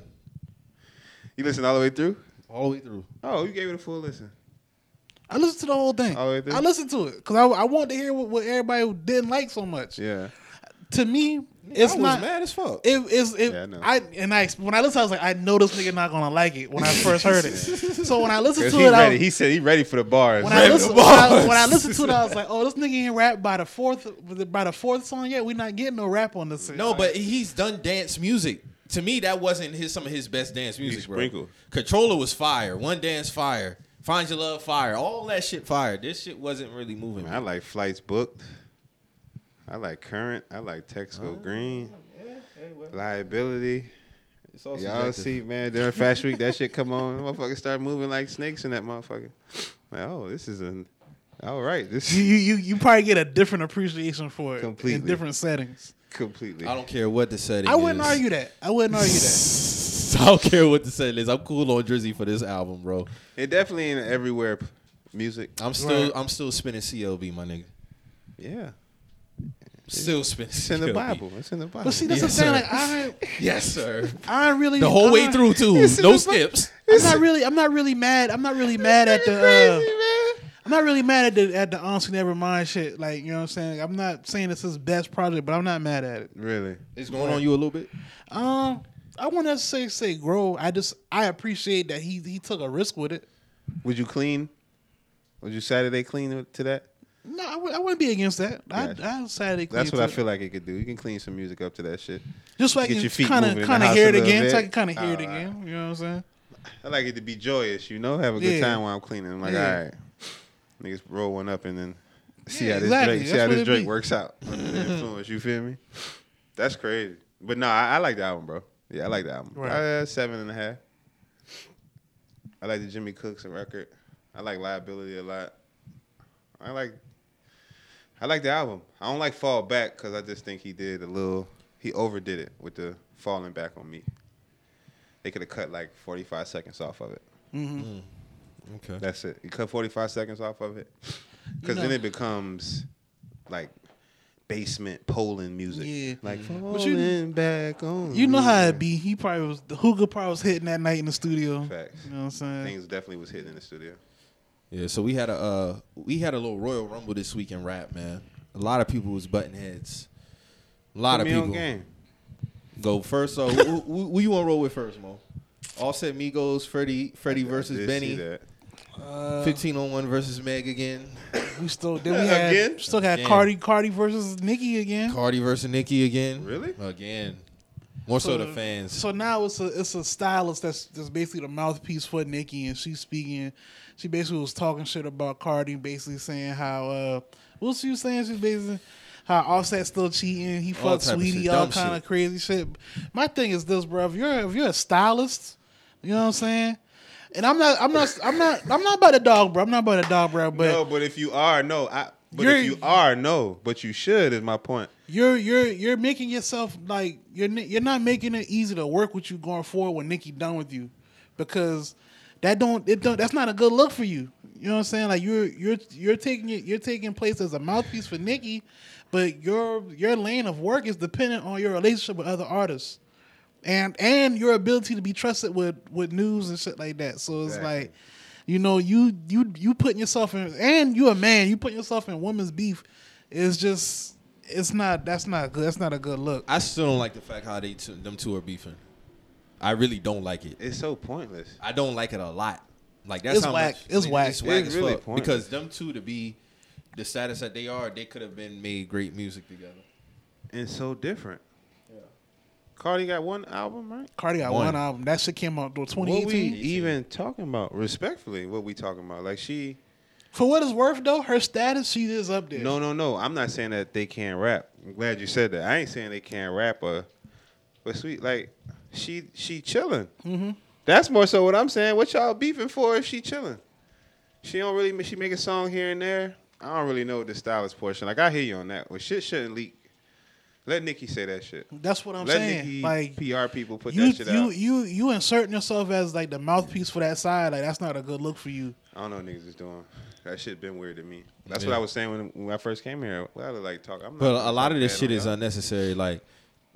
you listen all the way through?
All the way through.
Oh, you gave it a full listen.
I listened to the whole thing.
All the way through?
I listened to it because I, I wanted to hear what, what everybody didn't like so much.
Yeah,
To me, it's
I was
not.
mad as fuck.
It is it,
Yeah, I know.
I, and I when I listened, I was like, I know this nigga not gonna like it when I first heard it. So when I listened
'Cause
to
he
it, I,
ready. he said he ready for the bars.
when I listened when I, when I listened to it, I was like, oh, this nigga ain't rap by the fourth by the fourth song yet. We not getting no rap on this. shit.
no, but he's done dance music. To me, that wasn't his some of his best dance music.
sprinkled.
Bro. Controller was fire. One dance fire. Find your love fire. All that shit fire. This shit wasn't really moving.
I
Man.
like flights booked. I like current. I like Texco Green. Liability.
It's all
Y'all
subjective.
see, man, during Fashion Week, that shit come on. Motherfuckers start moving like snakes in that motherfucker. Like, oh, this is an. All right, this
you
is
you you, you probably get a different appreciation for it in
Completely.
different settings.
completely.
I don't care what the setting.
I wouldn't
is.
argue that. I wouldn't argue that.
I don't care what the setting is. I'm cool on Drizzy for this album, bro.
It definitely ain't everywhere. p- Music.
I'm still I'm still spinning CLB, my nigga.
Yeah.
Still spinning.
It's in the Bible. It's in the Bible.
But see, that's
Yes,
the thing.
sir.
Like I ain't-
Yes, sir.
I ain't really
The whole way
I-
through too.
It's in
No
the Bi-
skips.
I'm not really. I'm not really mad. I'm not really mad at the. Uh, I'm not really mad at the at the honestly never mind shit. Like you know what I'm saying. I'm not saying it's his best project, but I'm not mad at it.
Really?
It's going on you a little bit.
Um, I want to say say grow. I just I appreciate that he he took a risk with it.
Would you clean? Would you Saturday clean to that?
No, I w- I wouldn't be against that. I,
Gotcha.
I Saturday clean.
That's what
to
I
it.
feel like it could do. You can clean some music up to that shit.
Just so I
Get
can
your feet
kind
moving
of
in
kind
the
of
house
hear
a
it
little
again. So I can
bit.
kind of hear it
All right.
again. You know what I'm saying?
I like it to be joyous, you know. Have a good
Yeah.
time while I'm cleaning. I'm like,
Yeah.
all right, niggas roll one up and then see
Yeah,
how this
exactly.
Drake, see
That's
how
what
this
it
Drake
be.
works out under the influence. You feel me? That's crazy. But no, I, I like the album, bro. Yeah, I like the album.
Right.
Uh, seven and a half. I like the Jimmy Cooks record. I like Liability a lot. I like. I like the album. I don't like Fall Back because I just think he did a little. He overdid it with the falling back on me. They could have cut like forty five seconds off of it.
Okay.
That's it. You cut 45 seconds off of it. Because
You
then
know-
it becomes like basement Poland music.
Yeah.
Like
But you-
falling back on.
You know
me.
how it be. He probably was the hookah probably was hitting that night in the studio.
Facts.
You know what I'm saying?
Things definitely was hitting in the studio.
Yeah, so we had a uh, we had a little Royal Rumble this week in rap, man. A lot of people was butting heads. A lot
Put
of
me on
people.
game.
Go first. So who, who, who you want to roll with first, Mo? Offset Migos, Freddie Freddie
I
versus
did see
Benny.
that.
Fifteen on one versus Meg again.
We still then we had
Again?
still had
Again.
Cardi Cardi versus Nicki again.
Cardi versus Nicki again.
Really?
Again. More so, the fans.
So now it's a it's a stylist that's that's basically the mouthpiece for Nicki, and she's speaking. She basically was talking shit about Cardi, basically saying how uh, what she was saying. She's basically how Offset's still cheating. He
All
fucked
type of shit,
Sweetie, all
dumb
kind of
shit.
crazy shit. My thing is this, bro. If you're if you're a stylist, you know what I'm saying. And I'm not, I'm not, I'm not, I'm not about the dog, bro. I'm not about the dog, bro. But
no, but if you are, no. I, but
You're-
if you are, no. But you should is my point.
you're you're you're making yourself like you're ni- you're not making it easy to work with you going forward when Nikki done with you, because that don't it don't that's not a good look for you. You know what I'm saying? Like you're you're you're taking it you're taking place as a mouthpiece for Nikki, but your your lane of work is dependent on your relationship with other artists, and and your ability to be trusted with with news and shit like that. So it's
Exactly.
like. You know, you you you putting yourself in, and you a man. You putting yourself in woman's beef. It's just, it's not. That's not good. That's not a good look.
I still don't like the fact how they two, them two are beefing. I really don't like it.
It's so pointless.
I don't like it a lot. Like that's
It's
how
whack.
much
It's whack.
It's whack
It's
as
really
fuck.
pointless.
Because them two to be the status that they are, they could have been made great music together.
And so different. Cardi got one album, right?
Cardi got
One.
one. album. That shit came out in
What we
2018.
even talking about? Respectfully, what we talking about? Like she
For what it's worth, though, her status, she is up there.
No, no, no. I'm not saying that they can't rap. I'm glad you said that. I ain't saying they can't rap or, but sweet, like she she chilling. Mm-hmm. That's more so what I'm saying. What y'all beefing for? If she chilling, she don't really she make a song here and there. I don't really know the stylist portion. Like I hear you on that. Well, shit shouldn't leak. Let Nikki say that shit.
that's what I'm
Let
saying.
Nicki
like
PR people put
you,
that shit
you,
out.
you, you inserting yourself as like the mouthpiece for that side. Like that's not a good look for you.
I don't know what niggas is doing. That shit been weird to me. That's
Yeah.
what I was saying when, when I first came here. Well, I was like talk. I'm not
But
gonna
a lot of
talk
this
bad
shit
on
is
y'all.
unnecessary. Like,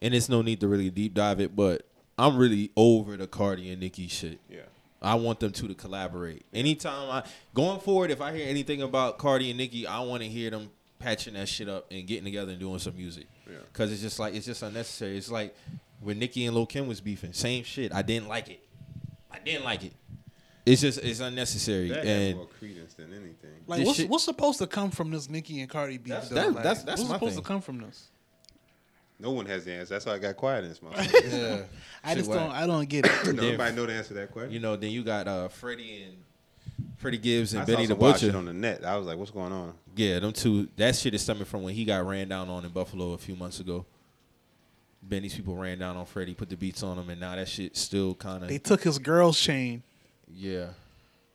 and it's no need to really deep dive it. But I'm really over the Cardi and Nicki shit.
yeah.
I want them two to collaborate. Anytime I going forward, if I hear anything about Cardi and Nicki, I want to hear them patching that shit up and getting together and doing some music.
Yeah.
Cause it's just like it's just unnecessary. It's like when Nicki and Lil Kim was beefing, same shit. I didn't like it. I didn't like it. It's just it's unnecessary.
That had
and
more credence than anything.
Like
This
what's,
shit-
what's supposed to come from this Nicki and Cardi beef?
That's-
though?
that-
Like,
that's- that's
what's
my
supposed
thing.
to come from this.
No one has the answer. That's why I got quiet in this moment.
yeah,
I just
Shit
don't.
whack.
I don't get it.
no, nobody know the answer to that question.
You know. Then you got uh Freddie and Freddie Gibbs and
I
Benny
saw
the
some wild shit
Butcher.
on the net. I was like, "What's going on?"
Yeah, them two. That shit is stemming from when he got ran down on in Buffalo a few months ago. Benny's people ran down on Freddie, put the beats on him, and now that shit still kind
they
of
took his girl's chain.
yeah.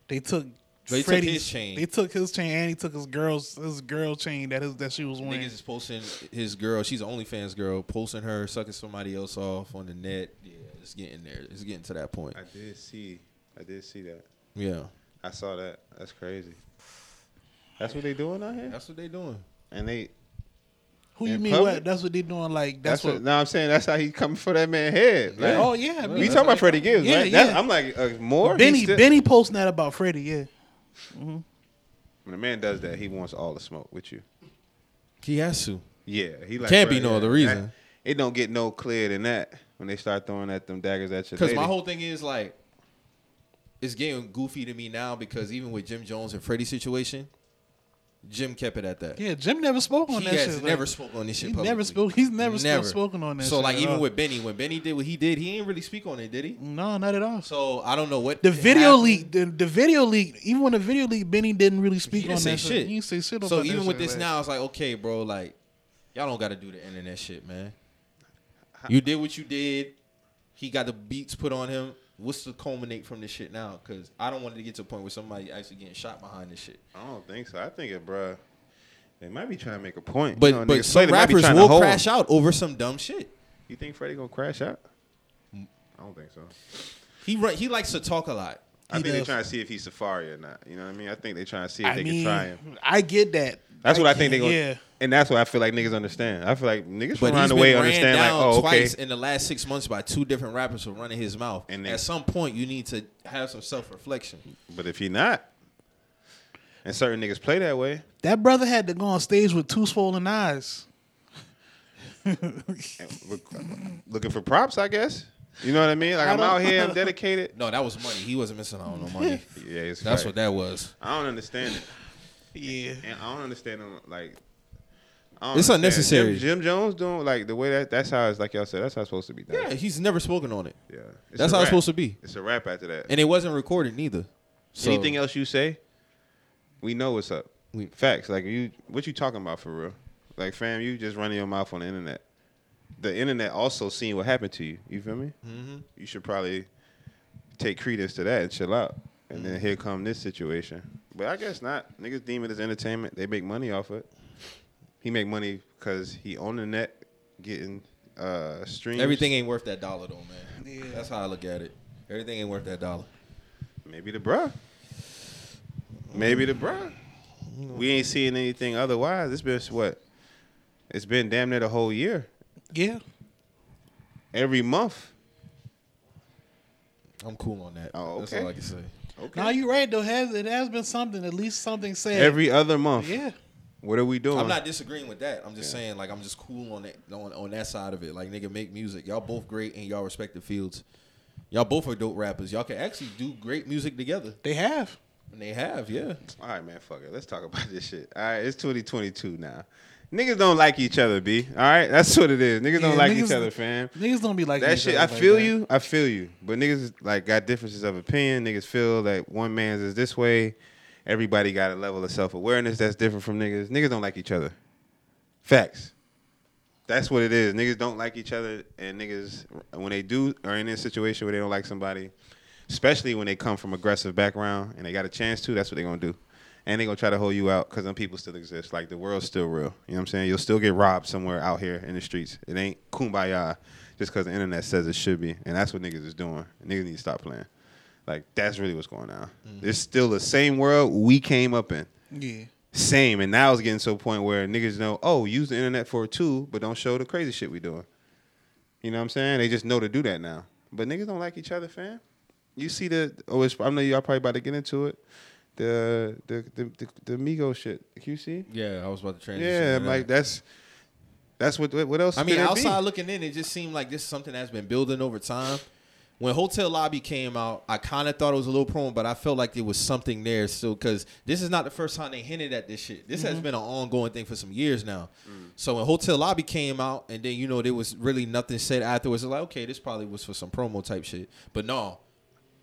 They took.
They took
Freddie's-
his chain.
They took his chain, and he took his girl's his girl chain that his that she was wearing.
Niggas is posting his girl. She's an OnlyFans girl, posting her sucking somebody else off on the net. Yeah, it's getting there. It's getting to that point.
I did see. I did see that.
Yeah,
I saw that. That's crazy. That's what they doing out here.
that's what they doing.
And they.
Who you
in
mean
public?
what? That's what they doing. Like that's,
That's, what.
what.
No, I'm saying that's how he coming for that man head. Like,
Oh yeah.
We
man.
talking about Freddie Gibbs,
Yeah,
right? That's-
yeah.
I'm like uh, more. He
Benny
still-
Benny posting that about Freddie. Yeah.
When a man does that, he wants all the smoke with you.
He has to.
Yeah, he like
Can't
bruh,
be no
yeah,
other
that-
reason.
it don't get no clearer than that when they start throwing at them daggers at your.
Because my
lady.
whole thing is like, it's getting goofy to me now because even with Jim Jones and Freddie situation, Jim kept it at that.
Yeah, Jim never spoke on
he
that
has
shit.
never
like,
spoke on this shit.
he
Publicly.
never spoke- he's never still spoken on that
So
shit
like
at
even
all.
with Benny, when Benny did what he did, he didn't really speak on it, did he?
No, not at all.
So I don't know what
The video
happened.
leak, the, the video leak. Even when the video leak, Benny didn't really speak
He
on
didn't say
that shit.
shit.
He didn't say shit on
So
that
even
shit.
with this now, it's like okay, bro, like y'all don't got to do the internet shit, man. You did what you did. He got the beats put on him. What's to culminate from this shit now? Because I don't want it to get to a point where somebody actually getting shot behind this shit.
I don't think so. I think it, bruh. They might be trying to make a point.
But
You know,
but
niggas play,
some
they might be
rappers
trying to
will
hold.
crash out over some dumb shit.
You think Freddie gonna crash out? I don't think so.
He run, he likes to talk a lot.
I
He
think they're
does.
trying to see if he's Safari or not. You know what I mean? I think they're trying to see if
I
they
mean,
can try him.
I get that.
That's what I think
get-
they're gonna.
Yeah,
And that's what I feel like niggas understand. I feel like niggas
But
from around
he's
the
been
way
ran
understand like,
down
oh, okay.
twice in the last six months by two different rappers for running his mouth.
And
And
they-
at some point, you need to have some self reflection.
But if he not, and certain niggas play that way,
that brother had to go on stage with two swollen eyes.
and look, looking for props, I guess. You know what I mean? Like I'm out here, I'm dedicated.
No, that was money. He wasn't missing out on no money.
Yeah, it's
That's
right.
what that was.
I don't understand it.
Yeah,
And I don't understand them like. I don't
It's
understand.
unnecessary.
Jim, Jim Jones doing like the way that that's how it's like y'all said that's how it's supposed to be done.
Yeah, he's never spoken on it,
Yeah.
That's how it's supposed to be.
It's a wrap after that.
and it wasn't recorded neither. So,
Anything else you say, we know what's up.
We-
Facts. Like you what you talking about for real? Like fam, you just running your mouth on the internet. The internet also seen what happened to you. You feel me? Mm-hmm. You should probably take credence to that and chill out. And then
Mm-hmm.
here come this situation. But I guess not. Niggas deem it as entertainment. They make money off it. He make money because he on the net getting uh streams.
Everything ain't worth that dollar though, man.
Yeah.
That's how I look at it. Everything ain't worth that dollar.
Maybe the bruh. Maybe the bruh. We ain't seeing anything otherwise. It's been what? It's been damn near the whole year.
yeah.
Every month.
I'm cool on that.
Oh,
That's
okay.
all I can say.
Okay.
Now you're right though. Has it has been something? At least something said.
Every other month.
yeah.
What are we doing?
I'm not disagreeing with that. I'm just saying, like, I'm just cool on that on, on that side of it. Like, nigga, make music. Y'all both great in y'all respective fields. Y'all both are dope rappers. Y'all can actually do great music together,
They have.
and they have, yeah.
All right, man. Fuck it. Let's talk about this shit. All right. It's 2022 now. Niggas don't like each other, B. All right. That's what it is. Niggas
Yeah,
don't like
niggas-
each other, fam.
Niggas don't be like
That
each
shit,
other
I
like
feel
that.
you. I feel you. But niggas like got differences of opinion. Niggas feel like one man's is this way. Everybody got a level of self awareness that's different from niggas. Niggas don't like each other. Facts. That's what it is. Niggas don't like each other, and niggas when they do are in a situation where they don't like somebody, especially when they come from aggressive background and they got a chance to, that's what they're gonna do. And they're gonna try to hold you out because them people still exist. Like the world's still real. You know what I'm saying? You'll still get robbed somewhere out here in the streets. It ain't kumbaya just because the internet says it should be. And that's what niggas is doing. Niggas need to stop playing. Like that's really what's going on. It's still the same world we came up in
Yeah.
same. And now it's getting to a point where niggas know, oh, use the internet for a tool, but don't show the crazy shit we doing. You know what I'm saying? They just know to do that now. But niggas don't like each other, fam. You see the oh, it's, I know y'all probably about to get into it. The the the the, the Migo shit. QC.
Yeah, I was about to transition.
Yeah,
to that.
like that's that's what what else?
I mean,
could it
outside
be?
looking in, it just seemed like this is something that's been building over time. When Hotel Lobby came out, I kind of thought it was a little prone, but I felt like there was something there still because this is not the first time they hinted at this shit. This
Mm-hmm.
has been an ongoing thing for some years now.
Mm.
So when Hotel Lobby came out, and then you know there was really nothing said afterwards. It's like, okay, this probably was for some promo type shit, but no,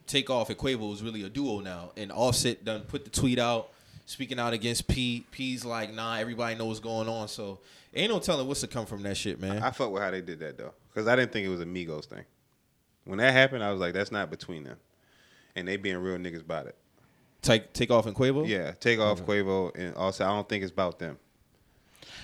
Takeoff and Quavo is really a duo now. And Offset done put the tweet out, speaking out against P. P's like, nah, everybody knows what's going on. So ain't no telling what's to come from that shit, man.
I fuck with how they did that though, because I didn't think it was a Migos thing. When that happened, I was like, that's not between them, and they being real niggas about it.
Take Takeoff and Quavo.
Yeah, take off Quavo, and also I don't think it's about them.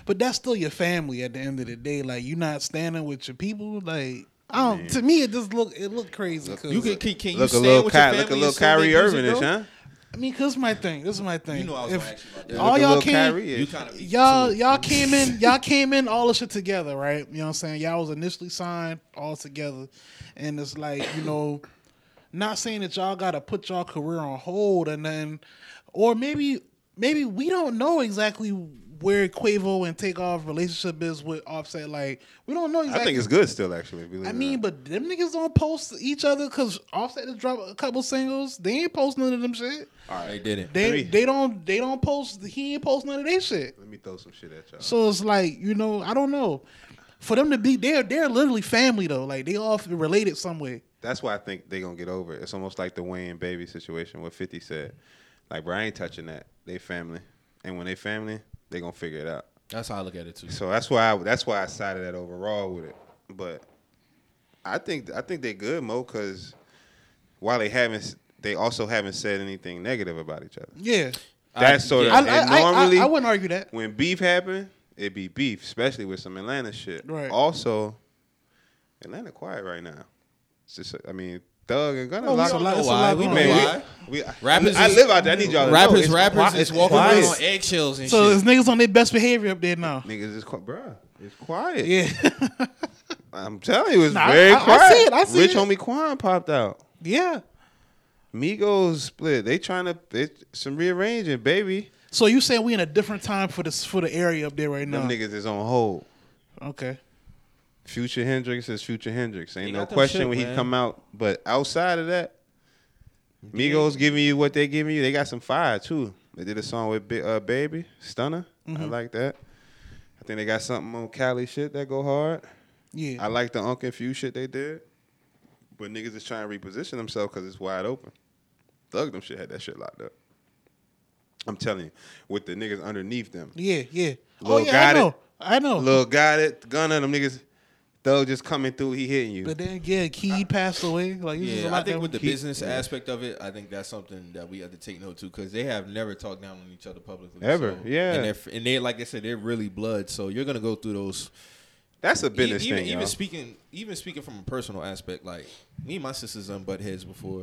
But that's still your family at the end of the day. Like you're not standing with your people. Like I don't. To me, it just look it look crazy. 'cause-
You can, can, can you
look a
stand
little
with your
Ky-
family
look a
and
little
still make
Kyrie
music,
Irving-ish,
though?
huh?
I mean, cause my thing. This is my thing.
You know I was
If-
gonna ask you about that.
All
Look a
y'all
little
came.
Kyrie-ish.
You kind of
Y'all, y'all came in, y'all came in all the shit together, right? You know what I'm saying? Y'all was initially signed all together, and it's like you know, not saying that y'all got to put y'all career on hold, and then, or maybe, maybe we don't know exactly where Quavo and Takeoff relationship is with Offset. Like we don't know exactly.
I think it's good still, actually. believe
I
it or
mean,
not.
but them niggas don't post each other because Offset just dropped a couple singles. They ain't post none of them shit.
They didn't.
They
Three.
they don't they don't post. He ain't post none of their shit.
let me throw some shit at y'all.
So it's like you know I don't know. For them to be they're they're literally family though. Like they all related some way.
That's why I think they're gonna get over it. It's almost like the Wayne and Baby situation what Fifty said. Like, bro, I ain't touching that. They family, and when they family, they gonna figure it out.
That's how I look at it too.
So that's why I, that's why I sided that overall with it. But I think I think they good Mo because while they haven't, s- they also haven't said anything negative about each other.
Yeah,
That's so.
I,
that
I,
and
I, I-
normally,
I wouldn't argue that.
when beef happen, it be beef, especially with some Atlanta shit.
Right.
Also, Atlanta quiet right now. It's just, I mean, Thug and Gunna
Oh,
locked
it's a lot-
up.
it's a lot
we
going
know
on.
why.
Man, we, we,
Rappers
I,
is-
live out there. I need y'all to know.
Rappers,
It's
rappers
quiet-
is walking
quiet.
around on eggshells and
So
shit.
it's niggas on their best behavior up there now.
Niggas is quiet, bruh. It's quiet.
Yeah,
I'm telling you, it's
Nah, I-
very
I- I
quiet.
see it, I see
Rich
it.
homie Quan popped out.
yeah.
Migos split. They trying to it, some rearranging, baby.
So you saying we in a different time for this for the area up there right now?
Them niggas is on hold.
Okay.
Future Hendrix is Future Hendrix. Ain't
He
no
got them
question
shook,
when he
man.
come out. But outside of that, Migos giving you what they giving you. They got some fire too. They did a song with Bi- uh, Baby Stunner. I
Mm-hmm.
like that. I think they got something on Cali shit that go hard.
Yeah.
I like the Unconfused shit they did. But niggas is trying to reposition themselves because it's wide open. Thug them shit had that shit locked up. I'm telling you, with the niggas underneath them.
yeah. Yeah. Oh
Lil
yeah.
got
I
it.
know. I know.
Lil got it, Gunna, them niggas. Thug just coming through, he hitting you.
But then yeah, Key passed away. Like yeah,
Yeah, I think with the
Keep-
business aspect of it, I think that's something that we have to take note to because they have never talked down on each other publicly.
Ever,
so-
yeah.
And, they're, and they, like I said, they're really blood. So you're gonna go through those.
That's a
e-
business
even,
thing.
even
y'all.
speaking, even speaking from a personal aspect, like me and my sisters done butt heads before,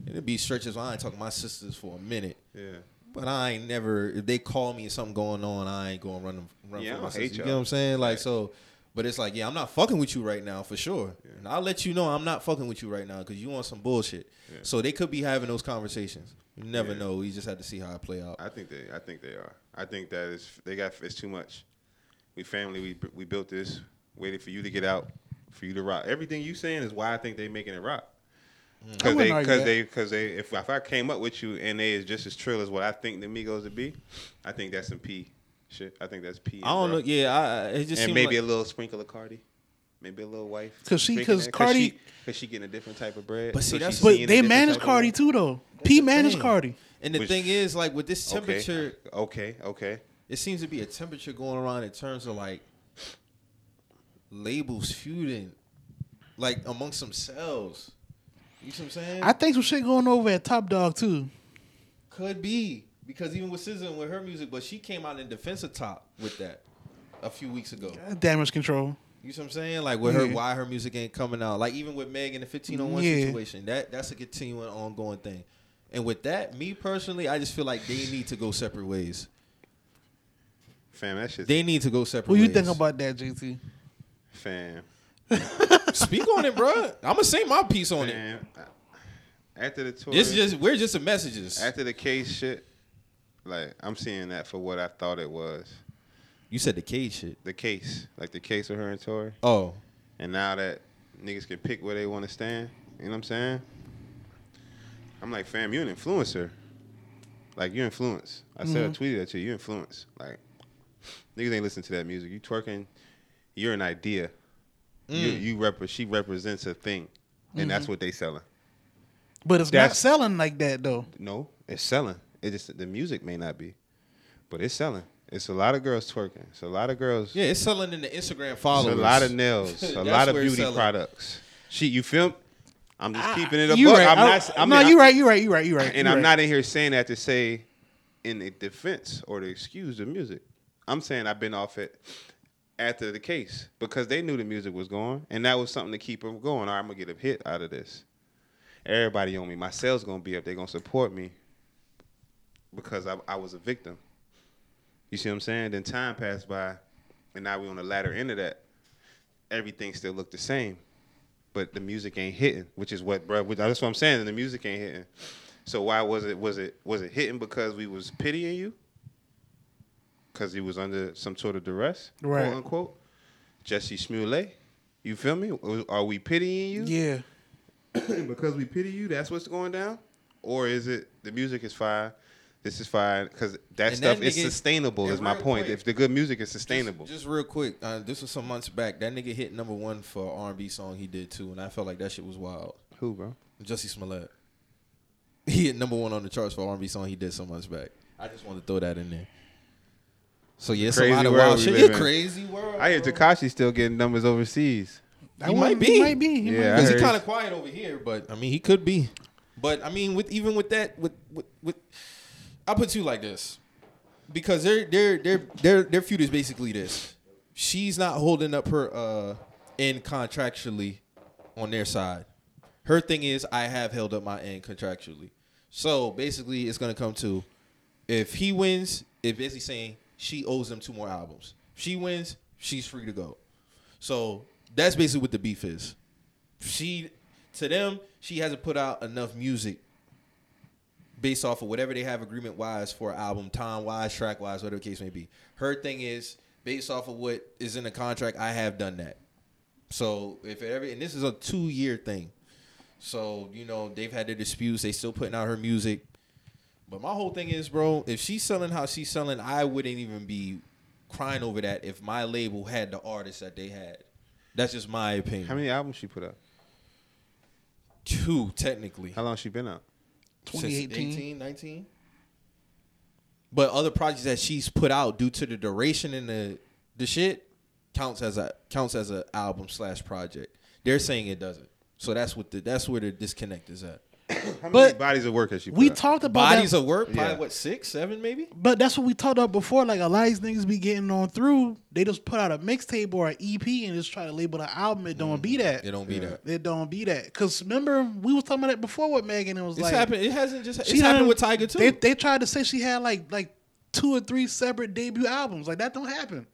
and it'd be stretches. I ain't talking to my sisters for a minute.
yeah.
But I ain't never. If they call me something going on, I ain't going to run them. Run
Yeah, I
for
don't
my
hate
sister. You
y'all.
know what I'm saying? Like so. But it's like, yeah, I'm not fucking with you right now for sure. And I'll let you know I'm not fucking with you right now because you want some bullshit. So they could be having those conversations. You never
Yeah.
know. You just have to see how it play out.
I think they. I think they are. I think that is. They got. It's too much. We family. We we built this. Waited for you to get out. For you to rock. Everything you saying is why I think they making it rock. Because they.
Mm. wouldn't argue
Because
that.
they. Because they. If, if I came up with you and they is just as trill as what I think the Migos would be, I think that's some P shit. I think that's P.
I don't know. Yeah, I, I- it just
And
seemed
maybe
like-
a little sprinkle of Cardi. Maybe a little wife.
'Cause she-
Sprinkle
'cause
that,
Cardi-
she, cause she getting a different type of bread.
But see,
she
that's-
seeing
But
a
they
different
manage
type of
Cardi
world.
too though. P managed
thing.
Cardi.
And the
Which-
thing is, like with this
Okay.
temperature,
Okay. Okay.
it seems to be a temperature going around in terms of like labels feuding, like amongst themselves. You see what I'm saying?
I think some shit going over at Top Dog too.
Could be because even with SZA and with her music, but she came out in defense of Top with that a few weeks ago.
Damage control.
You see what I'm saying? Like with her,
Yeah.
why her music ain't coming out? Like even with Meg in the 1501
Yeah.
situation, that that's a continuing ongoing thing. And with that, me personally, I just feel like they need to go separate ways.
Fam, that shit's
They need to go separate.
What you
ways.
think about that, JT?
fam.
Speak on it, bro. I'm gonna say my piece on it.
Man, after the tour,
This is just we're just the messages.
after the case shit. Like I'm seeing that for what I thought it was,
You said the cage shit.
the case, like the case of her and Tory,
Oh,
and now that niggas can pick where they want to stand. You know what I'm saying? I'm like, fam, you an influencer. Like you influence. I said I tweeted at you. You influence. Like niggas ain't listen to that music. You twerking. You're an idea. You you rep- She represents a thing, and that's what they selling.
But it's not
That's-
selling like that though.
No, it's selling. It just the music may not be, but it's selling. It's a lot of girls twerking. It's a lot of girls.
yeah, it's selling in the Instagram
it's a
followers.
lot of nails.
That's
A lot of
where it's
beauty
selling.
products. She, you feel? me? I'm just keeping it up.
Ah, You right.
I'm
I-
not. I'm
no,
not,
you right. You right. You right. You right.
And
you
I'm
right.
not in here saying that to say, in the defense or to excuse the music. I'm saying I've been off it after the case because they knew the music was going, and that was something to keep them going. All right, I'm gonna get a hit out of this. Everybody on me. My sales gonna be up. They're gonna support me because I, I was a victim. You see what I'm saying? Then time passed by, and now we on the latter end of that. Everything still looked the same, but the music ain't hitting, which is what, bro. That's what I'm saying. And the music ain't hitting. So why was it? Was it? Was it hitting because we was pitying you? because he was under some sort of duress,
Right.
quote unquote. Jesse Smollett, you feel me? Are we pitying you?
Yeah.
And because we pity you, that's what's going down? Or is it the music is fine? This is fine because that
And
stuff
that
is
nigga-
sustainable.
and
Is my
real
point.
quick-
If the good music is sustainable,
Just, just real quick, uh, this was some months back. That nigga hit number one for R and B song he did too, and I felt like that shit was wild.
who, bro?
Jussie Smollett. He hit number one on the charts for R and B song he did some months back. I just wanted to throw that in there. So yeah, it's
Crazy
a lot of
world
wild
we
shit.
live
Yeah,
in.
crazy world.
I hear Takashi still getting numbers overseas.
That
He
one-
might be.
He might be. He
Yeah,
might
I
Because
heard
he's kind of quiet over here, but I mean, he could be. But I mean, with even with that, with with, with I put you like this because their their their their their feud is basically this: she's not holding up her uh end contractually on their side. Her thing is, I have held up my end contractually. So basically, it's gonna come to if he wins, it basically saying she owes them two more albums. If she wins, she's free to go. So that's basically what the beef is she to them she hasn't put out enough music based off of whatever they have agreement wise for an album time wise track wise whatever the case may be her thing is based off of what is in the contract i have done that so if every and this is a two year thing so you know they've had their disputes they still putting out her music but my whole thing is bro if she's selling how she's selling i wouldn't even be crying over that if my label had the artists that they had that's just my opinion
How many albums she put out?
two technically
How long she been out?
Since
2018.
18, 19 but other projects that she's put out due to the duration and the the shit counts as a counts as a album slash project they're saying it doesn't so that's what the that's where the disconnect is at
How many
But
bodies of work has she put
We
out?
talked about
bodies
that,
of work probably
Yeah.
what six seven maybe
but that's what we talked about before. Like a lot of these niggas be getting on through. They just put out a mixtape or an EP and just try to label the album. It don't be that.
Mm. it don't be that
It don't be that. Cause remember we was talking about that before with Megan. It was
it's
like
happened it hasn't just it's
she
happened
done-
with tiger too
They, they tried to say she had like like two or three separate debut albums. Like that don't happen.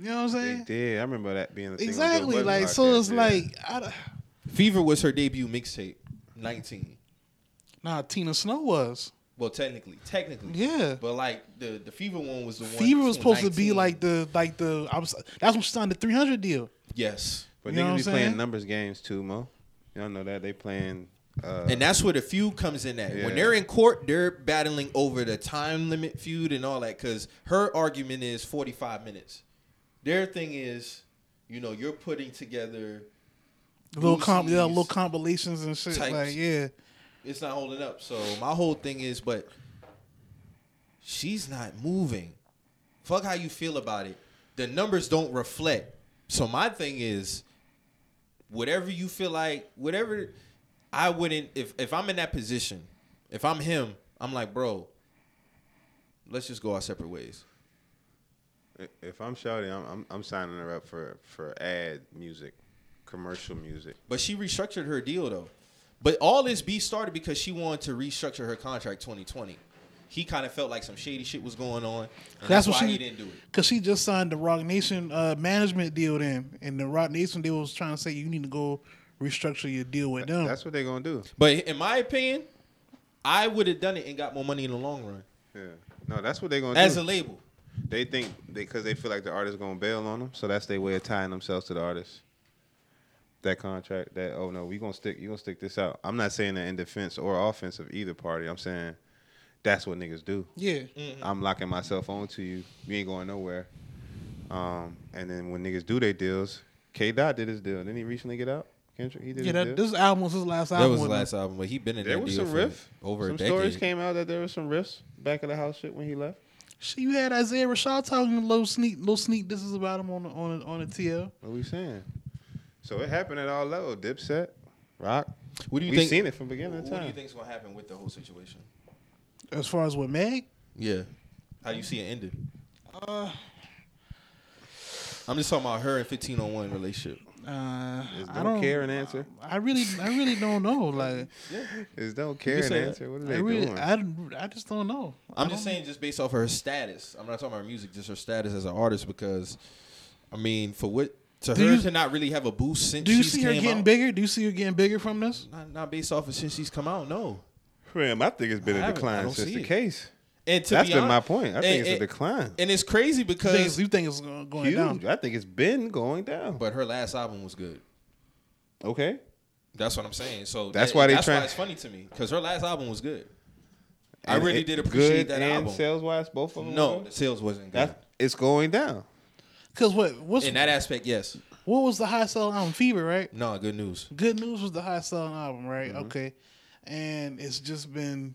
You know what I'm
They
saying?
did. I remember that being the thing on Joe
exactly.
Budden
Like so,
podcast,
it's
yeah.
like I, don't-
fever was her debut mixtape 19
nah. Tina Snow was
well technically technically
Yeah.
but like the the fever one was the one
Fever was supposed to be
19.
like the like the I was that's when she signed the 300 deal.
yes
but
you know
niggas
what
be
I'm
playing
saying?
numbers games too, Mo. Y'all know that they playing. Uh,
And that's where the feud comes in at.
Yeah.
When they're in court, they're battling over the time limit feud and all that because her argument is 45 minutes. Their thing is, you know, you're putting together,
Little comp, yeah,
Lucy's
little compilations and shit.
types.
Like yeah,
it's not holding up. So my whole thing is, but she's not moving. Fuck how you feel about it. The numbers don't reflect. So my thing is, whatever you feel like, whatever I wouldn't if if I'm in that position, if I'm him, I'm like, bro, let's just go our separate ways.
if I'm shouting, I'm, I'm I'm signing her up for for ad music, commercial music.
But she restructured her deal though. But all this beef started because she wanted to restructure her contract 2020. He kind of felt like some shady shit was going on. and
that's, what
why
she
he didn't do it.
Cause she just signed the Rock Nation uh, management deal then, and the Rock Nation deal was trying to say you need to go restructure your deal with them.
That's what they're gonna do.
But in my opinion, I would have done it and got more money in the long run
Yeah. No, that's what they're gonna
as
do.
a label.
they think because they, feel like the artist gonna bail on them, so that's their way of tying themselves to the artist. That contract, that oh no, we gonna stick, you gonna stick this out. I'm not saying that in defense or offense of either party. I'm saying that's what niggas do.
yeah,
Mm-hmm.
I'm locking myself onto you. You ain't going nowhere. Um, and then when niggas do their deals, K Dot did his deal. Didn't he recently get out? Kendrick, he did
yeah.
his
That,
deal.
this album was his last
That
album.
was the
with them.
last album, but he been in
There
that
was
deal
some
for
riff.
over
some
a decade.
stories came out that there was some riffs back of the house shit when he left.
Shit, you had Isaiah Rashad talking low sneak, low sneak. This is about him on the, on the, on the TL.
What we saying? So it happened at all levels. Dipset, Rock.
What do you
We've
think?
seen it from beginning to
What do you
time.
think's gonna happen with the whole situation?
As far as with Meg,
Yeah, how you see it ended? I'm just talking about her and 15 on one relationship.
uh,
Is
I
don't,
don't
care and answer.
I really, I really don't know. Like,
Is don't care and
say that.
answer. What are
I
they
really,
doing?
I, I just don't know.
I'm just saying, just based off of her status. I'm not talking about her music, just her status as an artist. Because, I mean, for what to
Do
her
you-
to not really have a boost since
Do you
she's
see her
came
getting
out-
bigger? Do you see her getting bigger from this?
Not, not based off of since she's come out. No,
Fam, I think it's been
I
a
haven't- I
decline
don't
since
see
the
it.
case.
And to
That's
be
been
hon-
my point. I think
and-
it's a
and-
decline.
And it's crazy
You think it's-
because
you think it's go- going
Huge.
down?
I think it's been going down.
but her last album was good.
Okay.
That's what I'm saying. So
That's
that-
why they
that's
trying-
why it's funny to me because her last album was good. I
And
really
it-
did appreciate
good
that
and
album.
sales wise, both of them. were
no,
good?
sales wasn't good.
That's, it's going down.
Because what what's,
In that aspect, yes.
what was the high selling album? Fever, right?
No, good news.
Good News was the highest selling album, right?
Mm-hmm.
Okay, and it's just been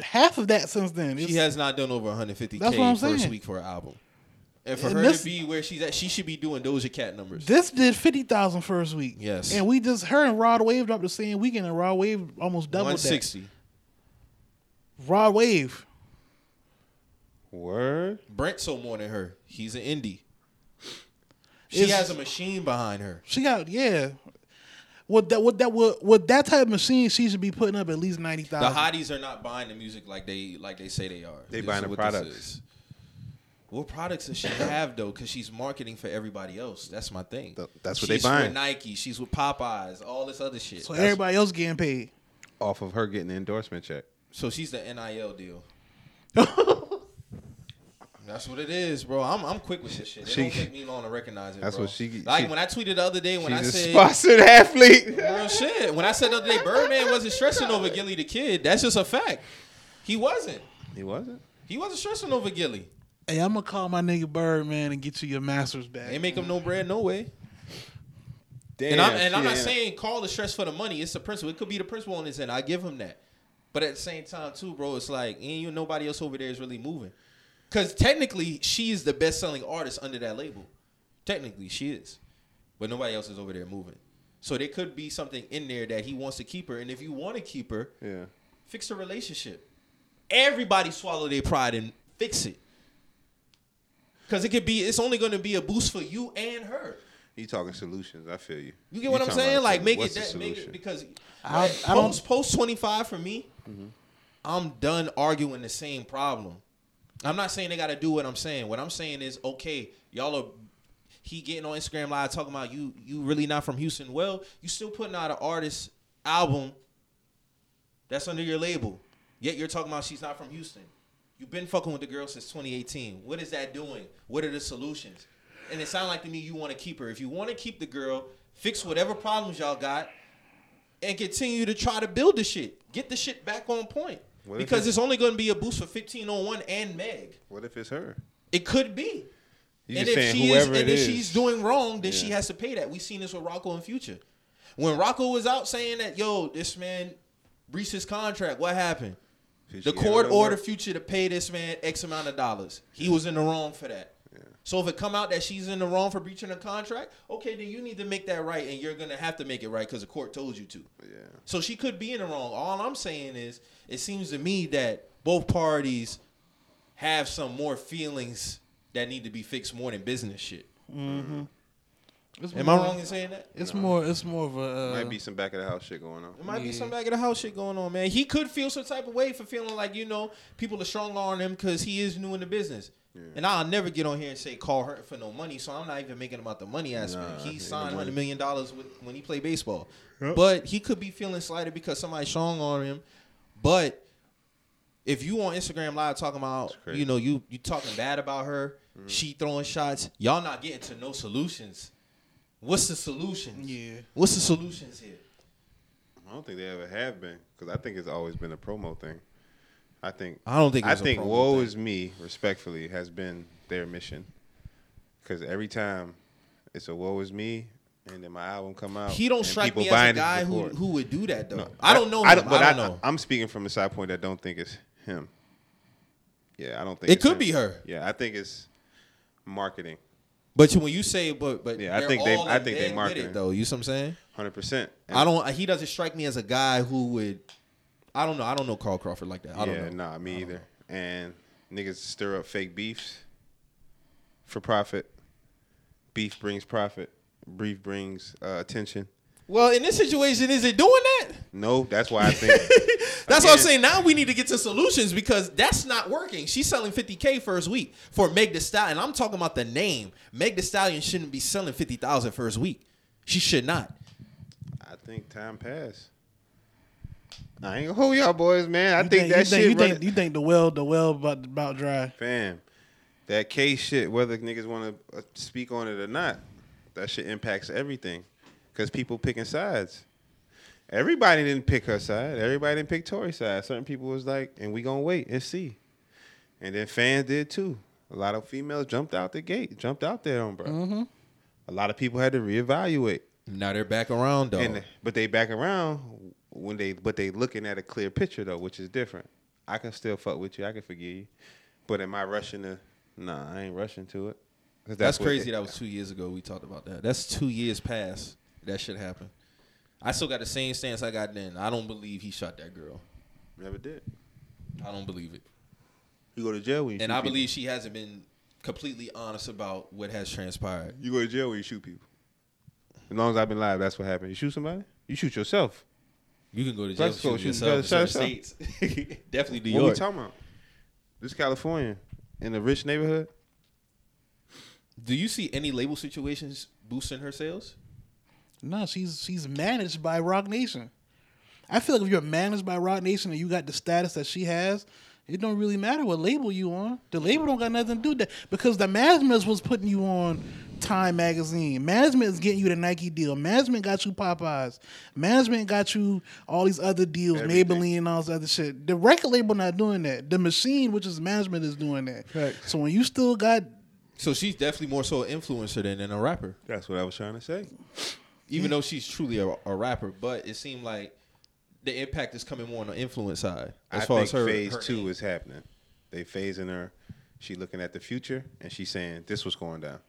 half of that since then. It's,
She has not done over 150k
That's what I'm
first
saying.
week for her album. And for
And
her
this-
to be where she's at, she should be doing Doja Cat numbers.
This did 50,000 first week.
Yes.
And we just, her and Rod Wave dropped the same weekend, and Rod Wave almost doubled
160.
that. Rod Wave.
Word.
Brent sold more than her. He's an indie. She
It's-
has a machine behind her.
She got, yeah. With that, with that, with, with that type of machine, she should be putting up at least
The
90,000.
hotties are not buying the music like they like they say they are.
Um, They
This
buying
is
the
what this
products.
is. What products does she have though? Because she's marketing for everybody else. That's my thing.
Th- that's what they
she's
buying.
With Nike, she's with Popeyes, all this other shit.
so
So,
everybody else getting paid.
Off of her getting the endorsement check.
she's the NIL deal. That's what it is, bro. I'm I'm quick with this shit. It
She-
don't take me long to recognize it.
That's
bro.
what she-
like.
she-
when I tweeted the other day, when I
She's a
said
sponsored athlete.
Real shit. When I said the other day, Birdman wasn't stressing over Gilly the kid. That's just a fact. He wasn't.
he wasn't.
He wasn't stressing over Gilly.
Hey, I'm going to call my nigga Birdman and get you your master's back.
They make him no bread, no way.
Damn,
And I'm and I'm
she
not
ain't-
saying call the stress for the money. It's the principle. It could be the principle on his end. I give him that. But at the same time, too, bro, it's like ain't you nobody else over there is really moving. Cause technically, she is the best selling artist under that label. Technically, she is. But nobody else is over there moving. So there could be something in there that he wants to keep her. And if you want to keep her,
Yeah.
Fix the relationship. Everybody swallow their pride and fix it. Cause it could be it's only gonna be a boost for you and her.
You talking solutions? I feel you.
You get what I'm
talking
saying?
about
Like make it
what's the
that make it
solution?
because
I-
like,
I don't- Mm-hmm.
post post twenty five for me, I'm done arguing the same problem. I'm not saying they gotta do what I'm saying. What I'm saying is okay, y'all are he getting on Instagram live talking about you you really not from Houston. Well, you still putting out an artist album that's under your label. Yet you're talking about she's not from Houston. You've been fucking with the girl since 2018. What is that doing? What are the solutions? And it sounds like to me you want to keep her. If you want to keep the girl, fix whatever problems y'all got, and continue to try to build the shit. Get the shit back on point.
What if
because
it-
it's only going to be a boost for 1501 and Meg.
What if it's her?
It could be.
You
and
just
if
saying
she is,
whoever
and
it
if
is.
she's doing wrong, then she
Yeah.
has to pay that. We've seen this with Rocco and Future. When Rocco was out saying that, yo, this man breached his contract. What happened?
Future
The
gave her
court
the
ordered
work.
Future to pay this man X amount of dollars. He was in the wrong for that. So if it come out that she's in the wrong for breaching a contract, okay, then you need to make that right, and you're gonna have to make it right because the court told you to.
Yeah.
So she could be in the wrong. All I'm saying is, it seems to me that both parties have some more feelings that need to be fixed more than business shit.
It's
Am
more,
I wrong in saying that?
It's more, it's more of a. Uh,
Might be some back of the house shit going on.
It might be some back of the house shit going on, man. He could feel some type of way for feeling like you know people are strong on him because he is new in the business. And I'll never get on here and say call her for no money, so I'm not even making about the money aspect.
Nah,
he
ain't
signed
no money.
hundred million dollars with when he played baseball, but he could be feeling slighted because somebody strong on him. But if you on Instagram live talking about
crazy. Mm.
you know you you talking bad about her, she throwing shots, y'all not getting to no solutions. What's the solution?
Yeah.
What's the solutions here?
I don't think they ever have been because I think it's always been a promo thing. I think
I don't think it
I
was a
think
promo
woe
thing.
is me respectfully has been their mission because every time it's a woe is me and then my album come out.
He don't
Oh, and
strike
people
me
buying
as a
into
guy who,
the court.
who would do that though.
No,
I don't know. him. I don't,
but
know.
I'm speaking from a side point that don't think it's him. Yeah, I don't think
It
it's
could
him.
be her.
Yeah, I think it's marketing,
but you- when you say but but
Yeah, I
they're
think they-
all
I
in
think they
bed with
marketing.
it, though. You see what I'm saying?
hundred percent.
I don't. He doesn't strike me as a guy who would. I don't know. I don't know Carl Crawford like that. I don't
yeah,
know.
nah, me either. And niggas stir up fake beefs for profit. Beef brings profit. Beef brings uh, attention.
Well, in this situation, is it doing that?
No, that's why I think.
That's what I'm
Again-
saying. Now we need to get to solutions because that's not working. She's selling 50k first week for Meg The Stallion. I'm talking about the name. Meg The Stallion shouldn't be selling 50,000 first week. She should not.
I think time passed. I ain't gonna hold y'all boys, man. I
You
think, that
you
shit.
Think, you,
running-
think, you think the well, the well about about dry.
Fam, that K shit, whether niggas want to speak on it or not, that shit impacts everything. Because people picking sides. Everybody didn't pick her side. Everybody didn't pick Tory's side. Certain people was like, and we going to wait and see. And then fans did too. A lot of females jumped out the gate, jumped out there on, bro. A lot of people had to reevaluate.
Now they're back around though.
And but they back around when they but they looking at a clear picture though, which is different. I can still fuck with you. I can forgive you. But am I rushing to? Nah, I ain't rushing to it. 'Cause
That's,
what
crazy.
it-
that was two years ago. We talked about that. That's two years past that shit happened. I still got the same stance I got then. I don't believe he shot that girl.
never did.
I don't believe it.
You go to jail when you
And
shoot
I
people.
believe she hasn't been completely honest about what has transpired.
you go to jail when you shoot people. As long as I've been live, that's what happened. You shoot somebody, you shoot yourself.
You can go to jail
Let's go
for shooting
shoot
yourself in
yourself.
certain states. Definitely New
what we
York.
talking about? This California in a rich neighborhood.
Do you see any label situations boosting her sales?
No, she's she's managed by Rock Nation. I feel like if you're managed by Rock Nation and you got the status that she has, it don't really matter what label you on. The label don't got nothing to do with that because the management was putting you on Time Magazine. Management is getting you the Nike deal. Management got you Popeyes. Management got you all these other deals,
Everything.
Maybelline and all this other shit. The record label not doing that. The machine, which is management, is doing that.
Facts.
So when you still got
So she's definitely more so an influencer than, than a rapper,
That's what I was trying to say.
even though she's truly a, a rapper. But it seemed like the impact is coming more on the influence side as
I
far
think
as her
phase
her
two is happening. They phasing her. She looking at the future and she's saying this was going down.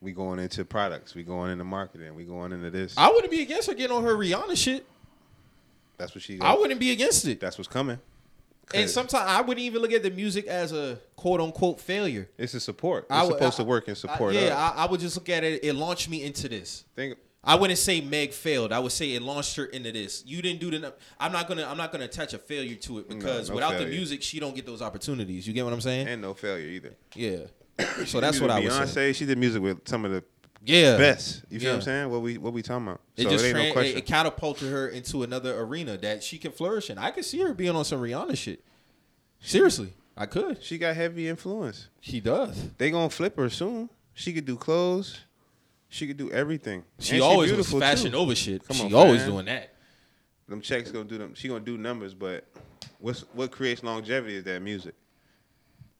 We going into products. We going into marketing. We going into this.
I wouldn't be against her getting on her Rihanna shit.
that's what she.
I wouldn't be against it.
That's what's coming.
And
'Cause
sometimes I wouldn't even look at the music as a quote unquote failure.
it's a support. It's
I would-
supposed
I-
to work in
I-
support.
yeah,
of.
I, I would just look at it. It launched me into this.
think
I wouldn't say Meg failed. I would say it launched her into this. You didn't do the. I'm not gonna. I'm not gonna attach a failure to it because
no
without the
failure.
music, she don't get those opportunities. You get what I'm saying?
and no failure either.
yeah.
She
so that's
did
what I
music
would
with
say.
Beyonce, she did music with some of the
Yeah.
best. You feel what I'm
Yeah.
saying? What we what we talking about?
It
so
just
it ain't
tran-
no
it-
question.
it catapulted her into another arena that she can flourish in. I could see her being on some Rihanna shit. Seriously, I could.
she got heavy influence.
She does.
They gonna flip her soon. She could do clothes. She could do everything.
She
And
always was
beautiful,
fashion
too.
over shit.
Come
she
on,
always
fam.
doing that.
them checks gonna do them. She gonna do numbers, but what's what creates longevity is that music.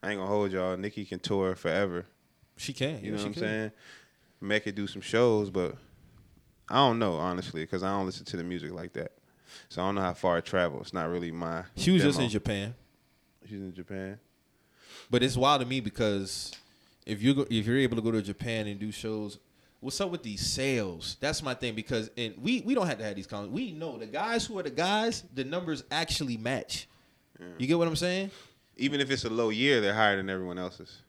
I ain't gonna hold y'all. Nikki can tour forever.
She can.
You know
she
what I'm
can.
saying? Make it do some shows, but I don't know honestly because I don't listen to the music like that, so I don't know how far it travels. It's not really my.
She was just
demo.
in Japan,
She's in Japan.
but it's wild to me because if you go, if you're able to go to Japan and do shows, what's up with these sales? That's my thing because and we we don't have to have these comments. We know the guys who are the guys, the numbers actually match. You get what I'm saying?
Even if it's a low year, they're higher than everyone else's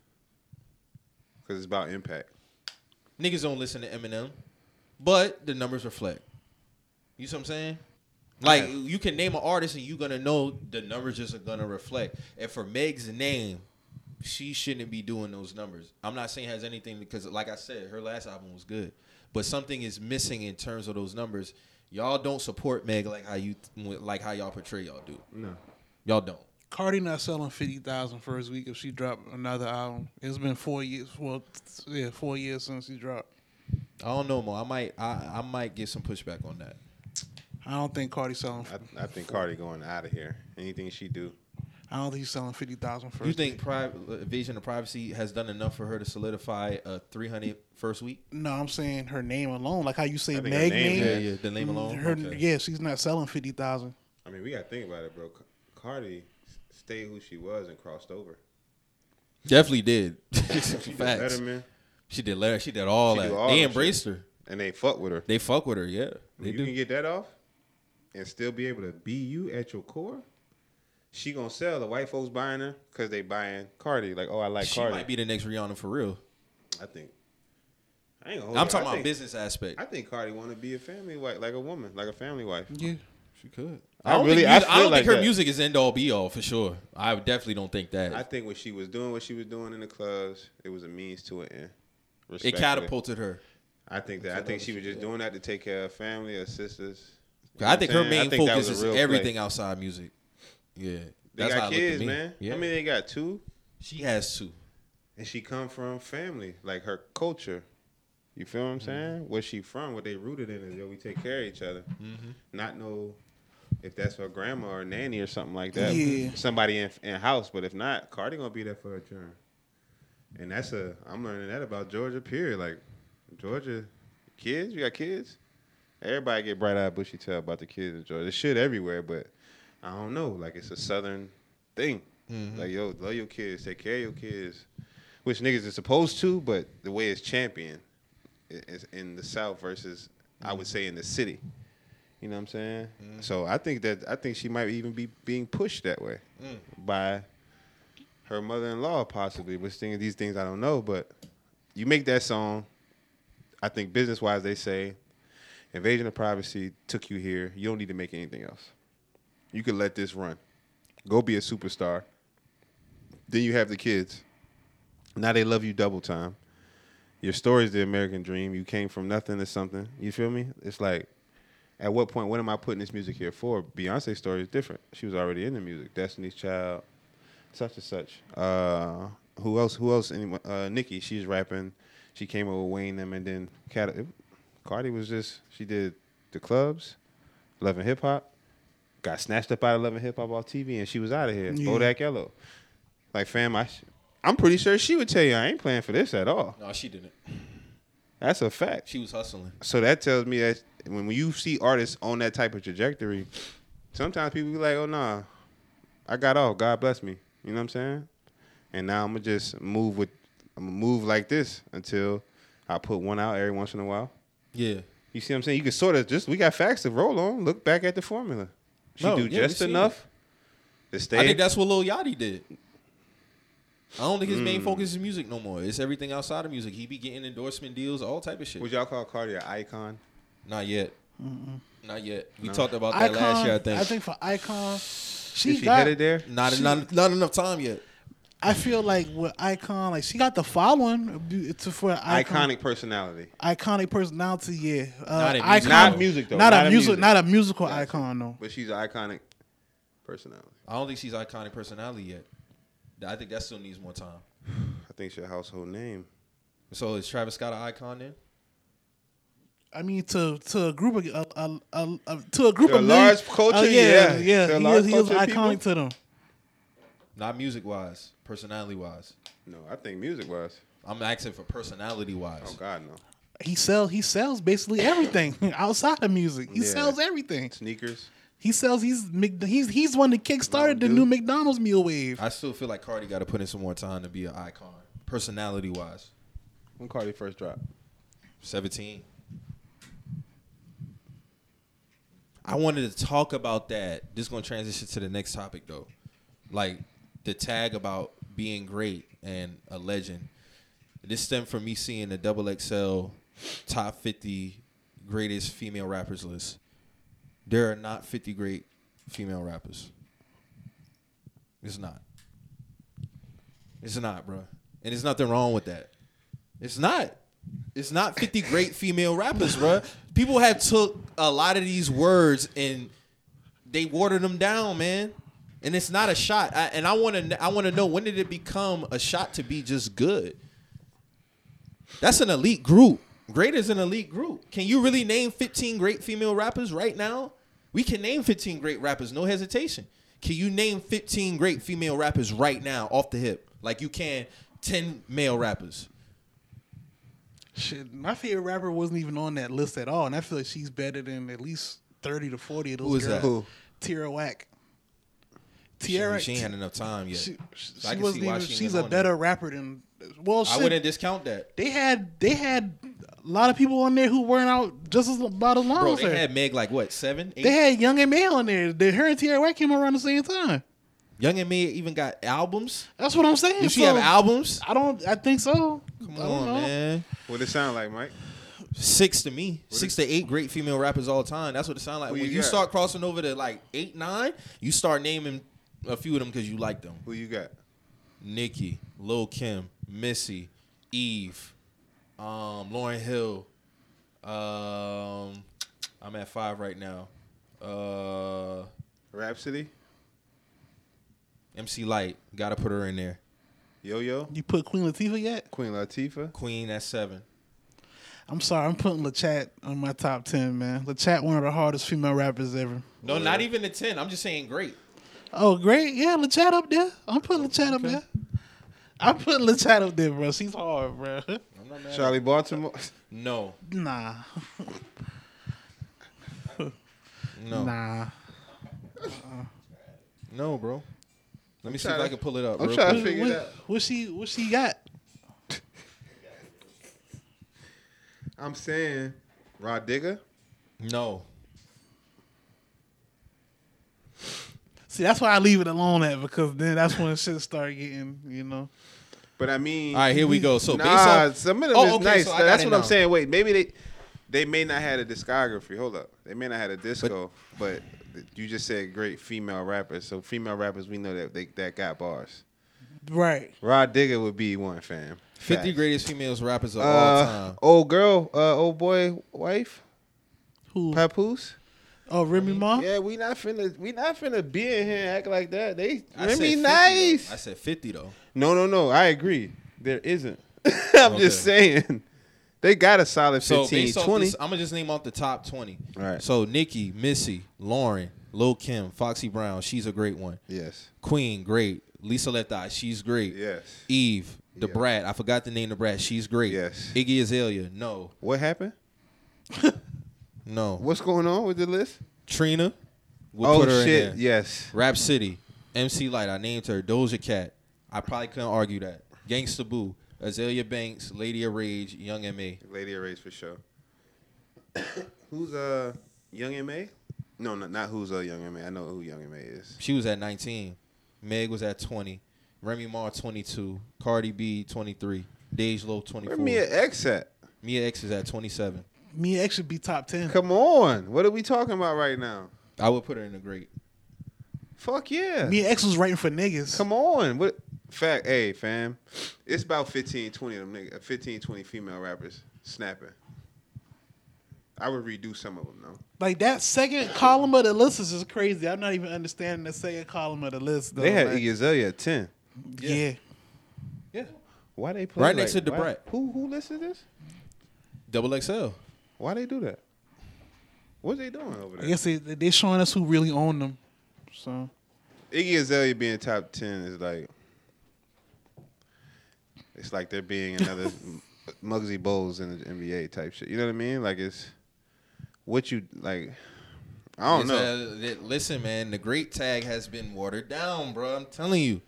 because it's about impact.
Niggas don't listen to Eminem, but the numbers reflect. You see what I'm saying? Like
Okay.
you can name an artist and you're gonna know the numbers just are gonna reflect. And for Meg's name, she shouldn't be doing those numbers. I'm not saying it has anything because, like I said, her last album was good, but something is missing in terms of those numbers. Y'all don't support Meg like how you like how y'all portray y'all do. No, y'all don't.
Cardi not selling 50,000 first week if she dropped another album. It's been four years. Well, yeah, four years since she dropped.
I don't know, Mo. I might I, I might get some pushback on that.
I don't think Cardi selling.
I, I think Cardi going out of here. Anything she do,
I don't think he's selling 50,000 first.
You think private invasion of privacy has done enough for her to solidify a 300 first week?
No, I'm saying her name alone. Like how you say
I think her
Meg
name,
name.
Yeah.
The name alone.
Her,
Okay.
Yeah, she's not selling 50,000.
I mean, we gotta think about it, bro. Ca- Cardi s- stayed who she was and crossed over.
Definitely did.
She did
Facts.
better, man.
She did letter. She did all
She
that.
do all
they
that
embraced her.
And they fuck with her.
They fuck with her. Yeah, they
you
do.
can get that off and still be able to be you at your core. She gonna sell the white folks buying her because they buying Cardi. Like, oh, I like
she
Cardi.
might be the next Rihanna for real.
I think. I ain't gonna hold
I'm
you.
talking
I
about
think-
business aspect.
I think Cardi want to be a family wife, like a woman, like a family wife.
Yeah.
she could.
I
I, don't
really-
think,
I
music, I,
feel
don't
like
think her
that.
music is end all be all for sure. I definitely don't think that.
I think when she was doing what she was doing in the clubs, it was a means to an end.
it
Respectfully.
catapulted her.
I think that. I think she was just doing that to take care of family, her sisters.
I think her
saying? I
main
think that
focus
was a
is
real
everything outside music. Yeah,
They got
it looked to
kids,
me.
man.
Yeah.
I mean, they got two,
she has two.
and she come from family, like her culture. You feel what I'm saying? Where she from? What they rooted in is yo, we take care of each other. Not know if that's her grandma or nanny or something like that.
Yeah.
Somebody in in house, but if not, Cardi gonna be there for her turn. And that's a I'm learning that about Georgia. Period. Like Georgia kids, you got kids. Everybody get bright eyed, bushy tail about the kids in Georgia. There's shit everywhere, but I don't know. Like it's a southern thing. Like yo, love your kids, take care of your kids, which niggas is supposed to, but the way it's championed i- is in the South versus I would say in the city. You know what I'm saying? So I think that I think she might even be being pushed that way by her mother-in-law possibly. Which thing these things I don't know, but you make that song. I think business-wise they say invasion of privacy took you here. You don't need to make anything else. You could let this run. Go be a superstar. Then you have the kids. Now they love you double time. Your story's the American dream. You came from nothing to something. You feel me? It's like, at what point? What am I putting this music here for? Beyonce's story is different. She was already in the music. Destiny's Child, such and such. Uh, who else? Who else? Anyone? Uh, Nicki. She's rapping. She came over with Wayne them, and then Cat- Cardi was just. She did the clubs, Love and Hip Hop. Got snatched up out of Love and Hip Hop off TV, and she was out of here.
Yeah.
Bodak Yellow. Like fam, I. Sh- I'm pretty sure she would tell you I ain't playing for this at all.
No, she didn't.
That's a fact.
She was hustling.
So that tells me that when you see artists on that type of trajectory, sometimes people be like, "Oh nah, I got off. God bless me." You know what I'm saying? And now I'm gonna just move with, I'm gonna move like this until I put one out every once in a while.
Yeah,
You see what I'm saying? You can sort of just we got facts to roll on. Look back at the formula. She
No,
do
yeah, we
just
seen
enough to stay.
I think that's what Lil Yachty did. I don't think his main focus is music no more. It's everything outside of music. He be getting endorsement deals, all type of shit.
Would y'all call Cardi an icon?
Not yet. Not yet. We talked about that
Icon,
last year. I think.
for Icon, she,
Is she
got.
headed there?
not,
She-
not not enough time yet.
I feel like with Icon, like she got the following to for Icon,
Iconic personality.
iconic personality. Yeah, uh,
Not in
icon,
music,
Not music though.
not,
Not
a
in
music,
music.
not a musical
Gotcha.
icon though.
But she's an iconic personality.
I don't think she's iconic personality yet. I think that still needs more time.
I think she's a household name.
So is Travis Scott an icon then?
I mean, to to a group of a, a, a, a- to a group
To a
of
large
million-
culture,
uh, yeah,
yeah.
yeah,
To a
he
large
is, he is
culture of
iconic
people.
to them.
Not music wise, personality wise.
No, I think music wise.
I'm asking for personality wise.
Oh God, no.
He sells he sells basically everything outside of music. He
Yeah.
sells everything.
Sneakers.
He sells he's Mc- he's he's one that kickstarted the
dude.
new McDonald's meal wave.
I still feel like Cardi got to put in some more time to be an icon, personality wise.
When Cardi first dropped.
17. I wanted to talk about that. This is going to transition to the next topic, though. Like the tag about being great and a legend. This stemmed from me seeing the double XL top 50 greatest female rappers list. There are not 50 great female rappers. It's not. It's not, bro. And there's nothing wrong with that. It's not. It's not 50 great female rappers, bro. People have took a lot of these words and they watered them down, man. And it's not a shot. I, and I want to I want to know when did it become a shot to be just good? That's an elite group. Great is an elite group. Can you really name 15 great female rappers right now? We can name 15 great rappers, no hesitation. Can you name 15 great female rappers right now off the hip? Like you can 10 male rappers.
Shit, my favorite rapper wasn't even on that list at all, and I feel like she's better than at least thirty to forty of those
Who is
girls.
that? Who?
Tierra Whack.
She-
Tierra.
she, ain't had enough time yet.
she, she,
So I can see
wasn't
why
even.
she ain't
She's
been
a
on
better
there.
rapper than. Well,
I
shit,
wouldn't discount that.
They had they had a lot of people on there who weren't out just as about as long
Bro,
as
they
her.
had Meg like what seven, eight.
they had Young and May on there. They, her and Tierra Whack came around the same time.
Young and Meg even got albums.
That's what I'm saying.
Did she
So,
have albums?
I don't. I think so.
Come
I don't
on,
know.
man.
What it sound like, Mike?
Six to me, six to eight great female rappers all the time. That's what it sounds like.
Who
when
you
you
got?
start crossing over to like eight, nine, you start naming a few of them because you like them.
Who you got?
Nicki, Lil Kim, Missy, Eve, um, Lauren Hill. Um, I'm at five right now. Uh,
Rhapsody,
MC Light, gotta put her in there.
Yo Yo,
You put Queen Latifah yet?
Queen Latifah.
Queen at seven.
I'm sorry, I'm putting LaChat on my top ten, man. LaChat, one of the hardest female rappers ever.
No, not even the ten. I'm just saying great.
Oh, great. Yeah, LaChat up there. I'm putting LaChat up there. I'm putting LaChat up there, bro. She's hard, bro.
I'm not mad.
Charlie Baltimore.
No,
Nah.
no,
Nah.
no, bro. Let me see if I can pull it up.
I'm
real
trying
quick.
to figure it
What,
out.
what she what she got?
I'm saying Rod Digger.
No,
See, that's why I leave it alone at because then that's when shit start getting, you know.
But I mean,
All right, here we go. So
nah,
based off,
some of them
Oh,
is
okay,
nice.
so I got
That's
it
what I'm
now.
saying. Wait, maybe they they may not had a discography. Hold up, they may not had a disco, but, you just said great female rappers. So female rappers, we know that they that got bars.
Right.
Rod Digger would be one fam.
fifty
Fact.
greatest females rappers of all
Uh,
time.
old girl, uh, old boy, wife,
Who?
papoose.
Oh, Remy Ma?
Yeah, we not finna, we not finna be in here and act like that. They
I
let
said
me
50 though.
nice.
I said fifty though.
No, no, no. I agree. There isn't. I'm just saying. They got a solid
So
15,
based off
20.
this, I'm gonna just name off the top twenty.
All right.
So Nicki, Missy, Lauren, Lil Kim, Foxy Brown, she's a great one.
yes.
Queen, great. Lisa Left Eye, she's great.
Yes.
Eve, the
Yeah.
brat. I forgot the name. The brat, she's great.
Yes.
Iggy Azalea, no,
What happened?
no.
What's going on with the list?
Trina, we'll put her
oh
in
shit.
there.
Yes.
Rap City, MC Light, I named her. Doja Cat, I probably couldn't argue that. Gangsta Boo, Azalea Banks, Lady of Rage, Young M.A.
Lady of Race for sure. who's uh Young MA? No, no, not who's uh Young MA. I know who Young MA is.
She was at 19. Meg was at 20. Remy Ma 22. Cardi B 23. Dej Low 24.
Where Mia X at?
Mia X is at 27.
Mia X should be top ten.
Come on. What are we talking about right now?
I would put her in the great.
Fuck yeah.
Mia X was writing for niggas.
Come on. What fact, hey fam. It's about 15, 20 of them nigga, 15, 20 female rappers snapping. I would redo some of them though.
Like that second column of the list is just crazy. I'm not even understanding the second column of the list though.
They had E
like,
Iggy Azalea at 10.
yeah.
Yeah.
Why they play
Right next
like-
to
why-
Debrat.
Who who listens to this?
Double XL.
Why they do that? What they doing over
I
there?
guess they they showing us who really owned them. So
Iggy Azalea being top ten is like it's like they're being another Muggsy Bowles in the NBA type shit. You know what I mean? Like it's what you like. I don't
It's,
know.
uh, th- listen, man, the great tag has been watered down, bro. I'm telling you.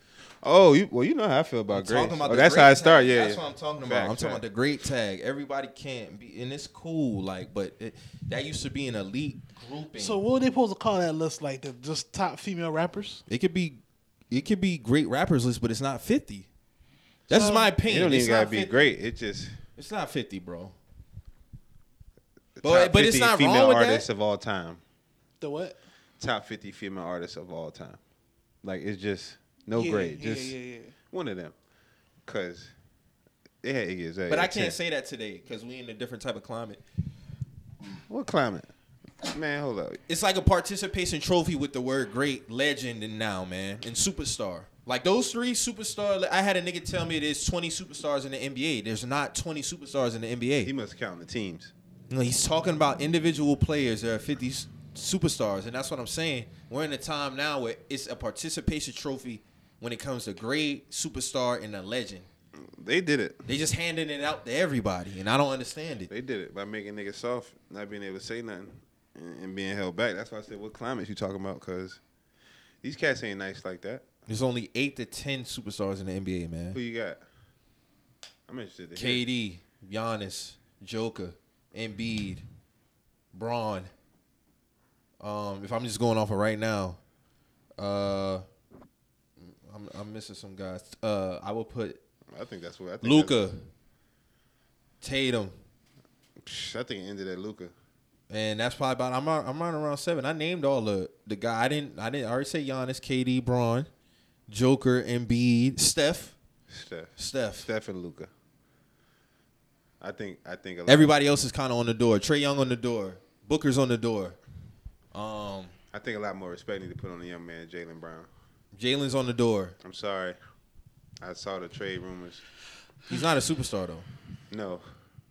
Oh, you well, you know how I feel about Grace.
Talking about the
oh, that's
great
how I start.
tag.
Yeah,
that's
yeah.
what I'm talking about.
Fact,
I'm talking
fact.
about the great tag. Everybody can't be, and it's cool. Like, but it, that used to be an elite grouping.
so what were they supposed to call that list? Like the just top female rappers?
It could be, it could be great rappers list, but it's not fifty. That's just my
It
opinion.
don't
It's
even gotta
not
be
50.
great. It just
It's not fifty, bro.
the
But-
top
but it's
50
not
female
wrong with that.
artists of all time.
The what?
Top fifty female artists of all time. Like it's just no
yeah,
grade.
Yeah,
just
yeah, yeah.
one of them, cause they had Iggy Azalea.
But I
at 10.
can't say that today because we in a different type of climate.
What climate? Man, hold up.
It's like a participation trophy with the word great, legend, and now, man, and superstar. Like those three superstar. I had a nigga tell me there's 20 superstars in the NBA. There's not 20 superstars in the NBA.
He must count the teams.
No, he's talking about individual players. There are 50 s- superstars, and that's what I'm saying. We're in a time now where it's a participation trophy when it comes to great superstar and a legend.
They did it.
They just handing it out to everybody, and I don't understand it.
They did it by making niggas soft, not being able to say nothing, and, and being held back. That's why I said, what climate you talking about? Cause these cats ain't nice like that.
There's only eight to ten superstars in the NBA,
Who
man.
you got? I'm interested. To hear.
KD, Giannis, Joker, Embiid, Braun. Um, if I'm just going off of right now, uh, I'm, I'm missing some guys. Uh, I will put
I think that's what I think.
Luca, Tatum,
that's- Psh, I think it ended at Luca.
and that's probably about. I'm ar- I'm right around seven. I named all the the guy. I didn't. I didn't. I already say Giannis, KD, Braun, Joker, Embiid, Steph,
Steph.
Steph.
Steph and Luca. I think. I think. a lot-
Everybody else is kind of on the door. Trey Young on the door. Booker's on the door. Um,
I think a lot more respect need to put on the young man, Jalen Brown.
Jalen's on the door.
I'm sorry. I saw the trade rumors.
He's not a superstar though.
No,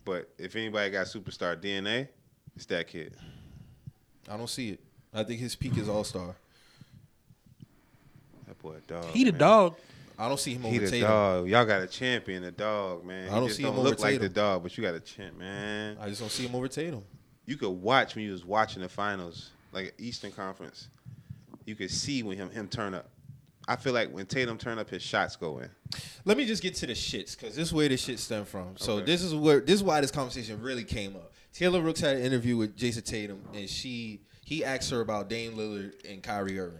but if anybody got superstar DNA, it's that kid.
I don't see it. I think his peak is all star.
That boy a dog.
He the
Oh, man.
dog.
I don't see him
He
over
the
Tatum.
dog. Y'all got a champion, a dog, man.
I
He
don't
just
see him
don't look
over
like the
Tatum.
dog, but you got a champ, man.
I just don't see him over Tatum.
You could watch when you was watching the finals, like Eastern Conference. You could see when him him turn up. I feel like when Tatum turn up, his shots go in.
Let me just get to the shits because this is where the shit stem from. So
Okay.
this is where this is why this conversation really came up. Taylor Rooks had an interview with Jason Tatum, and she he asked her about Dame Lillard and Kyrie Irving.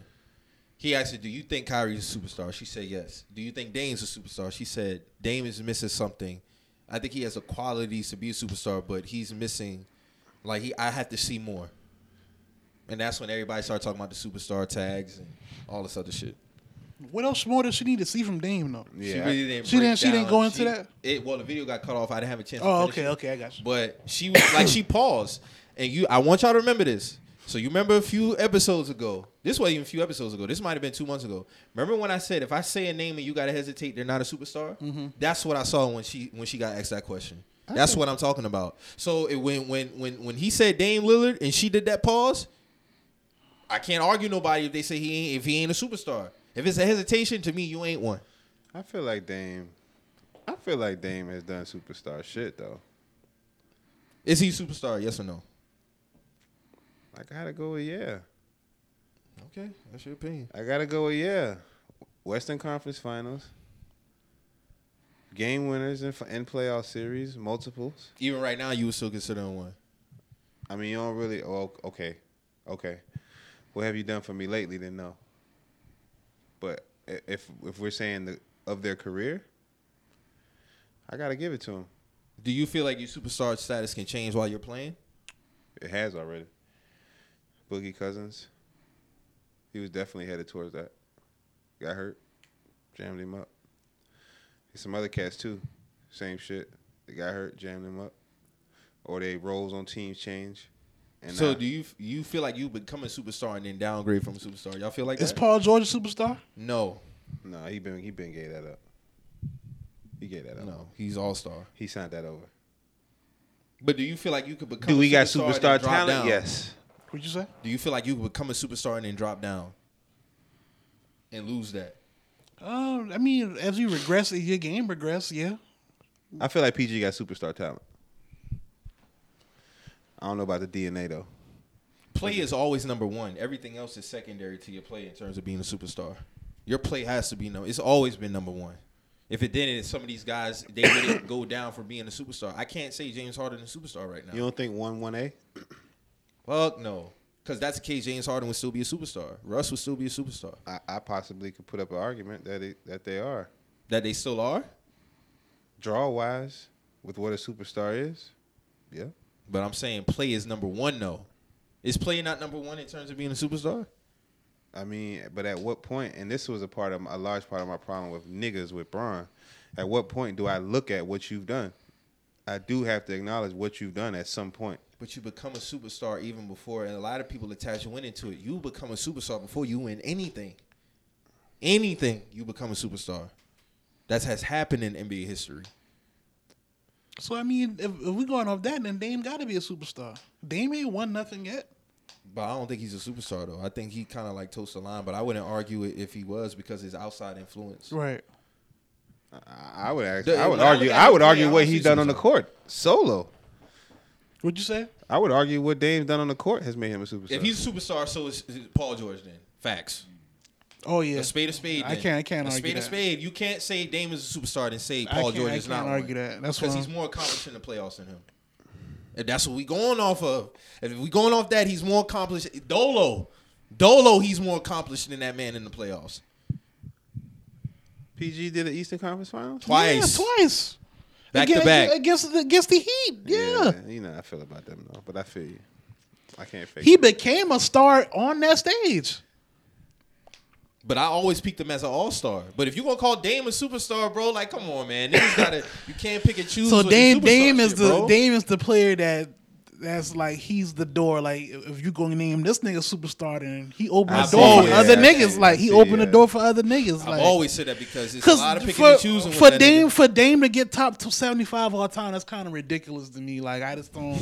He asked her, "Do you think Kyrie's a superstar?" She said, "Yes." Do you think Dame's a superstar? She said, "Dame is missing something. I think he has the qualities to be a superstar, but he's missing. Like he, I have to see more." And that's when everybody started talking about the superstar tags and all this other shit.
What else more does she need to see from Dame though?
She
Yeah,
really didn't.
She
break
didn't- she didn't
down.
go into
She-
that?
It well, the video got cut off. I didn't have a chance.
Oh,
to finish
okay,
it.
okay, I got you.
But she was like, she paused, and you. I want y'all to remember this. So you remember a few episodes ago? This wasn't even a few episodes ago. This might have been two months ago. Remember when I said if I say a name and you gotta hesitate, they're not a superstar.
Mm-hmm.
That's what I saw when she when she got asked that question. That's what I'm talking about. So it, when when when when he said Dame Lillard and she did that pause, I can't argue nobody if they say he ain't if he ain't a superstar. If it's a hesitation to me, you ain't one.
I feel like Dame. I feel like Dame has done superstar shit though.
Is he a superstar? Yes or no?
I gotta go with yeah.
Okay, that's your opinion.
I gotta go with yeah. Western Conference Finals, game winners in, in playoff series, multiples.
Even right now, you would still consider him one.
I mean, you don't really. Oh, okay, okay. What have you done for me lately? Then no. But i- if if we're saying the of their career, I gotta give it to him.
Do you feel like your superstar status can change while you're playing?
It has already. Boogie Cousins. He was definitely headed towards that. Got hurt. Jammed him up. There's some other cats too. Same shit. They got hurt, jammed him up. Or they roles on teams change. And
so
now-
do you you feel like you become a superstar and then downgrade from a superstar? Y'all feel like
Is
that?
Paul George a superstar?
no,
Nah, he been he been gave that up. He gave that up.
no, he's all star.
He signed that over.
But do you feel like you could become?
Do
a
we
superstar
got
and
superstar
then drop
talent?
down?
Yes.
What'd you say?
Do you feel like you could become a superstar and then drop down and lose that?
Um, I mean, as you regress, as your game regress, yeah.
I feel like PG got superstar talent. I don't know about the DNA though.
Play is always number one. Everything else is secondary to your play in terms of being a superstar. Your play has to be number. It's always been number one. If it didn't, some of these guys they didn't go down for being a superstar. I can't say James Harden is a superstar right
You
now.
don't think one one A?
Fuck no, because that's the case. James Harden would still be a superstar. Russ would still be a superstar.
I, I possibly could put up an argument that it, that they are
That they still are,
draw wise with what a superstar is. Yeah,
but I'm saying play is number one. though. is play not number one in terms of being a superstar?
I mean, but at what point? And this was a part of my, a large part of my problem with niggas with Braun. At what point do I look at what you've done? I do have to acknowledge what you've done at some point.
But you become a superstar even before, and a lot of people attach win into it. You become a superstar before you win anything. Anything, you become a superstar. That has happened in NBA history.
So I mean, if, if we're going off that, then Dame got to be a superstar. Dame ain't won nothing yet.
But I don't think he's a superstar though. I think he kind of like toast the line, but I wouldn't argue it if he was because his outside influence.
Right.
I, I would ask,
The-
I would
when I
argue.
look at
I
him
would
play,
argue
I
what
don't
he's
see
done on the
superstar.
court solo.
What'd you say?
I would argue what Dame's done on the court has made him a superstar.
If he's a superstar, so is, is Paul George. Then facts.
Oh yeah.
A spade a spade.
I
then.
can't- I can't
a
argue
spade a
that.
spade. You can't say Dame is a superstar and say
I
Paul
can't-
George
I
is not.
can't argue
one.
that. That's
because
why-
he's more accomplished in the playoffs than him. If that's what we going off of, if we going off that, he's more accomplished. Dolo, Dolo, he's more accomplished than that man in the playoffs
PG did the Eastern Conference Finals.
twice,
Yeah, twice.
back
against,
to back.
against the, against the Heat. Yeah.
you know how I feel about them though, but I feel you. I can't fake.
He
it.
became a star on that stage.
But I always picked him as an all star. But if you gonna call Dame a superstar, bro, like come on, man, niggas gotta you can't pick and choose.
So
with the
Dame
superstar
Dame is
shit,
the
bro.
Dame is the player that that's like he's the door. Like if you gonna name this nigga superstar, then he opened
I
the door
see,
for
yeah,
other
I
niggas.
see,
Like he
see,
opened the
yeah.
door for other niggas.
I've
Like
always said that because it's a
because
lot of picking
for,
and choosing. with
for
that
Dame
nigga.
for Dame to get top seventy five all time, that's kind of ridiculous to me. Like I just don't,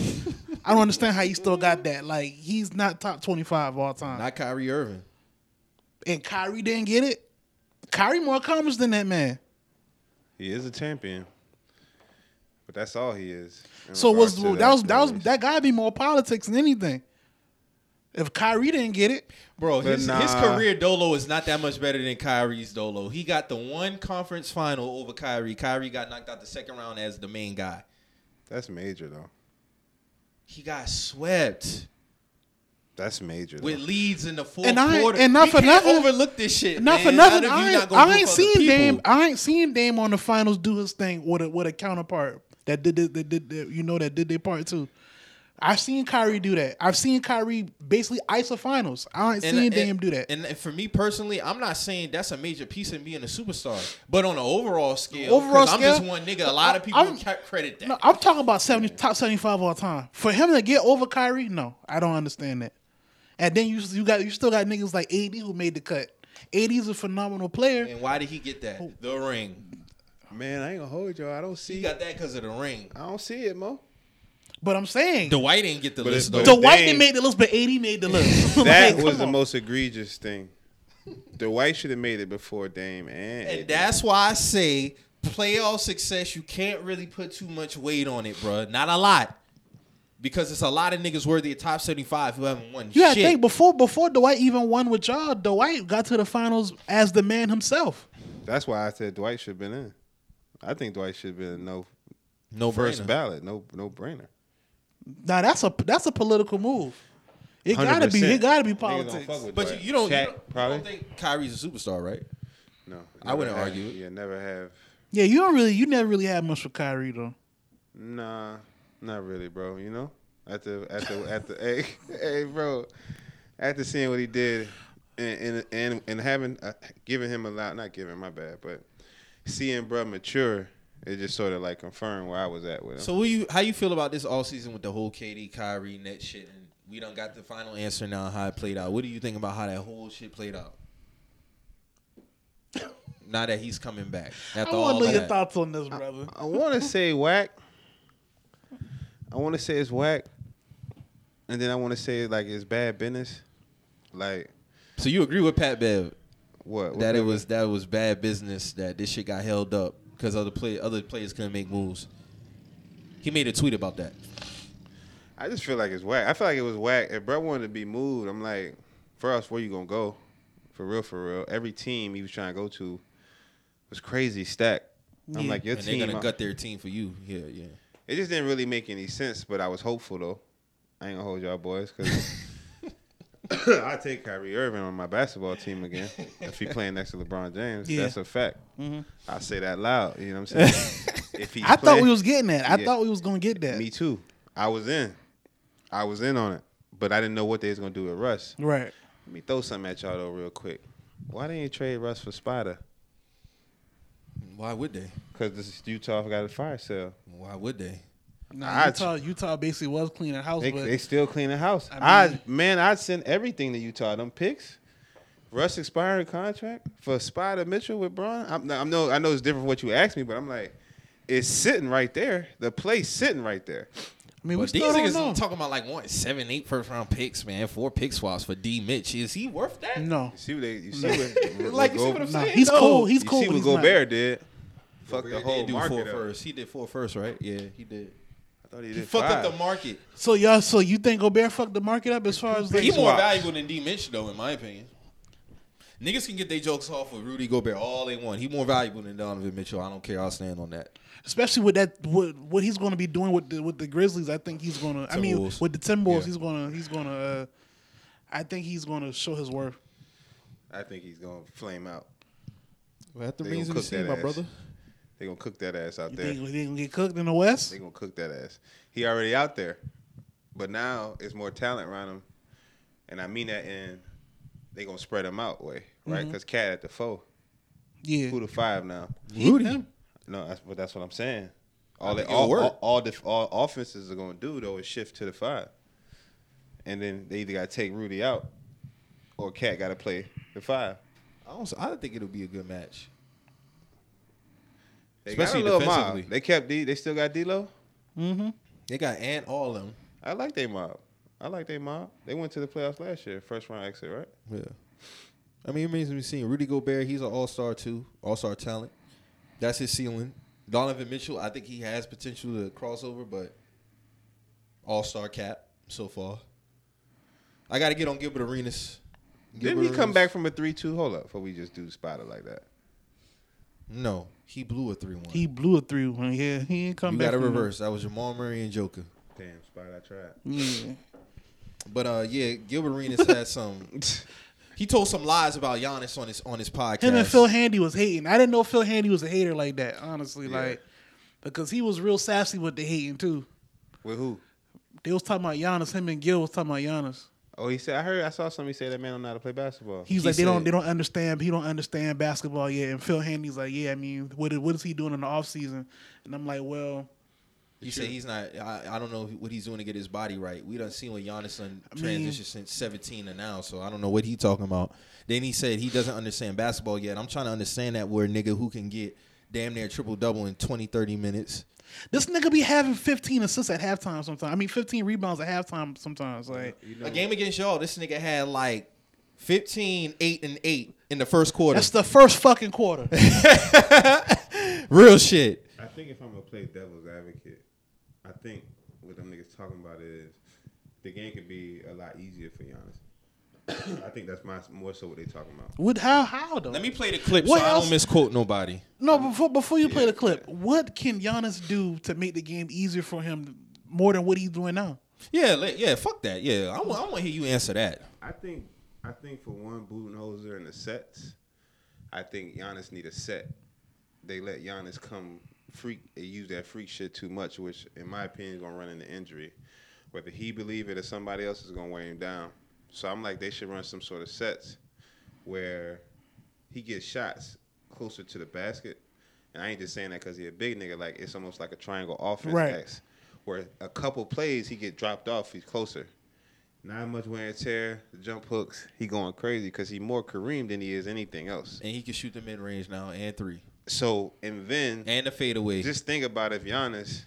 I don't understand how he still got that. Like he's not top twenty five all time,
not Kyrie Irving.
and Kyrie didn't get it. Kyrie more accomplished than that man.
He is a champion, but that's all he is. in
So
regards
was
to
that, was that was
conversation.
that gotta be more politics than anything. If Kyrie didn't get it,
Bro, his, his
nah.
career dolo is not that much better than Kyrie's dolo. He got the one conference final over Kyrie. Kyrie got knocked out the second round as the main guy.
that's major though.
He got swept
That's major. Though.
with leads in the fourth
And I-
quarter.
and not
We
for
can't
nothing-
Overlook this shit.
not
man.
for nothing.
How do
I,
you
ain't-
gonna
I
root
ain't
for other
seen
people?
Dame. I ain't seen Dame on the finals do his thing with a with a counterpart that did it- that did that, you know that did their part too. I've seen Kyrie do that. I've seen Kyrie basically ice the finals. I ain't
And-
seen
and-
Dame do that.
And, and for me personally, I'm not saying that's a major piece in being a superstar, but on an overall scale,
Overall
'cause I'm
scale,
just one nigga. A lot of people
I'm-
ca- credit that.
No, I'm talking about 70, top 75 all time. For him to get over Kyrie, no, I don't understand that. And then you you got you still got niggas like AD who made the cut. AD's a phenomenal player.
and why did he get that? The ring.
Man, I ain't gonna hold y'all. I don't
He
see.
got that because of the ring.
I don't see it, Mo.
But I'm saying
Dwight didn't get the
But
list
it's-
though.
the white
Dame-
didn't make the list, but AD made the list. Like,
That
come
was the
on.
most egregious thing. Dwight should have made it before Dame and. AD.
And that's why I say playoff success, you can't really put too much weight on it, bruh. Not a lot. Because it's a lot of niggas worthy of top 75 who haven't won
You gotta
shit.
think before before Dwight even won with y'all, Dwight got to the finals as the man himself.
That's why I said Dwight should have been in. I think Dwight should have been in no
no
first
brainer.
ballot. No, no brainer.
Now that's a that's a political move. It gotta be it gotta be politics.
But you, you don't, you,
Shaq,
don't, you
probably.
don't think Kyrie's a superstar, right?
no,
I wouldn't
never
argue
have,
it.
Yeah, never have.
Yeah, you don't really you never really had much with Kyrie though.
Nah, not really, bro. You know, at the at the at the hey, hey, bro. After seeing what he did, and and and, and having uh, giving him a lot, not giving my bad, but seeing bro mature, it just sort of like confirmed where I was at with him.
So what you how you feel about this all season with the whole KD, Kyrie, net shit? And we don't got the final answer now how it played out. What do you think about how that whole shit played out? now that he's coming back
I
after
wanna
all
know your
that.
thoughts on this, brother.
I want to say whack. I want to say it's whack, and then I want to say like it's bad business. Like
So you agree with Pat Bev?
what? what
that
the-
it was that was bad business that this shit got held up because other play other players couldn't make moves. He made a tweet about that.
I just feel like it's whack. I feel like it was whack. If Brett wanted to be moved, I'm like, first, where you gonna go? For real, for real. Every team he was trying to go to was crazy stacked. I'm
Yeah.
like, your
and
team. uh,
they're gonna gut their team for you. Yeah, yeah.
It just didn't really make any sense, but I was hopeful though. I ain't gonna hold y'all boys because I take Kyrie Irving on my basketball team again if he playing next to LeBron James.
Yeah. Mm-hmm.
That's a fact. I say that loud. You know what I'm saying? if he's
I thought
playing-
we was getting that. I
Yeah.
thought we was gonna get that.
me too. I was in. I was in on it, but I didn't know what they was gonna do with Russ.
Right.
Let me throw something at y'all though, real quick. Why didn't you trade Russ for Spider?
Why would they?
Because this is Utah got a fire sale.
Why would they?
Nah,
I-
Utah Utah basically was cleaning house,
They,
but
they still clean the house.
I
I,
mean-
man, I'd send everything to Utah. Them picks, Russ expiring contract for Spider Mitchell with Braun. I'm, I'm no, I know it's different from what you asked me, but I'm like, it's sitting right there. The place sitting right there.
I mean we
But these
still don't
niggas
know.
talking about like one, seven, eight first round picks, man. Four pick swaps for D. Mitch. Is he worth that?
no.
You see what they? You see what?
Like, you see what I'm
Nah,
saying?
he's
No.
cold. He's
you
cold.
See
but
what
he's not.
Gobert did. Fuck
They
the
did
whole
do
market
four
up.
first. He did four first, right? Yeah, he did.
I thought he
He
did
fucked
five.
up the market.
So y'all so you think Gobert fucked the market up as far as like
He more
swaps.
valuable than D Mitch though, in my opinion. Niggas can get their jokes off with Rudy Gobert all they want. He more valuable than Donovan Mitchell. I don't care. I'll stand on that.
especially with that what what he's going to be doing with the with the Grizzlies. I think he's going to. I mean,
Timberwolves.
with the Timberwolves,
Yeah.
he's going to he's going to. Uh, I think he's going to show his worth.
I think he's gonna flame out.
That's the
They gonna reason to cook see that my ass. brother. They gonna cook that ass out
You
there.
think they gonna get cooked in the West?
They gonna cook that ass. He already out there, but now it's more talent around him, and I mean that in they gonna spread him out way, right? Because Cat at the four,
Yeah,
who the five now?
Rudy.
No, that's but that's what I'm saying. All they
think it'll
all,
work.
all all, def- all offenses are gonna do though is shift to the five, and then they either gotta take Rudy out, or Cat gotta play the five.
I don't. s- I don't think it'll be a good match.
They
Especially
got a little
defensively.
mob. They kept D. They still got D'Lo.
They got Ant all of them.
I like they mob. I like they mob. They went to the playoffs last year, first round exit, right?
Yeah. I mean, it means we've seen Rudy Gobert. He's an all star too, all star talent. That's his ceiling. Donovan Mitchell, I think he has potential to cross over, but all star cap so far. I got to get on Gilbert Arenas.
Didn't
Gilbert
he come
Arenas-
back from a three-two? Hold up, before we just do spotted like that.
No, he blew a three one.
He blew a three one. Yeah, he ain't come
You
back.
got to
from that.
reverse. That was Jamal Murray and Joker.
Damn, spot I tried.
Yeah.
But uh, yeah, Gilbert Arenas had some. He told some lies about Giannis on his on his podcast.
Him and Phil Handy was hating. I didn't know Phil Handy was a hater like that. Honestly, like because he was real sassy with the hating too.
With who?
They was talking about Giannis. Him and Gil was talking about Giannis.
Oh, he said. I heard. I saw somebody say that man don't know how to play basketball.
He's
He
like they don't
said-
they don't understand. He don't understand basketball yet. And Phil Handy's like, yeah, I mean, what is, what is he doing in the off season? And I'm like, well,
You say he's not. I, I don't know what he's doing to get his body right. We done seen what Giannis done
mean-
transition since seventeen to now, so I don't know what he talking about. Then he said he doesn't understand basketball yet. I'm trying to understand that word nigga who can get damn near triple double in 20, 30 minutes.
this nigga be having 15 assists at halftime sometimes. I mean, 15 rebounds at halftime sometimes. Like
A game against y'all, this nigga had like 15, 8, and eight in the first quarter.
that's the first fucking quarter.
Real shit.
I think if I'm gonna play devil's advocate, I think what them niggas talking about is the game could be a lot easier for Giannis. I think that's my more so what they talking about.
What? How? How though?
Let me play the clip
What
so I
else-
don't misquote nobody.
No, before before you play the clip, what can Giannis do to make the game easier for him more than what he's doing now?
Yeah, let, yeah, fuck that. Yeah, I want, I want to hear you answer that.
I think I think for one Budenholzer and the sets, I think Giannis need a set. They let Giannis come freak. They use that freak shit too much, which in my opinion is gonna run into injury. Whether he believe it or somebody else is gonna wear him down. So I'm like they should run some sort of sets where he gets shots closer to the basket. And I ain't just saying that because he a big nigga. Like it's almost like a triangle offense.
Right.
X, where a couple plays he get dropped off, he's closer. Not much wear and tear, jump hooks. He going crazy because he more Kareem than he is anything else.
And he can shoot the mid range now and three
So and then
and the fadeaway.
just think about if Giannis,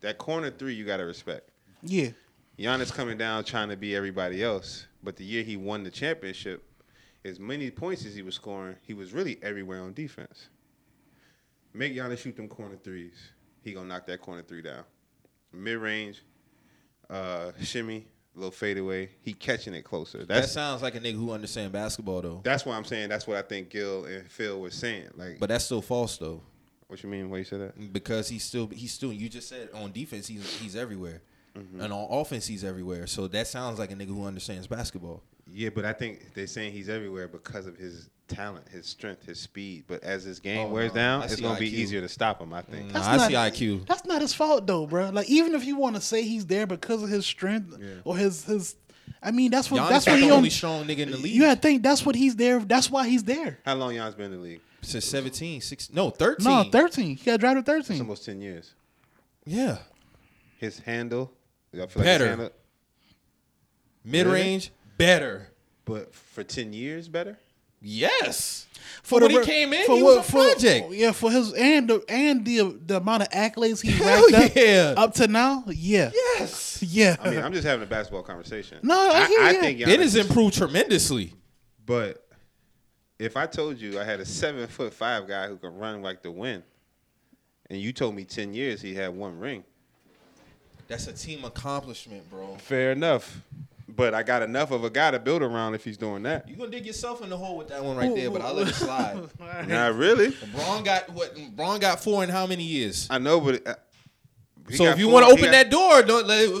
that corner three you gotta respect.
Yeah,
Giannis coming down trying to be everybody else, but the year he won the championship, as many points as he was scoring, he was really everywhere on defense. Make Giannis shoot them corner threes. He gonna knock that corner three down. Mid range, uh, shimmy, little fadeaway. He catching it closer.
That
That's
sounds like a nigga who understand basketball though.
That's what I'm saying. That's what I think Gil and Phil were saying. Like,
But that's still false though,
what you mean? Why you said that?
because he's still he's still. You just said on defense he's he's everywhere,
Mm-hmm.
and on offense he's everywhere. So that sounds like a nigga who understands basketball.
Yeah, but I think they're saying he's everywhere because of his talent, his strength, his speed. But as his game
Oh,
wears
no.
down,
I Mm.
it's
see
gonna be
IQ.
easier to stop him. I think.
Nah, I see IQ.
That's not his fault though, bro. Like even if you want to say he's there because of his strength or his his, I mean that's what
Giannis
that's
not
what
the
he
only
only.
strong nigga in the league.
You gotta think that's what he's there. That's why he's there.
How long Giannis been in the league?
since 17, 16, no thirteen.
No, thirteen. He got drafted
It's
thirteen.
almost ten years.
Yeah,
His handle, I feel like his
Better.
handle-
mid range better.
but for ten years better.
Yes, for, when
the-
he came in,
for
he
what-
was a
for- Oh,
Oh,
project.
Yeah, for his and the and the the amount of accolades he
Hell
racked up
yeah.
up to now. Yeah,
yes,
yeah.
I mean, I'm just having a basketball conversation.
No, I hear
I
ya.
think Giannis
it has improved tremendously.
But if I told you I had a seven foot five guy who can run like the wind, and you told me ten years he had one ring,
That's a team accomplishment, bro.
fair enough. But I got enough of a guy to build around if he's doing that.
You gonna dig yourself in the hole with that one right there, but I will let it slide.
Not really.
Braun got what? Braun got four in how many years?
I know, but uh, he
so
got
if you
four-
want to
he
open
got-
that door, don't let.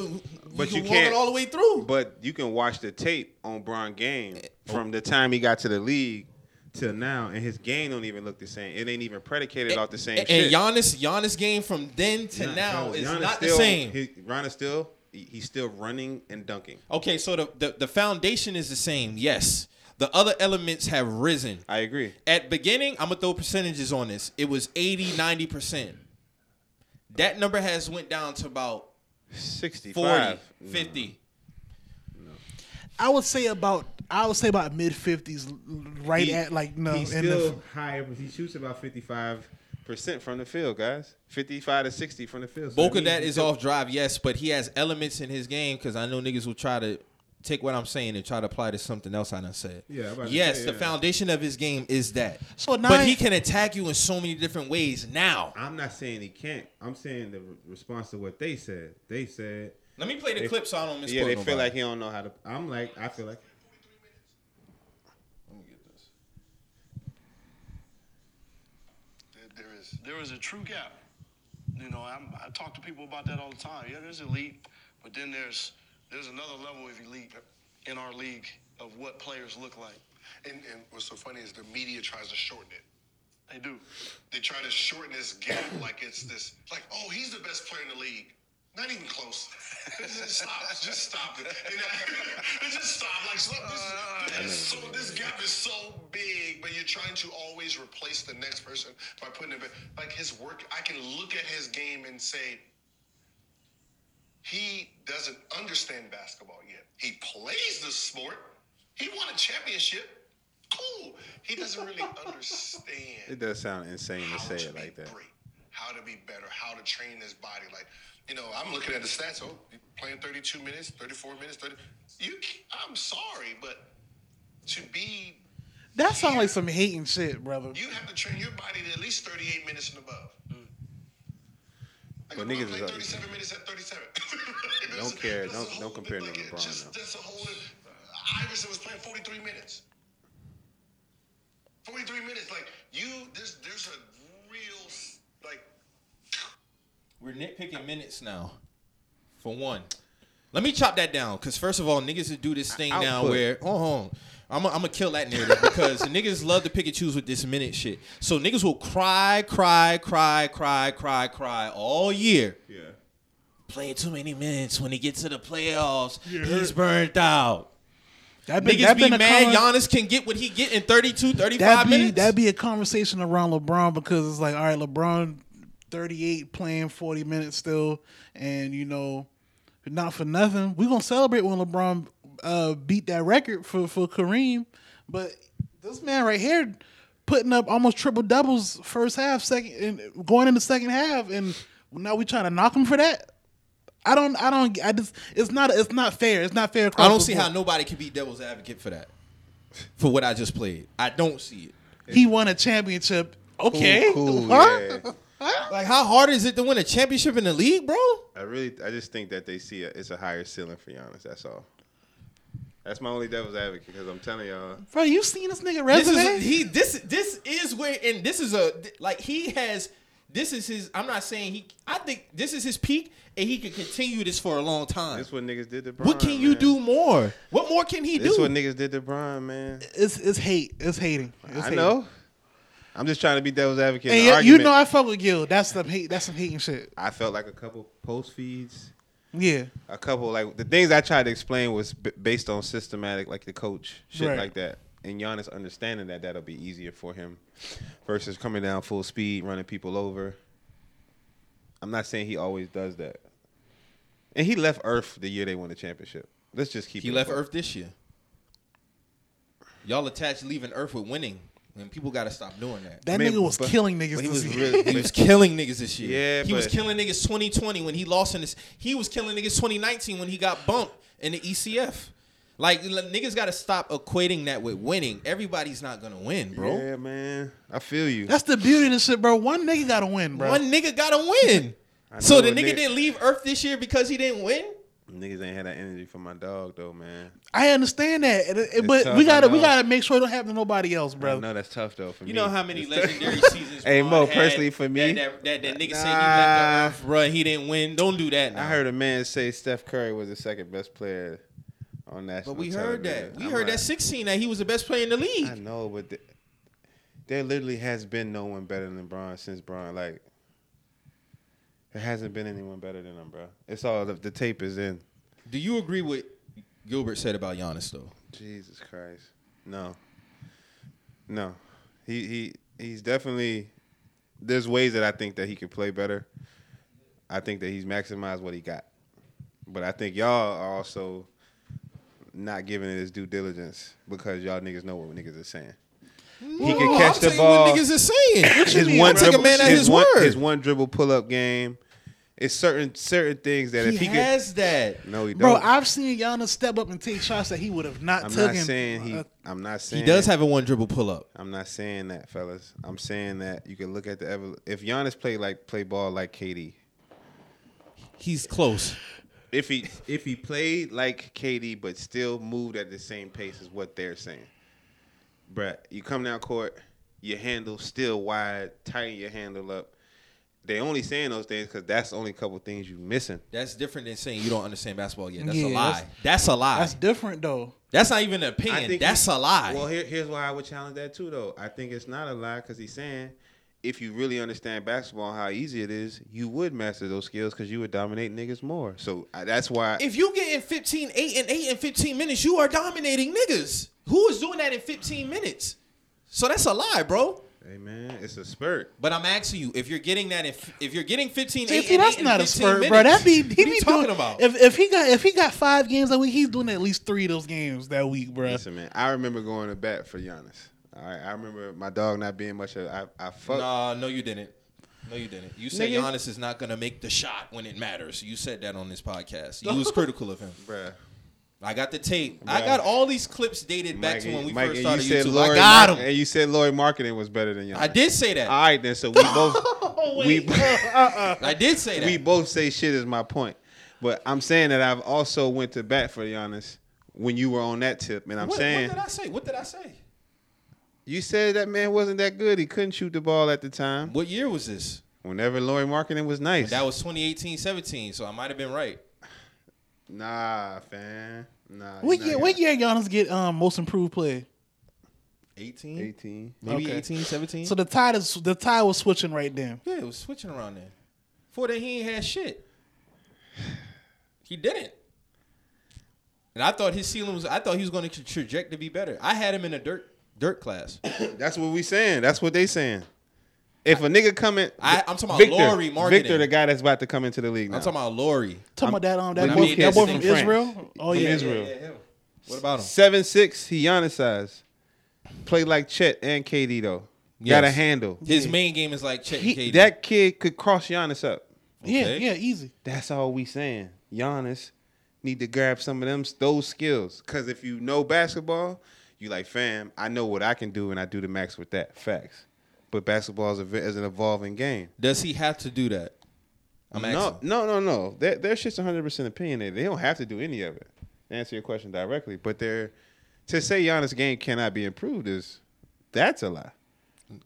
But
But you,
you
can walk
can't-
it all the way through.
but you can watch the tape on Bron game
Eh, oh.
from the time he got to the league till now, and his game don't even look the same. It ain't even predicated off the same.
and,
shit.
Eh, and Giannis, Giannis game from then to
Nah,
now
Giannis
is not
still-
the same.
He, Ron is still he- he's still running and dunking.
okay, so the, the the foundation is the same. Yes, the other elements have risen.
I agree.
At beginning, I'm gonna throw percentages on this. It was 80, 90 percent. That number has went down to about 40,
Sixty-five.
50.
I would say about I would say about mid fifties, right
He-
at like no.
He's
in the-
still higher, but he shoots about fifty-five percent from the field, guys. Fifty-five to sixty from the field. So
Bulk of
means
that
he
is
took-
off drive, yes, but he has elements in his game because I know niggas will try to take what I'm saying and try to apply to something else I done said.
Yeah, I'm about to
yes,
say,
the
yeah.
foundation of his game is that.
So now
but
I-
he can attack you in so many different ways now.
I'm not saying he can't. I'm saying the re- response to what they said. They said,
Let me play the clip so I don't miss.
yeah, they feel like he don't know how to. I'm like, I feel like.
There- there is there is a true gap. You know, I'm, I talk to people about that all the time. Yeah, there's elite, but then there's there's another level of elite in our league of what players look like.
And, and what's so funny is the media tries to shorten it.
They do.
They try to shorten this gap like it's this, like, oh, he's the best player in the league. Not even close. just stop. Just stop it. And I- it just stop. Like, so this, this, so this gap is so big, but you're trying to always replace the next person by putting it back. Like, his work, I can look at his game and say, he doesn't understand basketball yet. He plays the sport. He won a championship. Cool. He doesn't really understand
It does sound insane to
how
say
to
it
be
like that.
Great, how to be better, how to train his body. Like, you know, I'm looking at the stats. Oh, you playing 32 minutes, 34 minutes, 30. You, c- I'm sorry, but to be,
that sounds like some hating shit, brother.
you have to train your body to at least 38 minutes and above. Like
Well,
LeBron
niggas is
played
out-
37 minutes at 37.
Don't care.
That's a
Don't- don't
whole-
compare
like,
to
it
LeBron now.
Just, that's a whole. Uh, Iverson was playing 43 minutes. 43 minutes. Like you, there's there's a real s- like
we're nitpicking minutes now. For one, let me chop that down because first of all, niggas that do this thing now
Output.
where hold on. I'm gonna kill that narrative because niggas love to pick and choose with this minute shit. So niggas will cry, cry, cry, cry, cry, cry all year.
Yeah.
Playing too many minutes when he gets to the playoffs, he's burnt out.
That been,
Niggas
that
be
been a
mad
conver-
Giannis can get what he get in 32, 35
that be
minutes.
that be a conversation around LeBron because it's like, all right, LeBron, thirty eight playing forty minutes still, and you know, not for nothing, we gonna celebrate when LeBron uh, beat that record for for Kareem, but this man right here putting up almost triple doubles first half, second, and going into second half, and now we trying to knock him for that. I don't, I don't, I just, it's not, it's not fair. It's not fair. across
I don't
the
see
board.
how nobody can be devil's advocate for that. For what I just played. I don't see it.
he won a championship. Okay,
Cool.
Huh?
Yeah.
Like, how hard is it to win a championship in the league, bro?
I really, I just think that they see a, it's a higher ceiling for Giannis. That's all. That's my only devil's advocate because I'm telling y'all,
Bro, you seen this nigga
This
resume?
is he. This this is where, and this is a like he has. This is his. I'm not saying he. I think this is his peak, and he can continue this for a long time.
this what niggas did to Brian.
Uh, What can you do more? What more can he
This
do?
what niggas did to Brian, man.
it's, it's hate. It's hating. It's
I
hating.
know. I'm just trying to be devil's advocate.
And
in
you,
the
you
argument.
know I fuck with Gil. That's some hate. That's some hating shit.
I felt like a couple post feeds.
Yeah.
a couple like the things I tried to explain was b- based on systematic, like the coach shit
Right.
like that, and Giannis understanding that that'll be easier for him versus coming down full speed, running people over. I'm not saying he always does that, and he left Earth the year they won the championship. Let's just keep.
He
it
left
above.
Earth this year. Y'all attached leaving Earth with winning, and people got to stop doing that.
That
I mean,
nigga was
but-
killing niggas
but he
this
was
year.
really-
He
but-
was killing niggas this year.
Yeah,
he was
but-
killing niggas 2020 when he lost in this. He was killing niggas 2019 when he got bumped in the ECF. Like l- niggas got to stop equating that with winning. Everybody's not gonna win, bro.
Yeah, man, I feel you.
That's the beauty of this shit, bro. One nigga gotta win, bro.
One nigga gotta win.
I
so
know
the
a
nigga
nigga-
didn't leave Earth this year because he didn't win.
Niggas ain't had that energy for my dog though, man.
I understand that, and- and- but
tough,
we
I
gotta we
know.
gotta make sure it don't happen to nobody else,
I
bro.
know that's tough though for me.
You know how many
It's
legendary seasons.
Hey,
Bron
Mo,
had
personally for
that-
me-
that, that, that nigga said he left the Earth, bro. He didn't win. Don't do that. Now.
I heard a man say Steph Curry was the second best player on national.
But we heard that.
television.
We
I'm
heard
like,
that 16 that he was the best player in the league.
I know, but th- there literally has been no one better than Bron since Bron. Like, there hasn't been anyone better than him, bro. It's all the, the tape is in.
Do you agree with Gilbert said about Giannis though?
Jesus Christ, no, no. He he he's definitely. There's ways that I think that he could play better, I think that he's maximized what he got. But I think y'all are also not giving it his due diligence because y'all niggas know what niggas are saying. he can
Well,
catch
I'm
the
telling you what
ball.
Niggas is saying.
His one
Take a
dribble,
man at
his,
his
one,
word.
his one dribble pull up game. It's certain certain things that
he,
if he could,
has that.
no, he
Bro,
don't.
I've seen Giannis step up and take shots that he would have not
I'm
taken.
not saying he.
Uh,
I'm not saying
He does have a one dribble pull up.
I'm not saying that, fellas. I'm saying that you can look at the ever. If Giannis play like play ball like KD,
He's close.
if he if he played like KD but still moved at the same pace as what they're saying, bruh, you come down court, your handle still wide, tighten your handle up. They only saying those things because that's the only couple things you missing.
That's different than saying you don't understand basketball yet. That's a
Yeah,
lie.
that's-
That's, a lie.
that's
That's,
different though.
not even an
I
opinion.
think
That's
he-
a lie.
Well, here, here's why I would challenge that too, though. I think it's not a lie because he's saying if you really understand basketball and how easy it is, you would master those skills because you would dominate niggas more. So I, that's why.
if you get in 15, 8 and 8 in 15 minutes, you are dominating niggas. Who is doing that in 15 minutes? So that's a lie, bro.
hey man, it's a spurt.
But I'm asking you, if you're getting that, if, if you're getting 15, 8
See,
and
see,
8
that's
in
not a
15
spurt,
minutes,
bro. That be he
what
be
you
doing-
talking about.
If, if he got if he got five games that week, he's doing at least three of those games that week, bro.
Listen, man, I remember going to bat for Giannis. All right, I remember my dog not being much of. I, I fuck.
Nah, no, you didn't. No, you didn't. You said
Uh, Nigga.
Giannis is not gonna make the shot when it matters. You said that on this podcast. You was critical of him.
Bruh.
I got the tape. I
Bruh.
got all these clips dated back to
Mike,
when we
Mike,
first
and
started
you said
YouTube.
Laurie
I got
Mark-
him.
And you said Lloyd Marketing was better than Giannis.
I Oh, did say that.
All right, then. So we both. we,
I did say that.
we both say shit is my point. But I'm saying that I've also went to bat for Giannis when you were on that tip, and I'm
what,
saying
what did I say? What did I say?
you said that man wasn't that good. He couldn't shoot the ball at the time.
What year was this?
Whenever Laurie Marketing was nice,
That was 2018, 17. So I might have been right.
nah, fam, nah.
What
you're
year?
not
What
gonna-
year Giannis get um most improved play?
18,
18.
maybe
Okay.
18, 17.
So the tide is the tide was switching right then.
yeah, it was switching around there. Before that, he ain't had shit. He didn't. And I thought his ceiling was. I thought he was going to traject to be better. I had him in a dirt dirt class.
That's what we saying. That's what they saying. If a nigga coming,
I- I'm talking about
Victor,
Lauri Markkanen.
Victor, the guy that's about to come into the league. Now.
I'm talking about Laurie.
Talking about that um that
When
boy,
he
that boy
kissed
from
in France.
Israel. Oh
From
yeah,
Israel.
What about him?
Seven six, he Giannis size. Play like Chet and KD though. Got a
Yes.
handle.
His main game is like Chet and
He,
KD.
that kid could cross Giannis up.
yeah,
Okay.
yeah, easy.
That's all we saying. Giannis need to grab some of them those skills. Cause if you know basketball, you like fam. I know what I can do, and I do the max with that. Facts. But basketball is, a, is an evolving game.
Does he have to do that? I'm
no,
asking.
no, no, no. Their, their shit's 100 percent opinionated. They don't have to do any of it. To answer your question directly, but they're to say Giannis' game cannot be improved is that's a lie.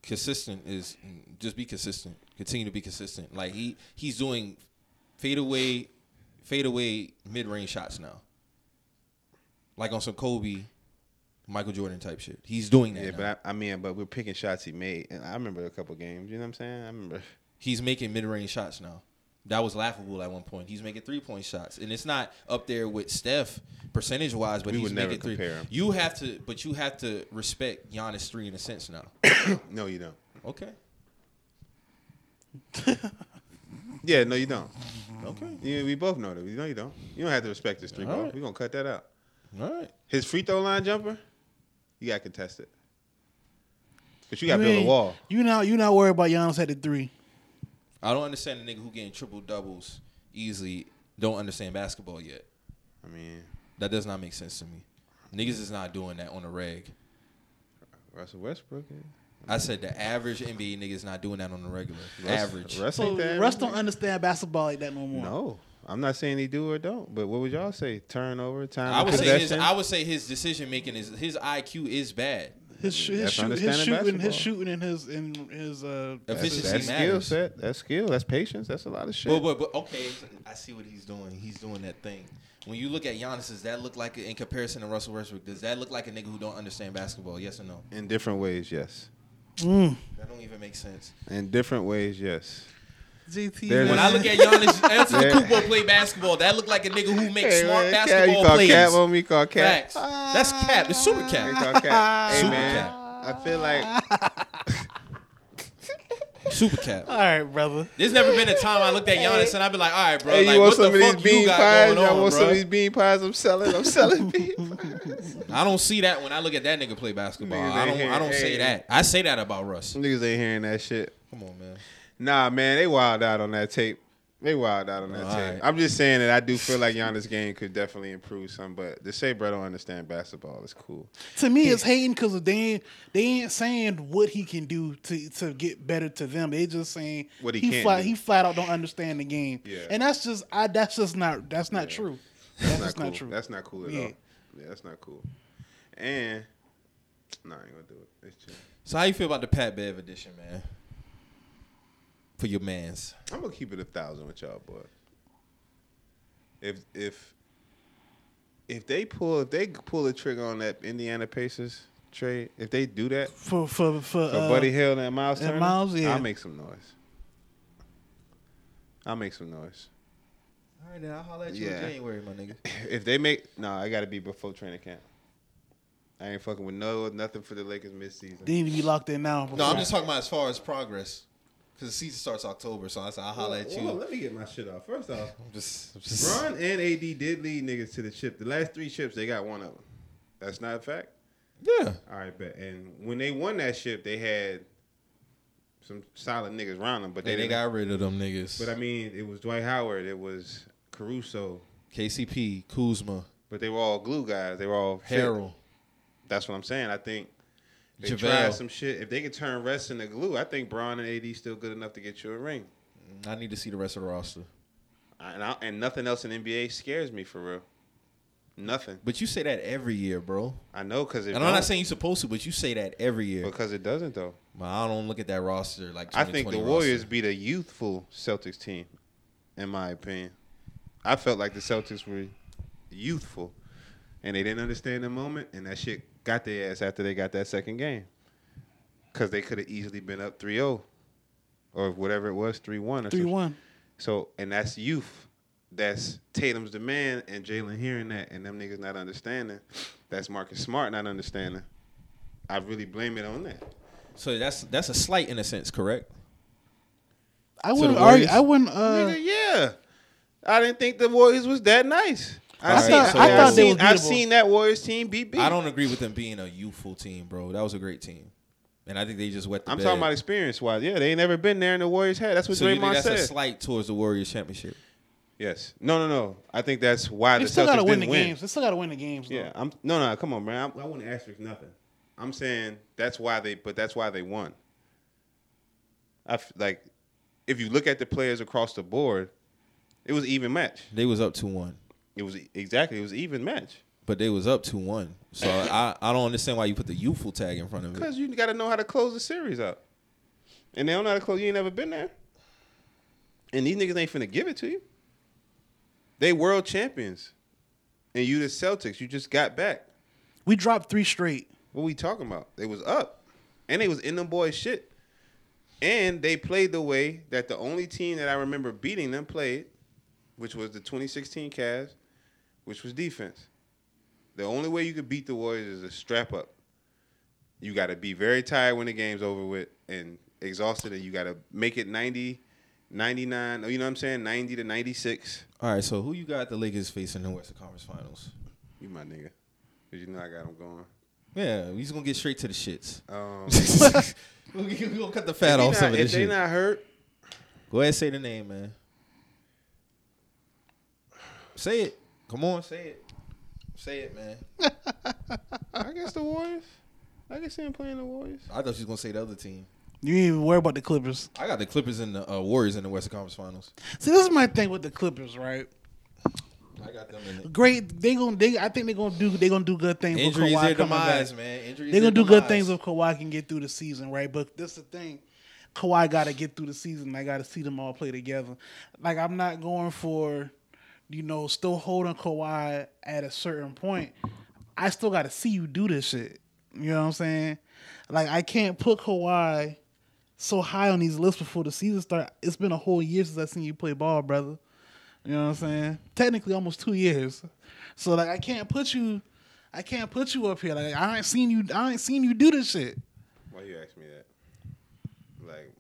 consistent is just be consistent. Continue to be consistent. Like he he's doing fadeaway fadeaway mid range shots now. Like on some Kobe, Michael Jordan type shit. He's doing that.
Yeah,
now.
but I, I mean, but we're picking shots he made, and I remember a couple games. You know what I'm saying? I remember.
he's making mid range shots now. That was laughable at one point. He's making three point shots, and it's not up there with Steph percentage wise, but
We
he's
would never
making three.
compare him.
You have to, but you have to respect Giannis three in a sense now.
No, you don't.
Okay,
Yeah, no, you don't.
okay,
Yeah, we both know that. No, you don't. You don't have to respect this three ball.
All right.
We're gonna cut that out.
all right.
His free throw line jumper, you gotta contest it. But you gotta
You
build a
ain't-
wall.
You not you not worried about Giannis at the three.
I don't understand the nigga who getting triple doubles easily don't understand basketball yet.
I mean,
That does not make sense to me. Niggas is not doing that on a reg.
Russell Westbrook. eh? yeah.
I said the average NBA nigga is not doing that on the regular.
Russ-
average.
Russ
So
ain't that.
Russ don't understand basketball like that no more.
No, I'm not saying he do or don't. But what would y'all say? Turnover, time,
I would say his
possession.
I would say his decision making is his IQ is bad.
His sh- his,
That's
shoot, his
understanding
shooting,
basketball.
his shooting, and his and his uh.
Efficiency
that's skill
matters.
set. That's skill. That's patience. That's a lot of shit.
But, but but okay, I see what he's doing. He's doing that thing. When you look at Giannis, does that look like in comparison to Russell Westbrook? Does that look like a nigga who don't understand basketball? Yes or no?
In different ways, yes.
That don't even make sense.
In different ways, yes.
JT.
There's-
When I look at Giannis Antetokounmpo play basketball, that look like a nigga who makes smart
man, Cap,
basketball
you call
plays.
Cap on me, call Cap.
Facts. That's cap. It's super
You
cap.
call Cap. hey,
Super
man,
Cap.
I feel like
super cap.
All right, brother.
There's never been a time I looked at Giannis and I'd be like, all right, bro,
Hey,
like,
you want
what
some
the
of these
fuck you
bean
got
pies?
going
Y'all
on,
want some
bro?
of these bean pies? I'm selling. I'm selling bean pies.
I don't see that when I look at that nigga play basketball.
Niggas
I
ain't
don't. I don't
here.
say
Hey.
that. I say that about Russ.
Niggas ain't hearing that shit.
Come on, man.
Nah, man, they wild out on that tape. They wild out on that
All
tape.
right.
I'm just saying that I do feel like Giannis' game could definitely improve some, but to say bro don't understand basketball is cool.
To me, it's hating because they ain't, they ain't saying what he can do to, to get better to them. They just saying
What he can't
flat
do.
he flat out don't understand the game.
Yeah.
and that's just I that's just not that's not true. That's,
That's
just
not
not
cool.
true.
That's not cool at
Yeah.
all. Yeah, that's not cool. And nah, I ain't gonna do it. It's chill.
So how you feel about the Pat Bev edition, man? For your man's.
I'm gonna keep it a thousand with y'all, boy. If if if they pull if they pull the trigger on that Indiana Pacers trade, if they do that
for for for
for
uh,
Buddy Hill and Miles
and
Turner,
Miles, yeah.
I'll make some noise. I'll make some noise.
All right, then I'll holler at
you in Yeah.
January, my nigga.
If they make no, I gotta be before training camp. I ain't fucking with no nothing for the Lakers midseason.
They need to be locked in now.
No, I'm just talking about as far as progress, because the season starts October. So I said I'll holler at you.
Hold on, let me get my shit off. First off,
I'm just, I'm just-
Bron and AD did lead niggas to the chip. The last three chips, they got one of them. That's not a fact.
yeah.
All right, but and when they won that ship, they had some solid niggas around them, but they,
They, they
didn't-
got rid of them niggas.
But I mean, it was Dwight Howard, it was Caruso,
KCP, Kuzma,
but they were all glue guys. They were all fit.
Harrell,
That's what I'm saying. I think they
JaVale.
tried some shit. If they could turn rest into glue, I think Braun and AD still good enough to get you a ring.
I need to see the rest of the roster.
I- And I, and nothing else in NBA scares me for real. Nothing.
But you say that every year, bro.
I know because it.
And I'm
don't,
not saying you're supposed to, but you say that every year.
because it doesn't though.
But I don't look at that roster like
I think the
2020
Warriors
roster.
beat a youthful Celtics team, in my opinion. I felt like the Celtics were youthful, and they didn't understand the moment, and that shit got their ass after they got that second game, because they could have easily been up 3-0, or whatever it was, 3-1 or
three
some shit.
one.
So, and that's youth. That's Tatum's demand and Jalen hearing that and them niggas not understanding. That's Marcus Smart not understanding. I really blame it on that.
So that's that's a slight in a sense, correct?
I
the
wouldn't argue.
Warriors?
I wouldn't. Uh,
Nigga, yeah. I didn't think the Warriors was that nice.
I
seen-
thought- I
I've
thought they
seen-
was
I've
beatable.
seen that Warriors team beat beat.
I don't agree with them being a youthful team, bro. That was a great team, and I think they just wet the
I'm
bed.
talking about experience wise. Yeah, they ain't never been there in the Warriors had. That's what
so you think
Draymond
that's
said.
a slight towards the Warriors championship.
yes. No, no, no. I think that's why
they
the
still
Celtics
gotta win the
didn't win.
games. They still gotta win the games. though.
Yeah. I'm no, no. Come on, man. I'm, I wouldn't asterisk nothing. I'm saying that's why they, but that's why they won. I f- like if you look at the players across the board, it was even match.
They was up two one,
It was e, exactly it was even match.
but they was up two one. So I I don't understand why you put the youthful tag in front of it.
Because you got to know how to close the series out. And they don't know how to close. You ain't never been there. And these niggas ain't finna give it to you. They world champions. And you the Celtics. You just got back.
we dropped three straight.
What we talking about? They was up. And they was in them boys shit. And they played the way that the only team that I remember beating them played, which was the 2016 Cavs, which was defense. The only way you could beat the Warriors is a strap up. You got to be very tired when the game's over with and exhausted, and you got to make it 90, 99, you know what I'm saying? 90 to 96.
All right, so who you got the Lakers facing in the Western Conference Finals?
You my nigga. Because you know I got them going.
Yeah, we just gonna get straight to the shits.
Um,
we we gonna cut the fat
if
off
they
some of
not- if
this
they
shit.
not hurt,
Go ahead, say the name, man. Say it. Come on, say it. Say it, man.
I guess the Warriors. I can see him playing the Warriors.
I thought you was gonna say the other team.
You ain't even worry about the Clippers.
I got the Clippers and the uh, Warriors in the Western Conference Finals.
See, this is my thing with the Clippers, right?
I got them in it.
Great, they gonna. They, I think they gonna do. They gonna do good things. with
Injuries
Kawhi
their
coming back.
demise, man. Injuries.
They're
their
gonna do good
demise.
things if Kawhi can get through the season, right? But that's the thing. Kawhi gotta get through the season. I gotta see them all play together. Like I'm not going for, you know, still holding Kawhi at a certain point. I still gotta see you do this shit. You know what I'm saying? Like I can't put Kawhi so high on these lists before the season start. It's been a whole year since I seen you play ball, brother. You know what I'm saying? Technically, almost two years. So like, I can't put you, I can't put you up here. Like, I ain't seen you, I ain't seen you do this shit.
Why you ask me that? Like,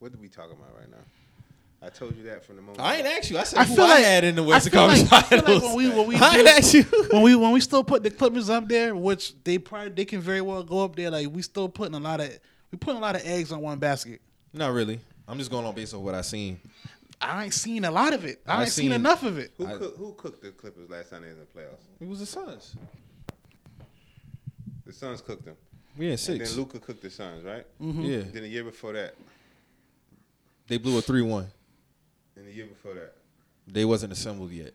What are we talking about right now? I told you that from the moment.
I ain't asked you. I said
I
who
feel
I
like-
had in the
I
Western
feel
Conference
like- I feel like
Finals.
when we- when we
I ain't
do-
asked you.
when we when we still put the Clippers up there, which they probably they can very well go up there. Like we still putting a lot of we putting a lot of eggs on one basket.
Not really. I'm just going on based on what I seen.
I ain't seen a lot of it. I,
I
ain't seen,
seen-
enough of it.
Who,
I-
cook, who cooked the Clippers last time they was in the playoffs?
It was the Suns.
The Suns cooked them.
Yeah,
And
six. Mm-hmm.
then Mm-hmm. Luca cooked the Suns, right?
Yeah,
Then the year before that,
they blew a three-one.
and the year before that,
They wasn't assembled yet.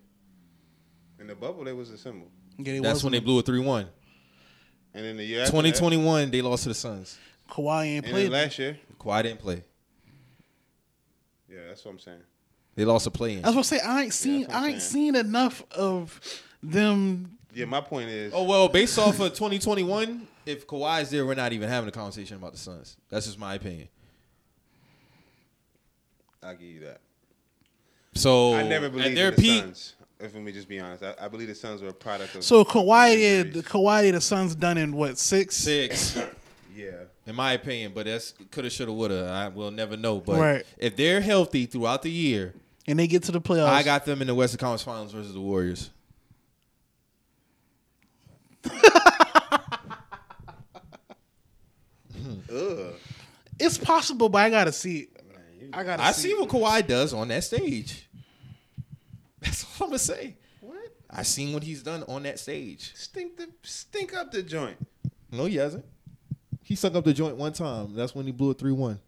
in the bubble they was assembled.
Yeah, they
That's when they blew a three-one.
And in the year after that-
2021, they lost to the Suns.
Kawhi ain't
And
played.
then last year,
Kawhi didn't play.
yeah, that's what I'm saying.
They lost a play-in.
That's what I'm saying. I ain't seen.
that's what I'm
I ain't
saying.
seen enough of them.
Yeah, my point is,
Oh well, based off of 2021, if Kawhi is there, we're not even having a conversation about the Suns. That's just my opinion.
I'll give you that.
So
I never
Oh, at
believed
their
in the
peak.
Suns. If we just be honest, I, I believe the Suns were a product of
So Kawhi, yeah,
injuries.
the Kawhi, the Suns done in what six?
Six,
yeah.
in my opinion, but that's coulda, shoulda, woulda. I will never know. But
Right.
if they're healthy throughout the year,
and they get to the playoffs.
I got them in the Western Conference Finals versus the Warriors.
it's possible, but I gotta see it. I gotta.
I
see.
see what Kawhi does on that stage. That's all I'm gonna say.
What?
I seen what he's done on that stage.
Stink the stink up the joint.
No, he hasn't. He sunk up the joint one time. That's when he blew a three one.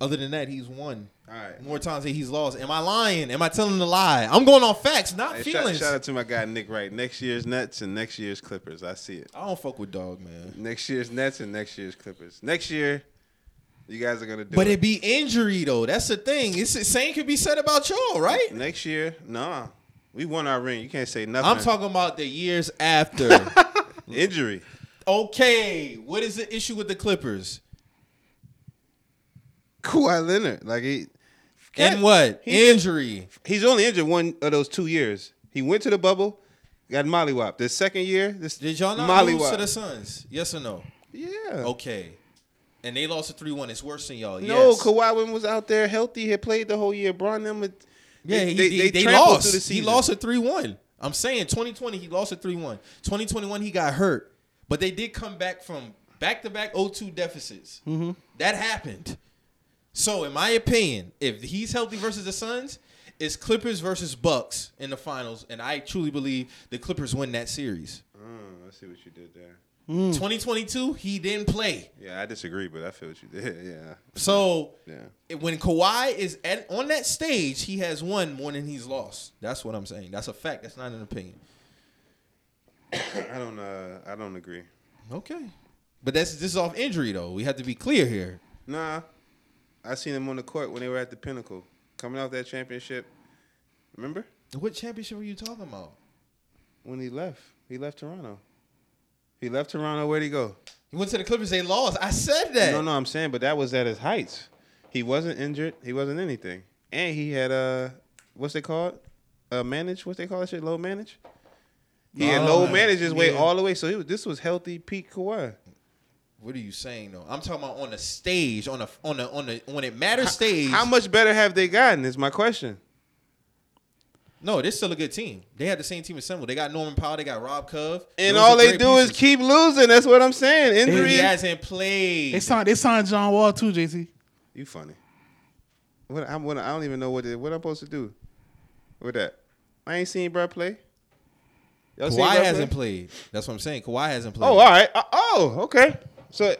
Other than that, he's won.
All right.
More times than he's lost. Am I lying? Am I telling a lie? I'm going on facts, not
Hey, shout,
feelings.
shout out to my guy Nick Wright. Next year's Nets and next year's Clippers. I see it.
I don't fuck with dog, man.
Next year's Nets and next year's Clippers. Next year, you guys are gonna do
But
it.
it be injury though. That's the thing. It's the same could be said about y'all, right?
Next year, nah. We won our ring. You can't say nothing.
I'm talking about the years after.
injury.
okay, what is the issue with the Clippers?
Kawhi Leonard, like he,
And what?
He-
injury.
he's only injured one of those two years. He went to the bubble, got mollywop. The second year, this
Did y'all not
mollywop.
lose to the Suns? Yes or no?
yeah.
Okay. And they lost a three one. It's worse than y'all.
No,
yes.
Kawhi when was out there healthy, had played the whole year. Braun them with
Yeah, he, they, they
trampled
lost. he lost a 3 1. I'm saying 2020, he lost a 3 1. 2021, he got hurt. But they did come back from back to back 0 2 deficits. That happened. So, in my opinion, if he's healthy versus the Suns, it's Clippers versus Bucks in the finals. And I truly believe the Clippers win that series.
Mm, I see what you did there.
2022, he didn't play.
Yeah, I disagree, but I feel what you did. Yeah,
So,
yeah.
it- when Kawhi is at, on that stage, he has won more than he's lost. That's what I'm saying. That's a fact. That's not an opinion.
I don't. Uh, I don't agree.
Okay. But that's this is off injury though. We have to be clear here.
Nah, I seen him on the court when they were at the pinnacle, coming off that championship. Remember
What championship were you talking about?
when he left? He left Toronto. He left Toronto. Where'd he go?
He went to the Clippers, they lost. I said that.
No, no, I'm saying, but that was at his heights. He wasn't injured. He wasn't anything, and he had uh, what's it called? Uh, manage. What's they call that shit? Low manage. He had
Oh,
low manage his way all the way. So he was, this was healthy peak Kawhi.
What are you saying though? I'm talking about on the stage, on a on a on a when it matters stage.
How much better have they gotten? Is my question.
no, they're still a good team. They had the same team assembled. They got Norman Powell, they got Rob Cove.
And all they do is keep losing. That's what I'm saying.
injury. He
Injury.
hasn't played.
They signed. They signed John Wall too, JT.
You funny. What I'm what I don't even know what it, what I'm supposed to do with that. I ain't seen Brad play. Y'all seen
Kawhi
Bud
hasn't
play?
played. That's what I'm saying. Kawhi hasn't played.
Oh, all right. Uh, oh, okay. So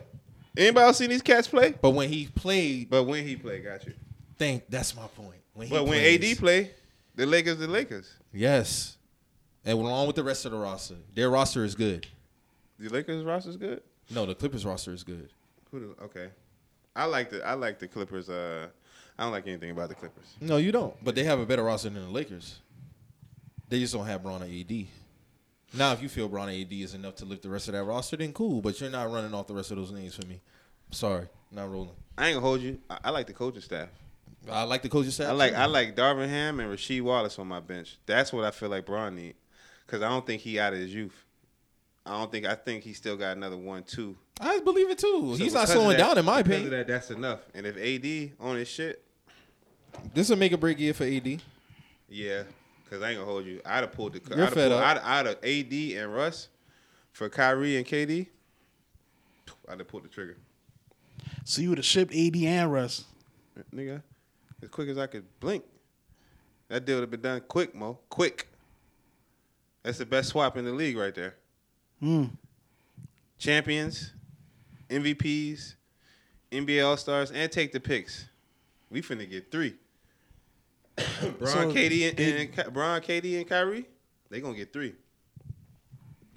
anybody else seen these cats play?
But when he played,
But when he played, got you.
think that's my point. When he
But when
plays-
AD play, the Lakers, the Lakers.
Yes. And along with the rest of the roster. Their roster is good.
The Lakers roster's good.
No, the Clippers roster is good.
Who do, okay. I like the I like the Clippers. Uh, I don't like anything about the Clippers.
No, you don't. But they have a better roster than the Lakers. They just don't have Bron and AD. Now, if you feel Bron and AD is enough to lift the rest of that roster, then cool. But you're not running off the rest of those names for me. Sorry, not rolling.
I ain't gonna hold you. I, I like the coaching staff.
I like the coaching staff.
I like
too.
I like Darvin Ham and Rasheed Wallace on my bench. That's what I feel like Braun need, because I don't think he out of his youth. I don't think I think he still got another one too.
I believe it too.
So
He's not
because of
slowing
that-
down in my
because of
opinion.
That, that's enough. And if AD on his shit,
This will make a break year for AD.
yeah, because I ain't gonna hold you. I'd have pulled the.
You're
I'd have
fed
pulled, I'd,
up.
I'd have AD and Russ for Kyrie and KD. I'd have pulled the trigger,
So you would have shipped AD and Russ.
nigga. As quick as I could blink, that deal would have been done quick, Mo. Quick. That's the best swap in the league right there.
Hmm.
Champions, MVPs, NBA All Stars, and take the picks. We finna get three. Bron,
So
KD, and,
they-
and Ky- Bron, KD, and Kyrie. They gonna get three.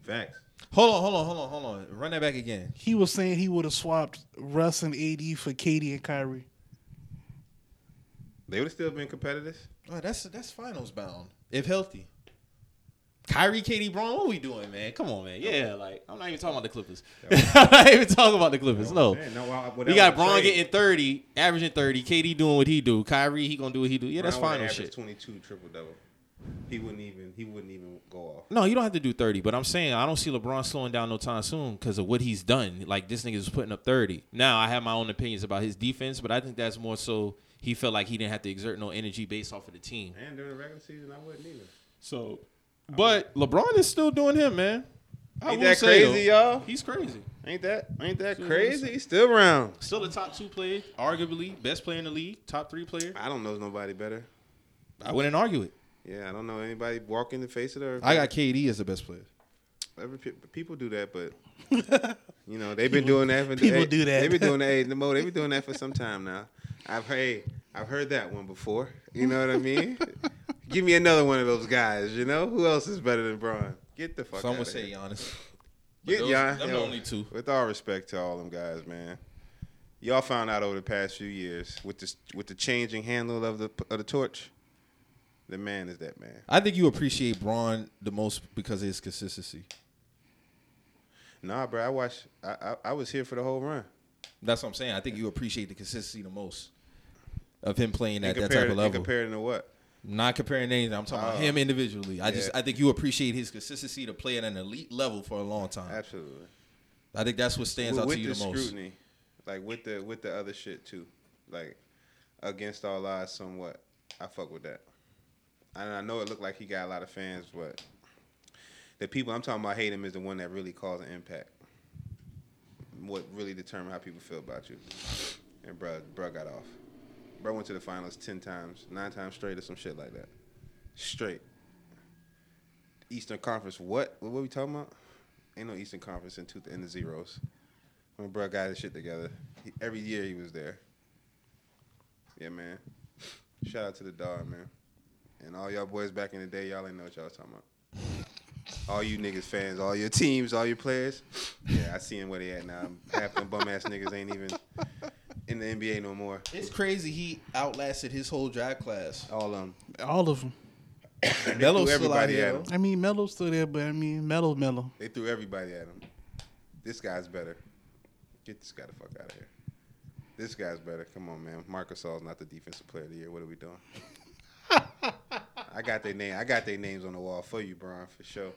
Facts.
Hold on, hold on, hold on, hold on. Run that back again.
He was saying he would have swapped Russ and AD for KD and Kyrie.
They would have still been competitive.
Oh, that's that's finals bound if healthy. Kyrie, Katie, Braun, what we doing, man? Come on, man.
Yeah, like I'm not even talking about the Clippers. I'm not even talking about the Clippers. No,
Man, no, I- well, that
we got
was a
Braun
trade.
getting 30, averaging 30. KD doing what he do. Kyrie, he gonna do what he do. Yeah, that's
Bron would've
final
averaged
shit.
Twenty-two triple double. He wouldn't even. He wouldn't even go off.
No, you don't have to do 30, but I'm saying I don't see LeBron slowing down no time soon because of what he's done. Like, this nigga is putting up 30. Now, I have my own opinions about his defense, but I think that's more so he felt like he didn't have to exert no energy based off of the team.
And during the regular season, I wouldn't either.
So, but LeBron is still doing him, man. I
Ain't
will
that
say,
crazy,
though,
y'all?
He's crazy.
Ain't that? Ain't that
Dude,
crazy? He's still around.
Still a top two player, arguably best player in the league, top three player.
I don't know nobody better.
I wouldn't argue it.
Yeah, I don't know anybody walking the face of the earth.
I got KD as the best player.
Every pe- people do that, but you know they've been doing that for
people
hey,
do that.
They've been doing that. Hey, Nemo, they've been doing that for some time now. I've hey, I've heard that one before. You know what I mean? Give me another one of those guys. You know who else is better than Braun? Get the fuck.
Some
outta
would say
here.
Giannis.
Get
those-
Gian-
them the
yo,
only two.
With all respect to all them guys, man. Y'all found out over the past few years with this with the changing handle of the of the torch. The man is that man.
I think you appreciate Braun the most because of his consistency.
Nah, bro. I watched. I I, I was here for the whole run.
That's what I'm saying. I think you appreciate the consistency the most of him playing
And
at that
compare-
type of
and
level.
Compared to what?
Not comparing anything. I'm talking about him individually. I just
Yeah.
I think you appreciate his consistency to play at an elite level for a long time.
Absolutely.
I think that's what stands
with,
out
with
to you
the,
the, most.
scrutiny, like with the with the other shit too, like against all odds, somewhat. I fuck with that. And I know it looked like he got a lot of fans, but the people I'm talking about hate him is the one that really caused an impact. What really determined how people feel about you. And bruh, bruh got off. Bruh went to the finals ten times, nine times straight, or some shit like that. Straight. Eastern Conference. What? What were we talking about? Ain't no Eastern Conference in two in the zeros. When bro got his shit together, he, every year he was there. Yeah, man. Shout out to the dog, man. And all y'all boys back in the day, y'all ain't know what y'all was talking about. All you niggas fans, all your teams, all your players. Yeah, I see him where they at now. Half them bum ass niggas ain't even in the NBA no more.
It's crazy he outlasted his whole draft class.
All of them.
All of them.
Melo's
threw
still out
everybody at
here.
him.
I mean, Melo's still there, but I mean, Melo, Melo.
They threw everybody at him. This guy's better. Get this guy the fuck out of here. This guy's better. Come on, man. Marcus All's not the defensive player of the year. What are we doing? I got their name. I got their names on the wall for you, Bron, for sure.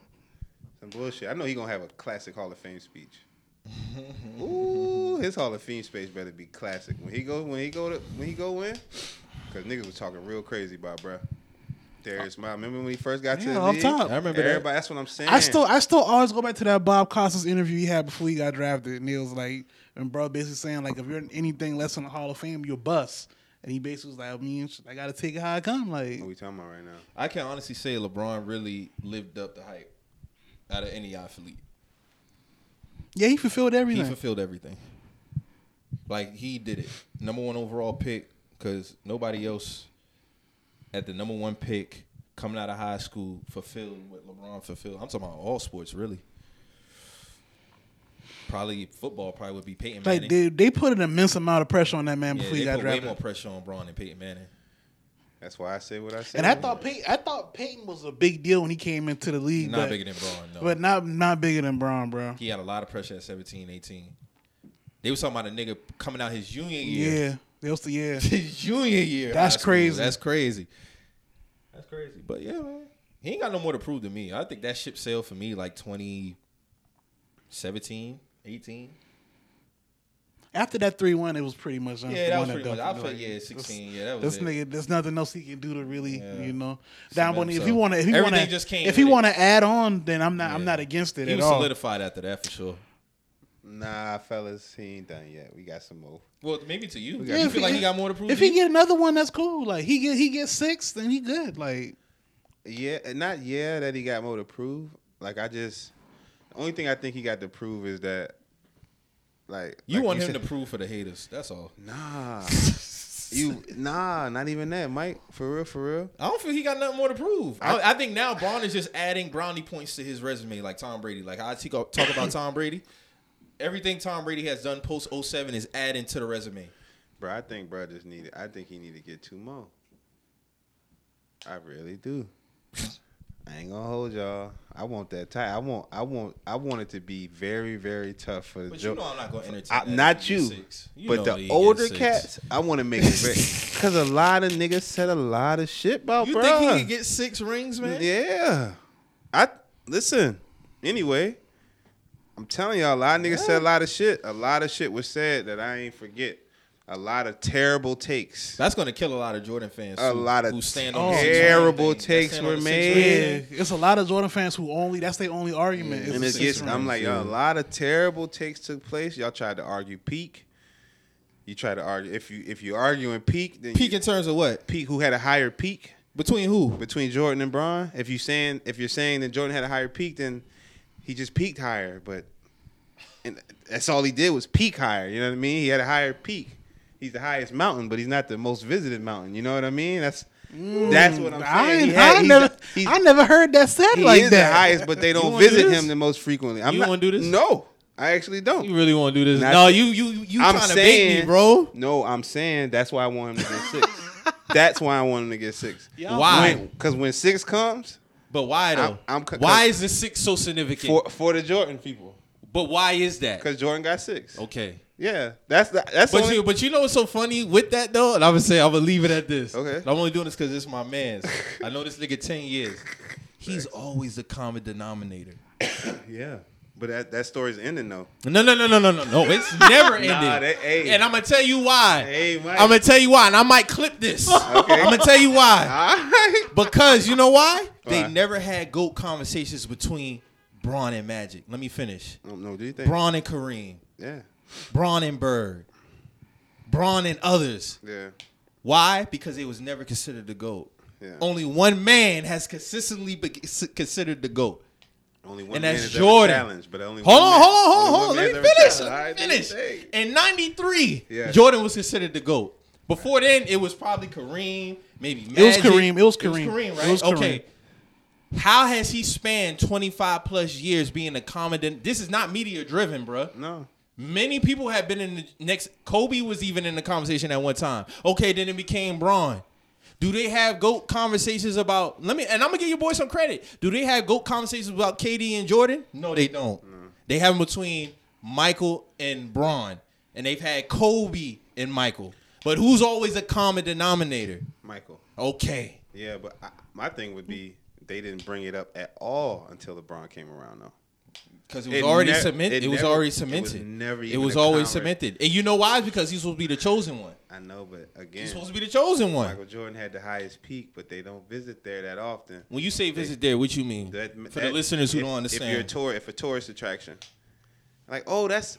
Some bullshit. I know he gonna have a classic Hall of Fame speech. Ooh, his Hall of Fame speech better be classic. When he go, when he go to, when he go in, because niggas was talking real crazy about bruh. There's my. Remember when he first got to
Yeah,
the
off
league?
top.
I remember that.
Everybody. That's what I'm saying.
I still, I still always go back to that Bob Costas interview he had before he got drafted, and it was like, and bro, basically saying like, if you're anything less than the Hall of Fame, you're bust. And he basically was like, I mean, I gotta take it how I come. Like,
What we talking about right now?
I can honestly say LeBron really lived up the hype out of any athlete.
yeah, he fulfilled
He
everything.
fulfilled everything. Like he did it. Number one overall pick because nobody else at the number one pick coming out of high school fulfilled what LeBron fulfilled. I'm talking about all sports really. Probably football probably would be Peyton Manning.
like, they, they put an immense amount of pressure on that man
yeah,
before
they
he got
put way
drafted.
more pressure on Braun than Peyton Manning.
That's why I say what I say.
And I thought Pey- I thought Peyton was a big deal when he came into the league.
Not
but,
bigger than Braun, no.
But not not bigger than Braun, bro.
he had a lot of pressure at 17, 18. They was talking about a nigga coming out his junior
Yeah.
year.
yeah. That was the yeah.
his junior year. of
That's
high school.
crazy.
That's crazy. That's crazy. But yeah, man, he ain't got no more to prove to me. I think that ship sailed for me like 20,
17, 18.
After that three one, it was pretty much un-
Yeah, that was
one
pretty much. I
adult.
played
Like,
yeah,
this-
sixteen. Yeah, that was
This
it.
nigga, there's nothing else he can do to really,
Yeah.
you know. Down Bonnie, if he
himself.
want to, if he want
Everything just
to,
came
if he
with it.
want to add on, then I'm not, I'm
Yeah.
not against it
He
at
was
all.
solidified after that for sure.
Nah, fellas, he ain't done yet. We got some more.
Well, maybe to you.
Yeah,
you
if
feel like he got more to prove.
If
to
he
you?
get another one, that's cool. Like he get, he gets six, then he good. Like
Yeah, and not yeah that he got more to prove. Like I just, the only thing I think he got to prove is that, like,
you
like
want him
said-
to prove for the haters. That's all.
Nah, you nah, not even that, Mike. For real, for real.
I don't feel he got nothing more to prove. I, I think now Braun is just adding brownie points to his resume, like Tom Brady. Like I t- talk about Tom Brady. Everything Tom Brady has done post 07 is adding to the resume.
Bro, I think bro just need. I think he need to get two more. I really do. I ain't gonna hold y'all. I want that tight. I want. I want. I want it to be very, very tough for
But
Joe.
you know I'm not going to entertain.
I,
that if
not
he
you,
gets six. You know
but
he
the
gets
older
six.
cats. I want to make it very because a lot of niggas said a lot of shit about
You
bro.
think he could get six rings, man?
Yeah. I listen. Anyway, I'm telling y'all, a lot of niggas said a lot of shit. A lot of shit was said that I ain't forget. A lot of terrible takes.
That's going to kill a lot of Jordan fans.
A
too,
lot of
who stand
Oh.
on the six
terrible
ring thing. That
takes
stand on
were
the six
made.
ring
yeah,
thing.
it's a lot of Jordan fans who only that's their only argument. is
And
the
it
six
gets, I'm
rings.
like, y'all, a lot of terrible takes took place. Y'all tried to argue peak. You try to argue if you if you arguing peak, then
Peak
you,
in terms of what?
peak who had a higher peak
Between who?
between Jordan and Braun. If you saying if you're saying that Jordan had a higher peak, then he just peaked higher. But and that's all he did was peak higher. You know what I mean? He had a higher peak. He's the highest mountain, but he's not the most visited mountain. You know what I mean? That's
Mm,
that's what I'm saying.
I, ain't-
He had-
I
he's
never,
the- he's-
I never heard that said
he
like
is
that.
the highest, but they don't
wanna do
visit
this?
him the most frequently. I'm
You
not
wanna do this?
No, I actually don't.
You really want to do this?
Not-
no, you you you
I'm
trying to
saying,
bait me, bro.
No, I'm saying that's why I want him to get six. that's why I want him to get six.
Why?
Because when six comes,
But why though?
I'm- I'm c-
why is the six so significant?
for for the Jordan people.
but why is that?
Because Jordan got six.
Okay.
Yeah, that's the that's the
But
only,
you, but you know what's so funny with that though, and I would say I'm gonna leave it at this.
Okay.
And I'm only doing this because it's my man's. I know this nigga ten years. He's always the common denominator.
yeah. But that, that story's ending though.
No, no, no, no, no, no, no. It's never ending.
that- hey.
And I'm gonna tell you why.
Hey, Mike.
I'm gonna tell you why, and I might clip this. I'm gonna tell you why. Because you know why? They
Why?
never had goat conversations between Braun and Magic. Let me finish.
No, no, do you think?
Braun and Kareem.
Yeah,
Braun and Bird. Braun and others.
yeah,
Why? Because it was never considered the goat.
Yeah.
Only one man has consistently be- considered the goat.
Only one
And
man
that's
has ever
Jordan.
challenged, but only
Hold
one
on,
man-
hold on,
only
hold on,
one
hold on. Let me
man's ever
finish.
challenged. All
Let
right,
me
then
finish.
say.
In '93,
Yeah.
Jordan was considered the goat. Before then, it was probably Kareem, maybe Magic.
was Kareem, it was Kareem,
Kareem,
it
right?
was Kareem.
Okay. How has he spanned 25 plus years being a commandant? This is not media driven, bruh.
No,
Many people have been in the next. Kobe was even in the conversation at one time. Okay, then it became Braun. Do they have goat conversations about? Let me and I'm gonna give your boy some credit. Do they have goat conversations about KD and Jordan? No, they don't.
Mm.
They have them between Michael and Braun, and they've had Kobe and Michael. But who's always a common denominator?
Michael.
Okay,
Yeah, but I, my thing would be they didn't bring it up at all until LeBron came around though.
because it was
It
already
ne-
cemented.
it
It, was
never- it
already
was
cemented.
never
It
even
was
a
always
conver-
cemented, and you know why? It's because he's supposed to be the chosen one.
I know, but again,
He's supposed to be the chosen one.
Michael Jordan had the highest peak, but they don't visit there that often.
When you say visit there, what you mean?
That-
For the
that-
listeners who
if-
don't
if you're a
understand,
tour, if a tourist attraction, like oh, that's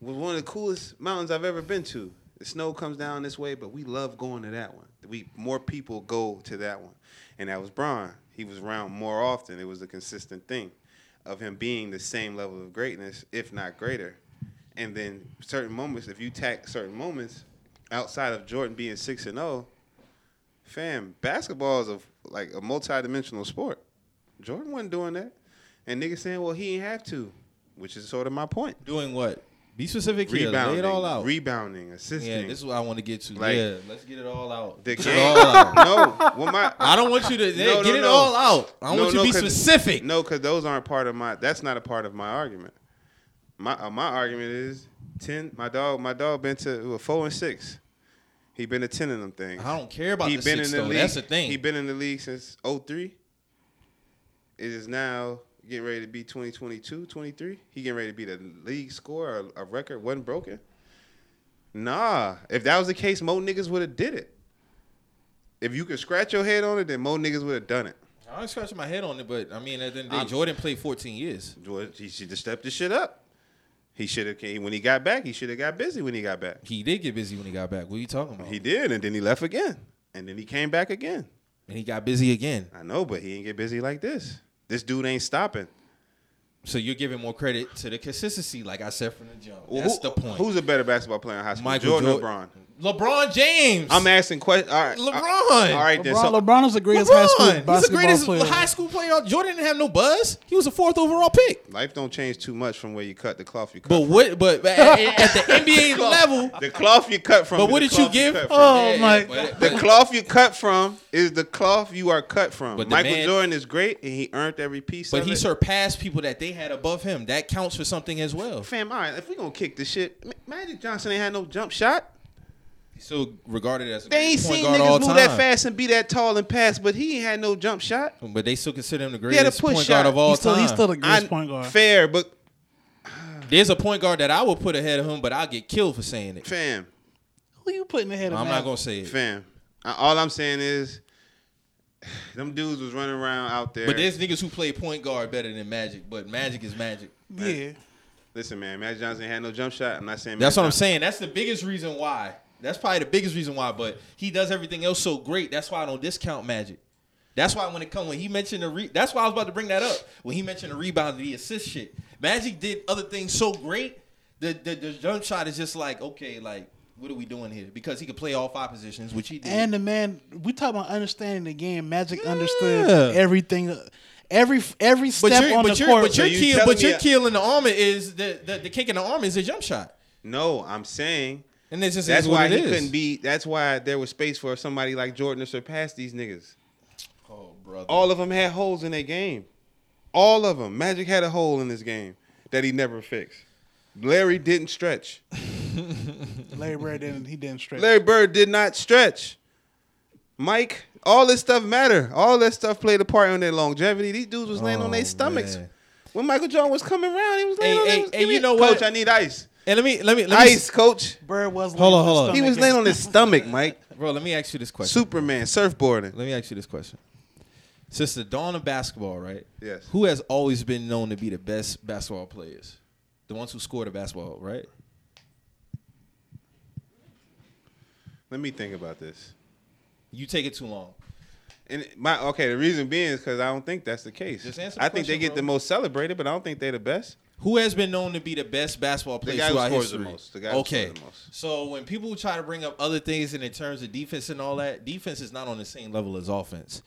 was one of the coolest mountains I've ever been to. The snow comes down this way, but we love going to that one. We more people go to that one, and that was Braun. He was around more often. It was a consistent thing of him being the same level of greatness, if not greater. And then certain moments, if you tack certain moments outside of Jordan being six and zero, fam, basketball is a like a multi-dimensional sport. Jordan wasn't doing that, and niggas saying, well, he ain't have to, which is sort of my point.
doing what? Be specific here. Lay
Rebounding,
it all out.
rebounding, assisting.
yeah, this is what I want to get to.
Like-
yeah, let's get it all out.
the
Get it
game.
all out.
no, well, my
I don't want you to
No, no,
get it
no.
all out. I
No,
want you
no,
to be
'cause-
specific.
No, because those aren't part of my. That's not a part of my argument. My uh, my argument is ten. My dog, my dog, been to uh, four and six. He been to ten of them things.
I don't care about
He
the six, though. That's the thing.
He been in the league since 03. It is now getting ready to be 2022, 23. He getting ready to be the league scorer. A record wasn't broken. Nah, if that was the case, mo niggas would have did it. If you could scratch your head on it, then mo niggas would have done it.
I'm scratching my head on it, but I mean, at the end of the day, Jordan played 14 years.
Well, He should have stepped his shit up. He should have came when he got back. He should have got busy when he got back.
He did get busy when he got back. What are you talking about?
He did, and then he left again, and then he came back again.
and he got busy again.
I know, but he ain't get busy like this. This dude ain't stopping.
So you're giving more credit to the consistency, like I said from the jump.
Well,
That's
who-
the point.
Who's a better basketball player in high school,
Michael
Jordan, or
Jordan.
LeBron?
LeBron James?
I'm asking questions. All right,
LeBron.
All right, then.
LeBron,
So,
LeBron is the greatest high school
LeBron.
basketball
He's the greatest
player.
high school player. Jordan didn't have no buzz. He was a fourth overall pick.
life don't change too much from where you cut the cloth you cut.
But
from.
what? But at, at the NBA level,
the cloth you cut from.
But
is
what
the
did you
cloth
give?
cut from.
oh my!
but,
The cloth you cut from is the cloth you are cut from.
But the
Michael
man-
Jordan is great, and he earned every piece.
but
of
he
it.
surpassed people that they had above him. That counts for something as well.
Fam, all right. If we gonna kick this shit, M- Magic Johnson ain't had no jump shot.
So regarded as a
They ain't
greatest point
seen
guard
niggas
all
move
time.
that fast and be that tall and pass, but he ain't had no jump shot.
But they still consider him the
had a
greatest
push
point guard
shot.
of all
He's still,
time.
he's still the greatest
I-
point guard.
Fair, but
There's a point guard that I would put ahead of him, but I'll get killed for saying it.
fam,
Who you putting ahead of?
I'm
Magic?
not gonna say it.
fam. I- All I'm saying is, them dudes was running around out there.
But there's niggas who play point guard better than Magic, but Magic is Magic.
Yeah.
listen, man, Magic Johnson ain't had no jump shot. I'm not saying
That's what I'm
Magic
saying. That's the biggest reason why. That's probably the biggest reason why. But he does everything else so great. That's why I don't discount Magic. That's why when it come when he mentioned the re- that's why I was about to bring that up when he mentioned the rebound and the assist shit. Magic did other things so great. The the, the jump shot is just like okay, like what are we doing here? Because he could play all five positions, which he did.
And the man, we talk about understanding the game. Magic understood
Yeah.
everything, every every step
but you're,
on
but
the
you're,
court.
but you're
you
kill,
telling
but
me
your
I-
kill in the arm is the, the the kick in the arm is a jump shot,
No, I'm saying
and it's just
that's
is what
why
it
he
is.
couldn't be. That's why there was space for somebody like Jordan to surpass these niggas.
Oh, brother.
All of them had holes in their game. All of them. Magic had a hole in his game that he never fixed. Larry didn't stretch.
Larry Bird didn't. He didn't stretch.
Larry Bird did not stretch. Mike, all this stuff matter. All that stuff played a part on their longevity. These dudes was laying on their stomachs.
man.
When Michael Jordan was coming around, he was laying
Hey,
on
hey,
his
hey,
give me-
you know
Coach,
what?
I need ice.
and let me let me let me
Ice, coach.
Bird was.
Hold on,
laying
hold
his
on.
He was
stomach
laying on his stomach, Mike.
bro. Let me ask you this question.
Superman, surfboarding.
Let me ask you this question. Since the dawn of basketball, right?
Yes.
Who has always been known to be the best basketball players? The ones who score the basketball, right?
Let me think about this.
You take it too long.
And my okay, the reason being is because I don't think that's the case.
Just answer the
I think they
question,
get
bro.
the most celebrated, but I don't think they're the best.
Who has been known to be the best basketball player
guy who
throughout
scores the
history?
most. The guy who
okay.
scores the most.
So when people try to bring up other things and in terms of defense and all that, defense is not on the same level as offense.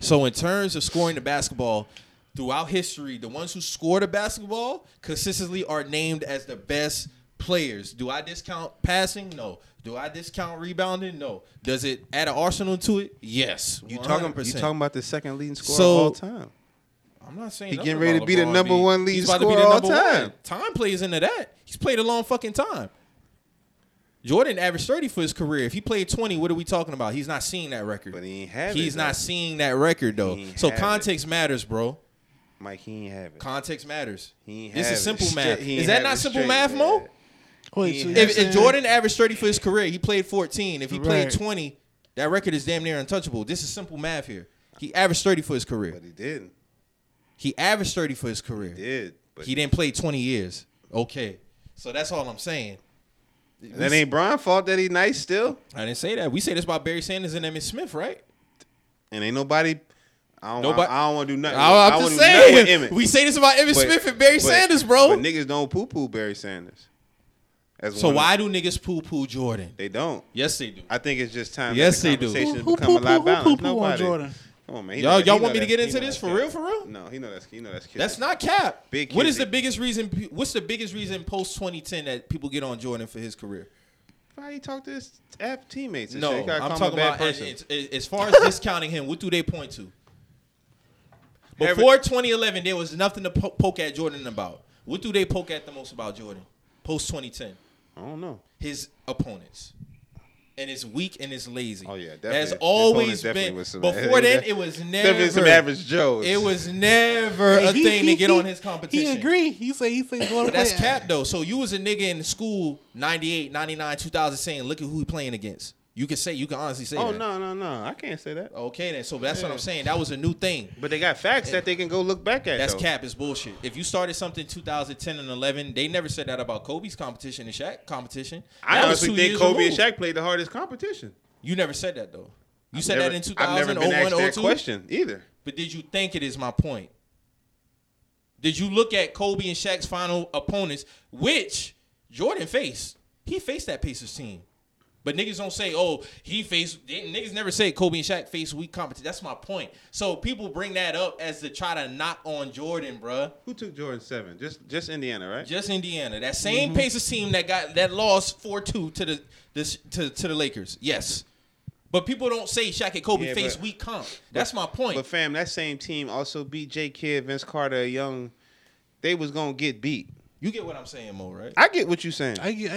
So in terms of scoring the basketball throughout history, the ones who score the basketball consistently are named as the best players. Do I discount passing? No. Do I discount rebounding? No. Does it add an arsenal to it? Yes.
You talking? You
100%.
talking about the second leading scorer
So-
of all time?
I'm not saying
He
nothing
getting ready
about
to be the
LeBron
number
being-
one leading
He's about to be
scorer
the
all
number
time.
one. Time plays into that. He's played a long fucking time. Jordan averaged 30 for his career. If he played 20, what are we talking about? He's not seeing that record.
But he ain't have it,
He's not
though.
seeing that record though.
ain't
So
have it.
context matters, bro.
Mike, he ain't have it.
Context matters.
He ain't
This
have
is
it.
simple
Straight-
math.
he
Is
ain't
that
have
not
it
simple
straight,
math,
man.
Mo?
Wait, so
If-
you're
If, if
saying-
Jordan averaged 30 for his career, he played 14. If he played
Right.
20, that record is damn near untouchable. This is simple math here. He averaged 30 for his career.
But he didn't.
He averaged 30 for his career.
Did. But
he didn't play 20 years. Okay. So that's all I'm saying.
that ain't Brian fault that he nice still.
I didn't say that. We say this about Barry Sanders and Emmitt Smith, right?
And ain't nobody. I don't,
Nobody-
I, I don't want to do nothing.
I, am
don't
just
wanna do nothing with
saying.
Emmitt.
We say this about Emmitt
But-
Smith and Barry
but-
Sanders, bro.
But niggas don't poo poo Barry Sanders. As
so
one of-
why do niggas poo poo Jordan?
they don't?
Yes, they do.
I think it's just time.
Yes,
that
they
the
do.
conversation
Who- who
become a
poo-poo-
lot
who
balanced.
poo-poo on
Nobody.
Jordan?
Come on, man. He
Y'all-
know- he
y'all
know
want me to
that's-
get
he
into
know
this
that's
for
cap.
real, for real?
No, he know that's he know that's kidding.
That's not cap.
Big
what
kid,
is the
big-
biggest reason? pe- What's the biggest reason post 2010 that people get on Jordan for his career?
Probably talk to his app teammates. and
No,
shit. He gotta
I'm
call him a
talking
bad
about as,
person.
as- as far as discounting him. What do they point to? Before 2011, there was nothing to po- poke at Jordan about. What do they poke at the most about Jordan? Post 2010,
I don't know.
his opponents. and it's weak and it's lazy.
Oh, yeah, definitely.
That's
His
always
opponent definitely
been.
was some-
before then, it was never.
Definitely some average Joes.
It was never a
He-
thing to
he-
get
he- Oh,
on his competition.
He agree. He say he say
But that's cap though. So you was a nigga in school 98, 99, 2000 saying, look at who he playing against. You can say you can honestly say
Oh
that.
no no no! I can't say that.
Okay then. So that's what I'm saying. That was a new thing.
But they got facts that they can go look back at.
That's
though.
cap. It's bullshit. If you started something 2010 and 11, they never said that about Kobe's competition and Shaq competition.
I
That was
honestly
two
think
years
Kobe and
removed.
Shaq played the hardest competition.
You never said that though. You said
Never-
that in 2000,
I've never been
01,
asked that
02.
question either.
But did you think it is my point? Did you look at Kobe and Shaq's final opponents, which Jordan faced? He faced that Pacers team. But niggas don't say, oh, he faced. they- Niggas never say Kobe and Shaq faced weak competition. That's my point. So people bring that up as to try to knock on Jordan, bruh.
Who took Jordan seven? Just just Indiana, right?
Just Indiana, that same
Mm-hmm.
Pacers team that got that lost four two to the this to, to the Lakers. Yes, but people don't say Shaq and Kobe
Yeah,
faced
but-
weak comp. That's my point.
But fam, that same team also beat J. Kidd, Vince Carter, Young. They was gonna get beat.
you get what I'm saying, Mo, right?
I get what you saying.
I
I,
get.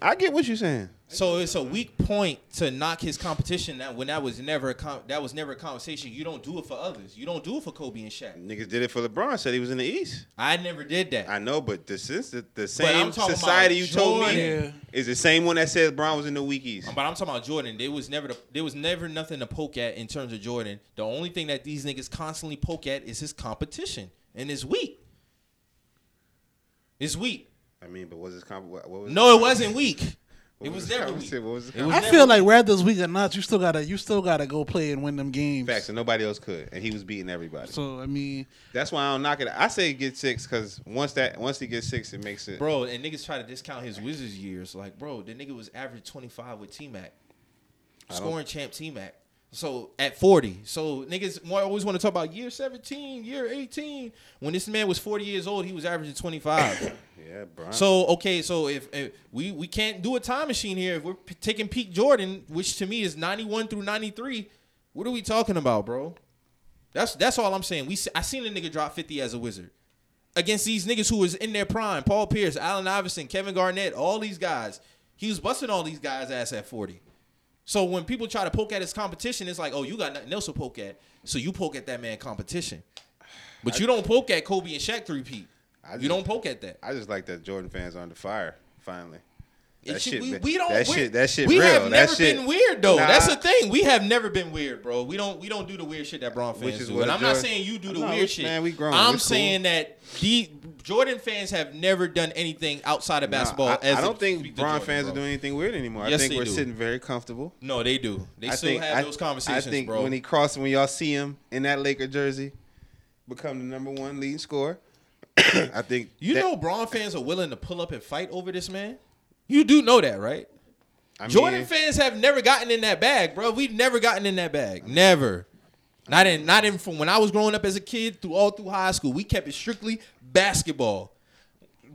I get.
get what you saying.
So it's a weak point to knock his competition that when that was never a com- that was never a conversation. You don't do it for others. You don't do it for Kobe and Shaq.
Niggas did it for LeBron. Said he was in the East.
I never did that.
I know, but the since the, the
I'm
same
talking about
society you told me
Jordan.
is the same one that said LeBron was in the weak East.
But I'm talking about Jordan. There was never the, there was never nothing to poke at in terms of Jordan. The only thing that these niggas constantly poke at is his competition and it's weak. It's weak.
I mean, but was this comp- what what was
No,
this
it wasn't weak.
What
It was
was
never
this
weak.
conversation? What was this
It was
I
never
feel
weak.
like whether it's weak or not, you still gotta you still gotta go play and win them games.
Facts, and nobody else could, and he was beating everybody.
So I mean,
That's why I don't knock it. I say get six because once that once he gets six, it makes it.
bro. And niggas try to discount his Wizards years. Like, bro, the nigga was average 25 with T Mac, scoring champ T Mac. So at 40, so niggas wa- always want to talk about year 17, year 18. When this man was 40 years old, he was averaging 25.
Yeah, Brian.
so okay, so if, if we we can't do a time machine here, if we're p- taking peak Jordan, which to me is 91 through 93, what are we talking about, bro? That's that's all I'm saying. We se- I seen a nigga drop 50 as a wizard against these niggas who was in their prime. Paul Pierce, Allen Iverson, Kevin Garnett, all these guys. He was busting all these guys' ass at 40. So when people try to poke at his competition, it's like, oh, you got nothing else to poke at. So you poke at that man competition. But you don't poke at Kobe and Shaq three peat.
I
You
just-
don't poke at that.
I just like that Jordan fans are under fire finally.
It
That
should-
shit,
we,
man.
we don't.
That
we're-
shit. That shit.
We
real.
have
that
never
shit,
been weird though. That's
Nah.
the thing. We have never been weird, bro. We don't. We don't do the weird shit that Braun fans
Which is
do.
what
And
a
I'm not
Jordan-
saying you do the
No,
weird
we-
shit.
man, we grown.
I'm
It's cool.
saying that the Jordan fans have never done anything outside of
Nah,
basketball.
I,
as
I
to
don't
speak
think
to
Bron
Jordan,
fans
bro.
are doing anything weird anymore.
Yes,
I think
they
we're
do.
sitting very comfortable.
No, they do. They
I
still
think
have
I,
those conversations,
I think
bro.
when he crosses, when y'all see him in that Laker jersey, become the number one leading scorer. I think
you
that-
know, Braun fans are willing to pull up and fight over this man. You do know that, right?
I
Jordan
mean,
fans have never gotten in that bag, bro. We've never gotten in that bag. Never. Not in not in from when I was growing up as a kid through all through high school. We kept it strictly basketball.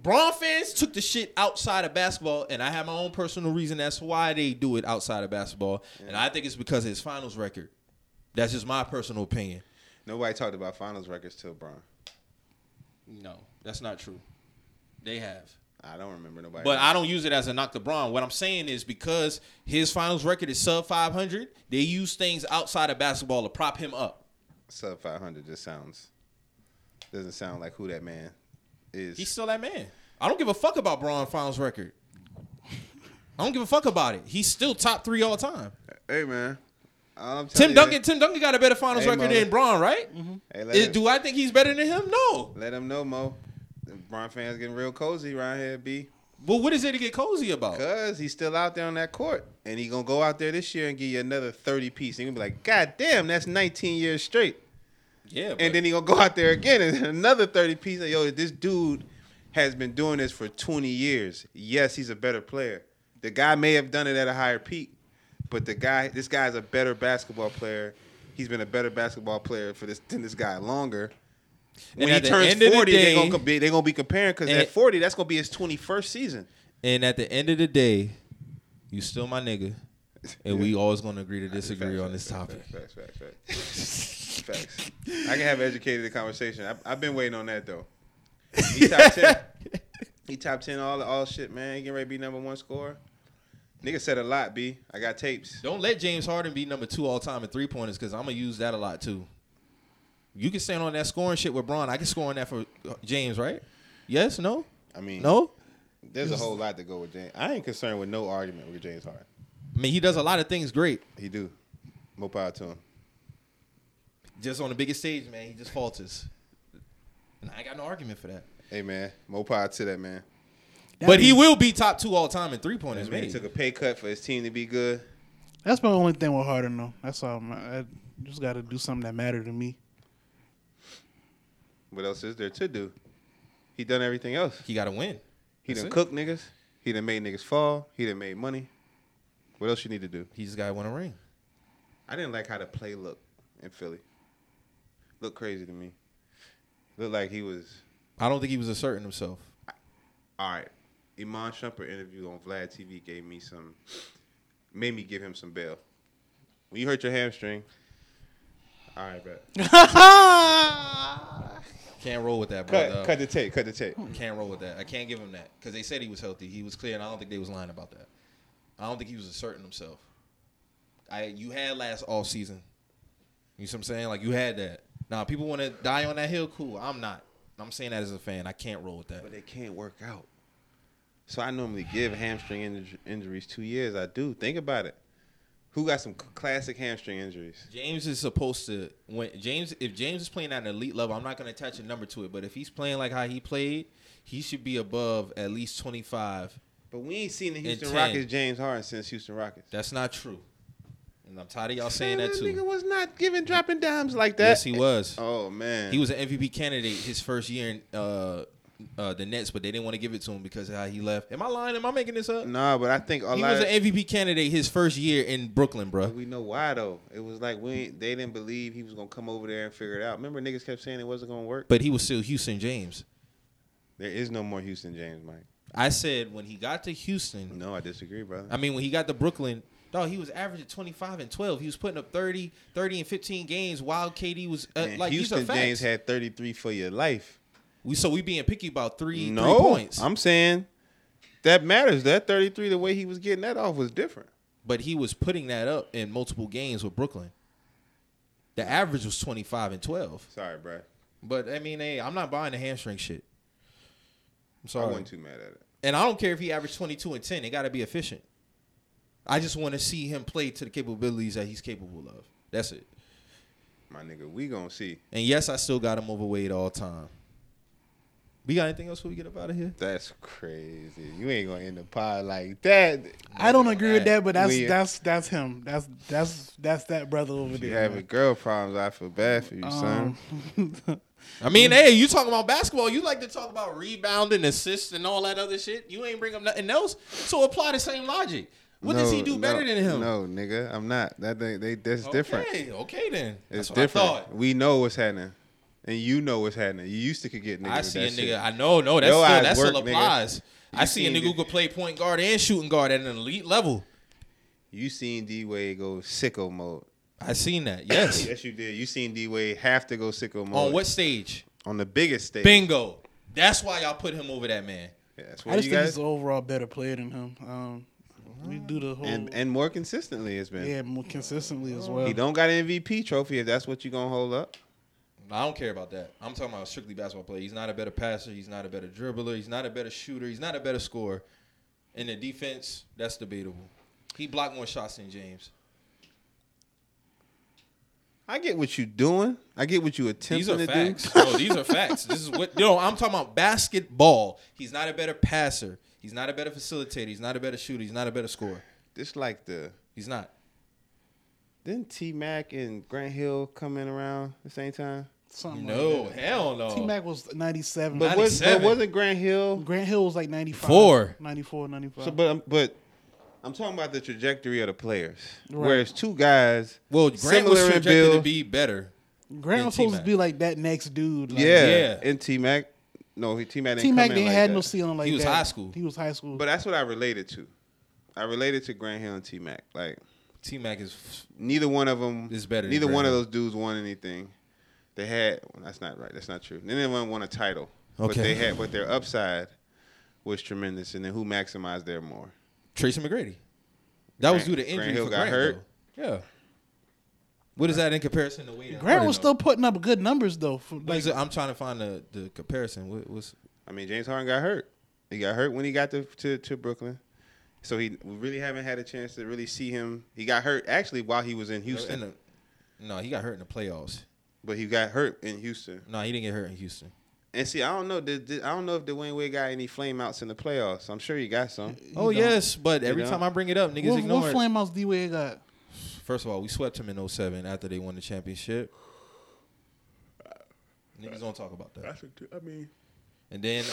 Braun fans took the shit outside of basketball, and I have my own personal reason that's why they do it outside of basketball. And I think it's because of his finals record. That's just my personal opinion.
nobody talked about finals records till Bron.
No, that's not true. They have.
I don't remember nobody.
But I don't use it as a knock to Braun. What I'm saying is because his finals record is sub 500, they use things outside of basketball to prop him up.
sub 500 just sounds doesn't sound like who that man is.
He's still that man. I don't give a fuck about Braun finals record. I don't give a fuck about it. He's still top three all time.
hey man, all I'm
Tim
telling
Duncan,
You,
Tim Duncan got a better finals
Hey,
record
Mo. Mm-hmm.
than Braun, right?
hey, let,
Is-
him,
do I think he's better than him? No.
let him know, Mo. The Bron fans getting real cozy around here, B.
Well, what is it to get cozy about?
Cause he's still out there on that court, and he gonna go out there this year and give you another thirty piece. And you gonna be like, God damn, that's nineteen years straight.
Yeah, but
And then he gonna go out there again and another thirty piece. Like, yo, this dude has been doing this for twenty years. Yes, he's a better player. The guy may have done it at a higher peak, but the guy, this guy's a better basketball player. He's been a better basketball player for this than this guy longer.
And
When he
at the
turns
end of the
forty,
day-
they're gonna be they gonna be comparing because
And-
at forty, that's gonna be his twenty first season.
And at the end of the day, you still my nigga. And we always gonna agree to disagree on this topic.
Facts, facts, facts. facts. I can have educated conversation. I, I've been waiting on that though. He top ten. he top ten all all shit, man. He getting ready to be number one scorer. Nigga said a lot, B. I got tapes.
Don't let James Harden be number two all time in three pointers because I'm gonna use that a lot too. You can stand on that scoring shit with Braun. I can score on that for uh, James, right? Yes, no,
I mean,
no.
There's a whole lot to go with James. I ain't concerned with no argument with James Harden.
I mean, he does a lot of things great.
He do. More power to him.
Just on the biggest stage, man, he just falters. And I ain't got no argument for that.
Hey man, more power to that man.
but he will be top two all time in three pointers,
This man took
man.
a pay cut for his team to be good.
That's my only thing with Harden though. That's all. man. I just got to do something that mattered to me.
What else is there to do? He done everything else.
He got to win.
He
That's
done
it.
cooked niggas. He done made niggas fall. He done made money. What else you need to do?
He just got to win a ring.
I didn't like how the play looked in Philly. Looked crazy to me. Looked like he was
I don't think he was asserting himself.
all right. Iman Shumpert interview on Vlad TV gave me some, made me give him some bail. When you hurt your hamstring, all right, bro.
Can't roll with that, bro.
Cut, cut the tape, cut the tape.
Can't roll with that. I can't give him that because they said he was healthy. He was clear, and I don't think they was lying about that. I don't think he was asserting himself. I you had last off season. You see what I'm saying? Like you had that. Now people want to die on that hill. Cool. I'm not. I'm saying that as a fan. I can't roll with that.
But they can't work out. So I normally give hamstring inj- injuries two years. I do. Think about it. Who got some c- classic hamstring injuries?
James is supposed to when James if James is playing at an elite level, I'm not gonna attach a number to it. But if he's playing like how he played, he should be above at least 25.
But we ain't seen the Houston
10.
Rockets James Harden since Houston Rockets.
That's not true. And I'm tired of y'all saying that
Man, nigga
too.
was not giving dropping dimes like that.
Yes, he was.
Oh man,
He was an MVP candidate his first year in uh, uh, the Nets, but they didn't want to give it to him because of how he left. Am I lying? Am I making this up?
Nah, but I think a
he
lot
was
of
an MVP candidate his first year in Brooklyn, bro.
We know why though. It was like we ain't- they didn't believe he was gonna come over there and figure it out. Remember, niggas kept saying it wasn't gonna work.
But he was still Houston James.
There is no more Houston James, Mike.
I said when he got to Houston,
No, I disagree, brother.
I mean when he got to Brooklyn, dog, he was averaging 25 and 12. He was putting up 30, 30 and 15 games while KD was uh,
Man,
like
Houston
these are facts.
James had 33 for your life.
we so we being picky about three,
No,
three points.
I'm saying that matters. That 33, the way he was getting that off was different.
but he was putting that up in multiple games with Brooklyn. The average was 25 and 12.
Sorry, bro.
But I mean, hey, I'm not buying the hamstring shit. I'm
I
sorry.
wasn't too mad at it.
and I don't care if he averaged 22 and 10. It got to be efficient. I just want to see him play to the capabilities that he's capable of. That's it.
My nigga, we gonna see.
And yes, I still got him overweight all time. We got anything else before we get up out of here?
That's crazy. You ain't gonna end the pod like that.
I don't agree with
Hey,
that, but that's
we-
that's that's him. That's that's that's that brother over
You
there.
having girl problems? I feel bad for you,
Um,
son.
I mean, hey, you talking about basketball? You like to talk about rebounding, assists, and all that other shit. You ain't bring up nothing else. So apply the same logic. What does he
No,
do better
no,
than him?
No, nigga, I'm not. That they, they that's different.
Okay, okay then.
It's
That's what
different.
I, thought.
we know what's happening, and you know what's happening. You used to could get niggas.
I
with
see a
that
nigga.
shit.
I know, no, that's
Your
still,
eyes
that still
work, nigga.
applies. I
You
see a
seen
nigga who
it.
could play point guard and shooting guard at an elite level.
You seen D Wade go sicko mode.
I seen that. Yes.
Yes, you did. You seen D Wade have to go sicko mode
On what stage?
on the biggest stage.
Bingo. That's why y'all put him over that man.
Yeah, that's
I
what
just
you
think he's
guys
an overall better player than him. Um, we do the whole
and and more consistently it's been.
yeah more consistently as well.
He don't got an MVP trophy if that's what you gonna hold up.
I don't care about that. I'm talking about strictly basketball player. He's not a better passer. He's not a better dribbler. He's not a better shooter. He's not a better scorer. In the defense, that's debatable. He blocked more shots than James.
I get what you doing. I get what you
These
attempting
are
to
facts.
do.
No, these are facts. This is what no. I'm talking about basketball. He's not a better passer. He's not a better facilitator. He's not a better shooter. He's not a better scorer.
Just like the
He's not.
didn't T Mac and Grant Hill come in around the same time.
Something
No,
like
hell no.
that. T Mac was ninety seven.
But, was, but
97.
wasn't Grant Hill
Grant Hill was like 95.
Four.
94, 95.
So, but I'm- but I'm talking about the trajectory of the players.
Right.
Whereas two guys,
well, Grant was
similar in
projected to
build-
be better.
Grant
than
was supposed
T-Mac.
to be like that next dude. Like,
yeah,
yeah.
and T Mac, no, he T Mac didn't
T Mac
come in
didn't
like
had
that.
no ceiling like that.
He was high school.
He was high school.
But that's what I related to. I related to Grant Hill and T Mac. Like
T Mac is
neither one of them
It's better than
Neither
Grant
one of
Hill.
those dudes won anything. They had. well, that's not right. That's not true. Neither one won a title. But
Okay.
they had. But their upside was tremendous, and then who maximized their more?
Tracy McGrady. That was
Grant-
due to injury.
Grant Hill
for
got
Grant,
hurt.
though. Yeah. What is that in comparison to Wade?
Grant
Harden,
was
though?
still putting up good numbers though. For,
What
like
is it? I'm trying to find the, the comparison. What was
I mean, James Harden got hurt. He got hurt when he got to, to to Brooklyn, so he we really haven't had a chance to really see him. He got hurt actually while he was in Houston,
in the, no? He got hurt in the playoffs.
but he got hurt in Houston.
No, he didn't get hurt in Houston.
And see, I don't know. Did, did- I don't know if Dwayne Wade got any flame outs in the playoffs. I'm sure he got some.
oh yes, but every
don't.
time I bring it up, niggas
what,
ignore
what
it.
flame house D Wade got?
First of all, we swept him in 07 after they won the championship. Niggas don't talk about that.
I mean,
And then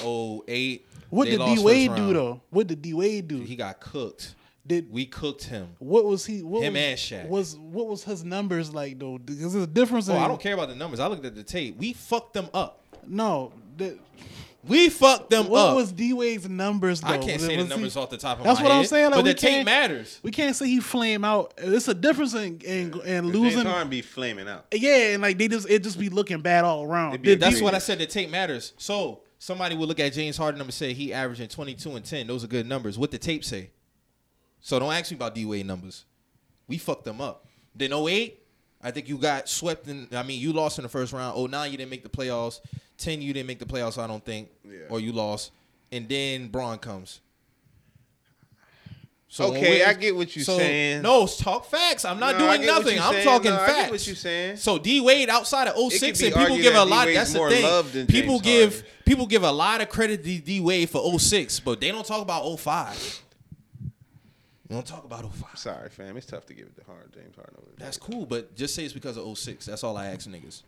08.
What
they
did
lost
D Wade
first
do
round.
though? What did D Wade do?
He got cooked.
did
We cooked him.
what was he? What
Him
was,
and Shaq.
was what was his numbers like though? Because there's a difference.
Oh,
in,
I don't care about the numbers. I looked at the tape. We fucked them up.
No, the-
We fucked them
what
up.
was D Wade's numbers? Though?
I can't say the
Was he-
numbers off the top of
That's
my
what I'm
head,
saying, like,
but
we
the tape
can't-
matters.
We can't say he flame out. It's a difference in in, in
James
losing.
Harden be flaming out.
Yeah, and like they just it just be looking bad all around.
It'd be a
Did
That's
D-
what I said. The tape matters. So somebody would look at James Harden and say he averaging 22 and 10. Those are good numbers. What the tape say? So don't ask me about D Wade numbers. We fucked them up. Then 08, I think you got swept in. I mean, you lost in the first round. 09, you didn't make the playoffs. 10, you didn't make the playoffs. I don't think.
Yeah.
Or you lost. And then Braun comes. So when
Okay,
we-
I get what you're saying.
No, it's talk facts. I'm not
No, I
doing
get what
nothing.
you
I'm
saying.
talking
No, I
facts.
get what you saying.
So D Wade outside of
could
06
be
and people
argued
give
that
a
D.
lot.
Wade's
That's the
more loved
thing.
than
People
James
give
Harden.
people give a lot of credit to D Wade for 06, but they don't talk about 05. They don't talk about 05.
Sorry, fam. It's tough to give it to Harden, James Harden. Over
That's cool, but just say it's because of 06. That's all I ask niggas.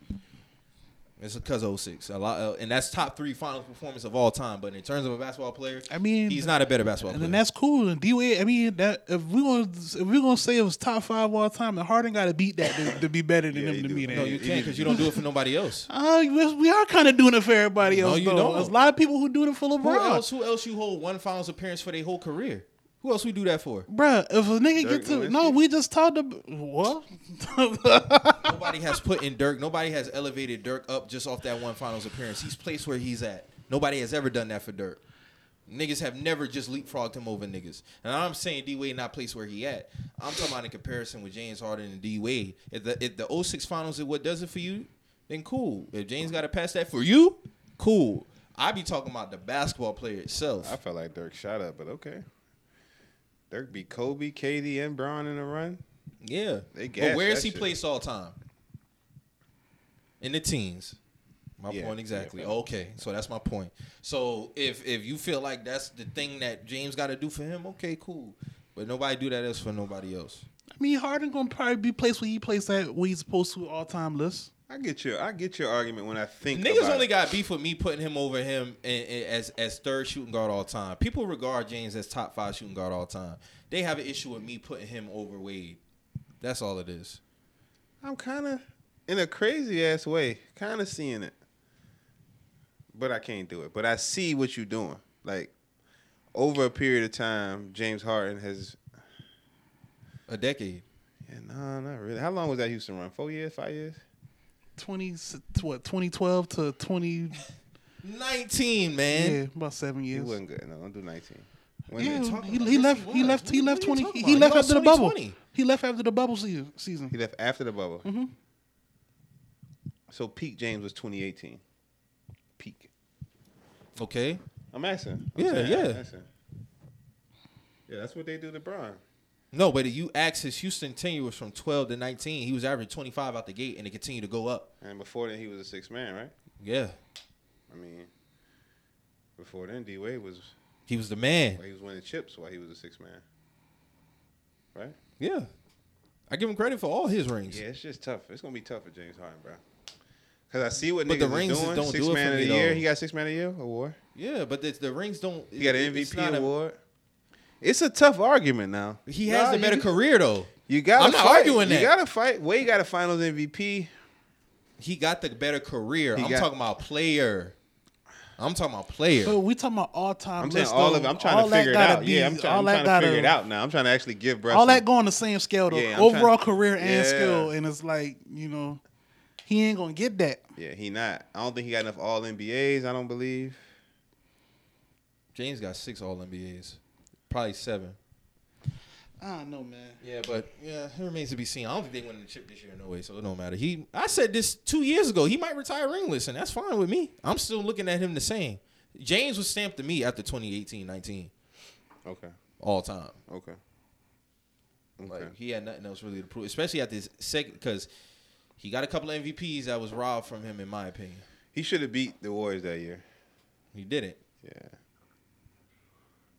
It's because of 06. A lot, uh, and that's top three finals performance of all time. But in terms of a basketball player,
I mean,
he's not a better basketball
And
player.
then that's cool. And D Wade, I mean, that if we want if we gonna say it was top five all time, then Harden got to beat that to, to be better than
Yeah,
him
he
to
do.
me.
no, you can't because you don't do it for nobody else.
Uh, we- we are kind of doing it for everybody
No,
else.
you
though.
don't.
There's a lot of people who do it for
Who
LeBron.
else? Who else you hold one finals appearance for their whole career? Who else we do that for?
Bruh, if a nigga
Dirk
get to
Nowitzki?
no, we just talked about what?
Nobody has put in Dirk. Nobody has elevated Dirk up just off that one finals appearance. He's placed where he's at. Nobody has ever done that for Dirk. Niggas have never just leapfrogged him over niggas. And I'm saying D Wade not placed where he at. I'm talking about in comparison with James Harden and D Wade. If the if the 06 finals is what does it for you, then cool. If James got to pass that for you, cool. I be talking about the basketball player
I
itself.
felt like Dirk shot up, but okay. Dirk beat Kobe, KD, and Braun in a run.
Yeah.
They
But
gassed
where is
that
he
shit.
placed all time? In the teens. My
Yeah,
point
yeah,
exactly.
fair.
okay, so that's my point. So if if you feel like that's the thing that James got to do for him, okay, cool. But nobody do that else for nobody else.
I mean, Harden gonna probably be placed where he placed at where he's supposed to all time list.
I get your I get your argument when I think
Niggas
about
only
it.
got beef with me putting him over him in, in- as as third shooting guard all time. People regard James as top five shooting guard all time. They have an issue with me putting him over Wade. That's all it is.
I'm kind of in a crazy ass way, kind of seeing it, but I can't do it. But I see what you're doing. Like over a period of time, James Harden has.
A decade.
Yeah, no, not really. How long was that Houston run? Four years, five years?
Twenty what? Twenty twelve to twenty?
19, man.
Yeah, about seven
He
years.
wasn't good. No, don't do 19. When
Yeah,
did-
he, he left. He left. He left
What are
twenty.
you talking
He
about?
left
He
after the
lost
bubble.
2020.
He left after the bubble season. Season.
He left after the bubble.
Mm-hmm.
So peak James was 2018. Peak.
Okay.
I'm asking. I'm
Yeah,
saying,
yeah.
I'm asking. Yeah, that's what they do to Braun.
No, but if you ask his Houston tenure was from 12 to 19. He was averaging 25 out the gate, and it continued to go up.
And before then, he was a six man, right?
Yeah.
I mean, before then, D Wade was
He was the man.
well, he was winning chips while he was a six man, right?
Yeah. I give him credit for all his rings.
Yeah, it's just tough. It's gonna be tough for James Harden, bro. Cause I see what
But
niggas
the
is
rings
doing.
don't do
six
it for
man of
me,
the year.
though.
He got six man of the year award.
Yeah, but the, the rings don't.
He got an
it- it's
MVP
not a-
award. it's a tough argument now.
he has
Nah,
the
you
better
do-
career, though.
You got.
I'm not arguing that.
You got to fight. Wade got a Finals MVP.
He got the better career.
He
I'm
got-
talking about player. I'm talking about player.
But we talking about all time.
I'm saying
list,
all
though.
of it. I'm trying
All
to
that
figure it
gotta
out.
be-
yeah, I'm, try-
all
I'm
that
trying to
gotta-
figure it out now. I'm trying to actually give breath.
All that go on the same scale though.
Yeah, I'm
Overall
tryna-
career and
Yeah.
skill, and it's like you know, he ain't gonna get that.
Yeah, he not. I don't think he got enough All NBAs. I don't believe.
James got six All NBAs, probably seven.
I don't know, man.
Yeah, but yeah, it remains to be seen. I don't think they win the chip this year, no way. So it don't matter. He, I said this two years ago. He might retire ringless, and that's fine with me. I'm still looking at him the same. James was stamped to me after 2018-19
Okay.
all time.
Okay.
Like
Okay.
he had nothing else really to prove, especially at this second because he got a couple of MVPs that was robbed from him, in my opinion.
He should have beat the Warriors that year.
He didn't.
Yeah.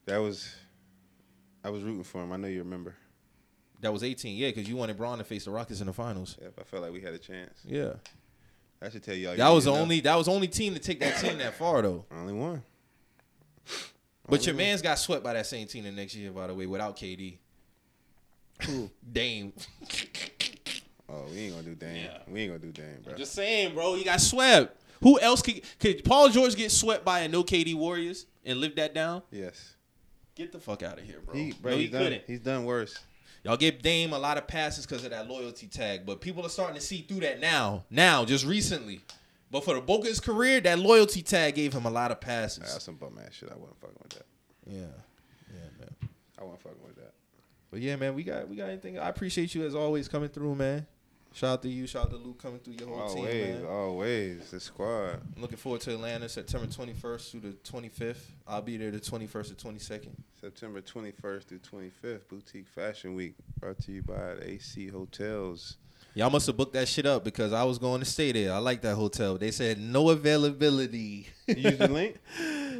That was. I was rooting for him. I know you remember.
That was 18, yeah, because you wanted Braun to face the Rockets in the finals.
Yep, I felt like we had a chance.
Yeah,
I should tell y'all.
that
you
was the
didn't know.
only that was the only team to take that team that far though.
Only one. Oh,
But your man's got swept by that same team the next year, by the way, without KD. Dame.
Oh, we ain't gonna do Dame.
Yeah.
We ain't gonna do Dame, bro.
Just saying, bro. He got swept. Who else could could Paul George get swept by a no KD Warriors and live that down?
yes.
Get the fuck out of here, bro.
He, bro,
no,
he's
he
done.
couldn't.
He's done worse.
Y'all give Dame a lot of passes because of that loyalty tag, but people are starting to see through that now. Now, just recently. But for the bulk of his career, that loyalty tag gave him a lot of passes.
That's some bum ass shit. I wasn't fucking with that.
Yeah. Yeah, man.
I wasn't fucking with that.
But yeah, man, we got we got anything. I appreciate you as always coming through, man. Shout out to you, shout out to Luke coming through your whole team,
Always, uh,
man.
always. The squad.
I'm looking forward to Atlanta September 21st through the 25th. I'll be there the 21st to 22nd.
September 21st through 25th, Boutique Fashion Week, brought to you by the AC Hotels.
Y'all must have booked that shit up because I was going to stay there. I like that hotel. They said no availability.
You use the link?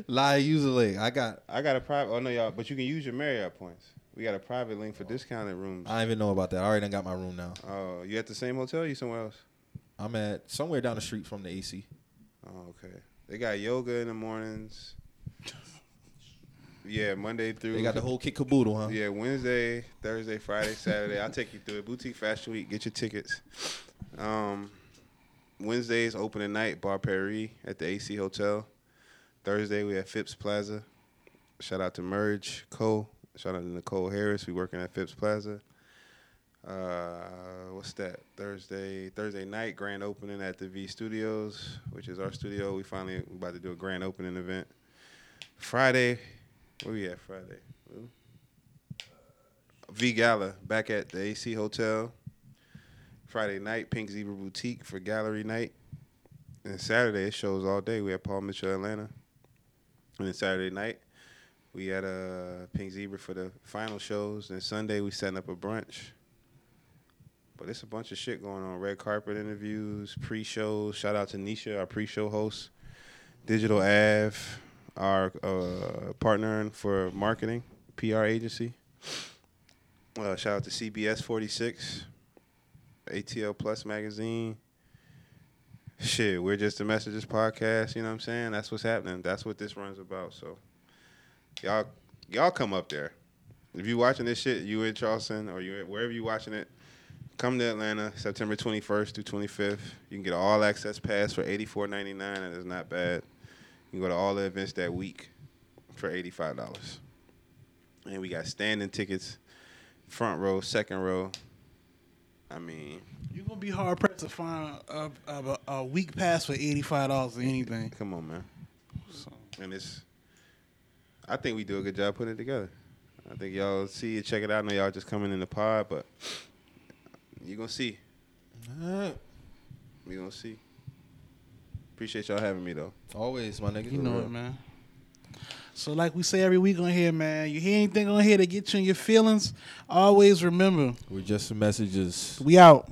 Lie user link. I got.
I got a private. Oh no, y'all, but you can use your Marriott points. We got a private link
Oh.
for discounted rooms.
I don't even know about that. I already done got my room now.
Oh, you at the same hotel? or you somewhere else?
I'm at somewhere down the street from the AC.
Oh, okay. They got yoga in the mornings. Yeah, Monday through.
They got the whole kit caboodle, huh?
Yeah, Wednesday, Thursday, Friday, Saturday. I'll take you through it. Boutique Fashion Week. Get your tickets. Um, Wednesdays open at night, Bar Paris at the AC Hotel. Thursday we at Phipps Plaza. Shout out to Merge Cole. Shout out to Nicole Harris. We working at Phipps Plaza. Uh, what's that? Thursday, Thursday night, grand opening at the V Studios, which is our studio. We finally we about to do a grand opening event. Friday, where we at Friday? Lou? V Gala back at the AC Hotel. Friday night, Pink Zebra Boutique for gallery night. And Saturday, it shows all day. We at Paul Mitchell Atlanta. And then Saturday night, we at uh, Pink Zebra for the final shows. And Sunday, we setting up a brunch. But it's a bunch of shit going on. Red carpet interviews, pre-shows. Shout out to Nisha, our pre-show host. Digital Av, our uh, partner in- for marketing, PR agency. Uh, shout out to CBS 46, ATL Plus Magazine. Shit, we're just the Messages podcast. You know what I'm saying? That's what's happening. That's what this runs about. So, y'all, y'all come up there. If you watching this shit, you in Charleston or you wherever you watching it, come to Atlanta September 21st through 25th. You can get an all access pass for 84.99, and it's not bad. You can go to all the events that week for $85. And we got standing tickets, front row, second row. I mean,
You're gonna be hard pressed to find a, a, a week pass for eighty five dollars or anything.
come on, man.
So.
and it's I think we do a good job putting it together. I think y'all see it, check it out. I know y'all just coming in the pod, but you gonna see.
Alright.
You gonna see. Appreciate y'all having me though.
Always, my nigga.
You know it, man. So, like we say every week on here, man, you hear anything on here that get you in your feelings, always remember
We're just some messages.
we out.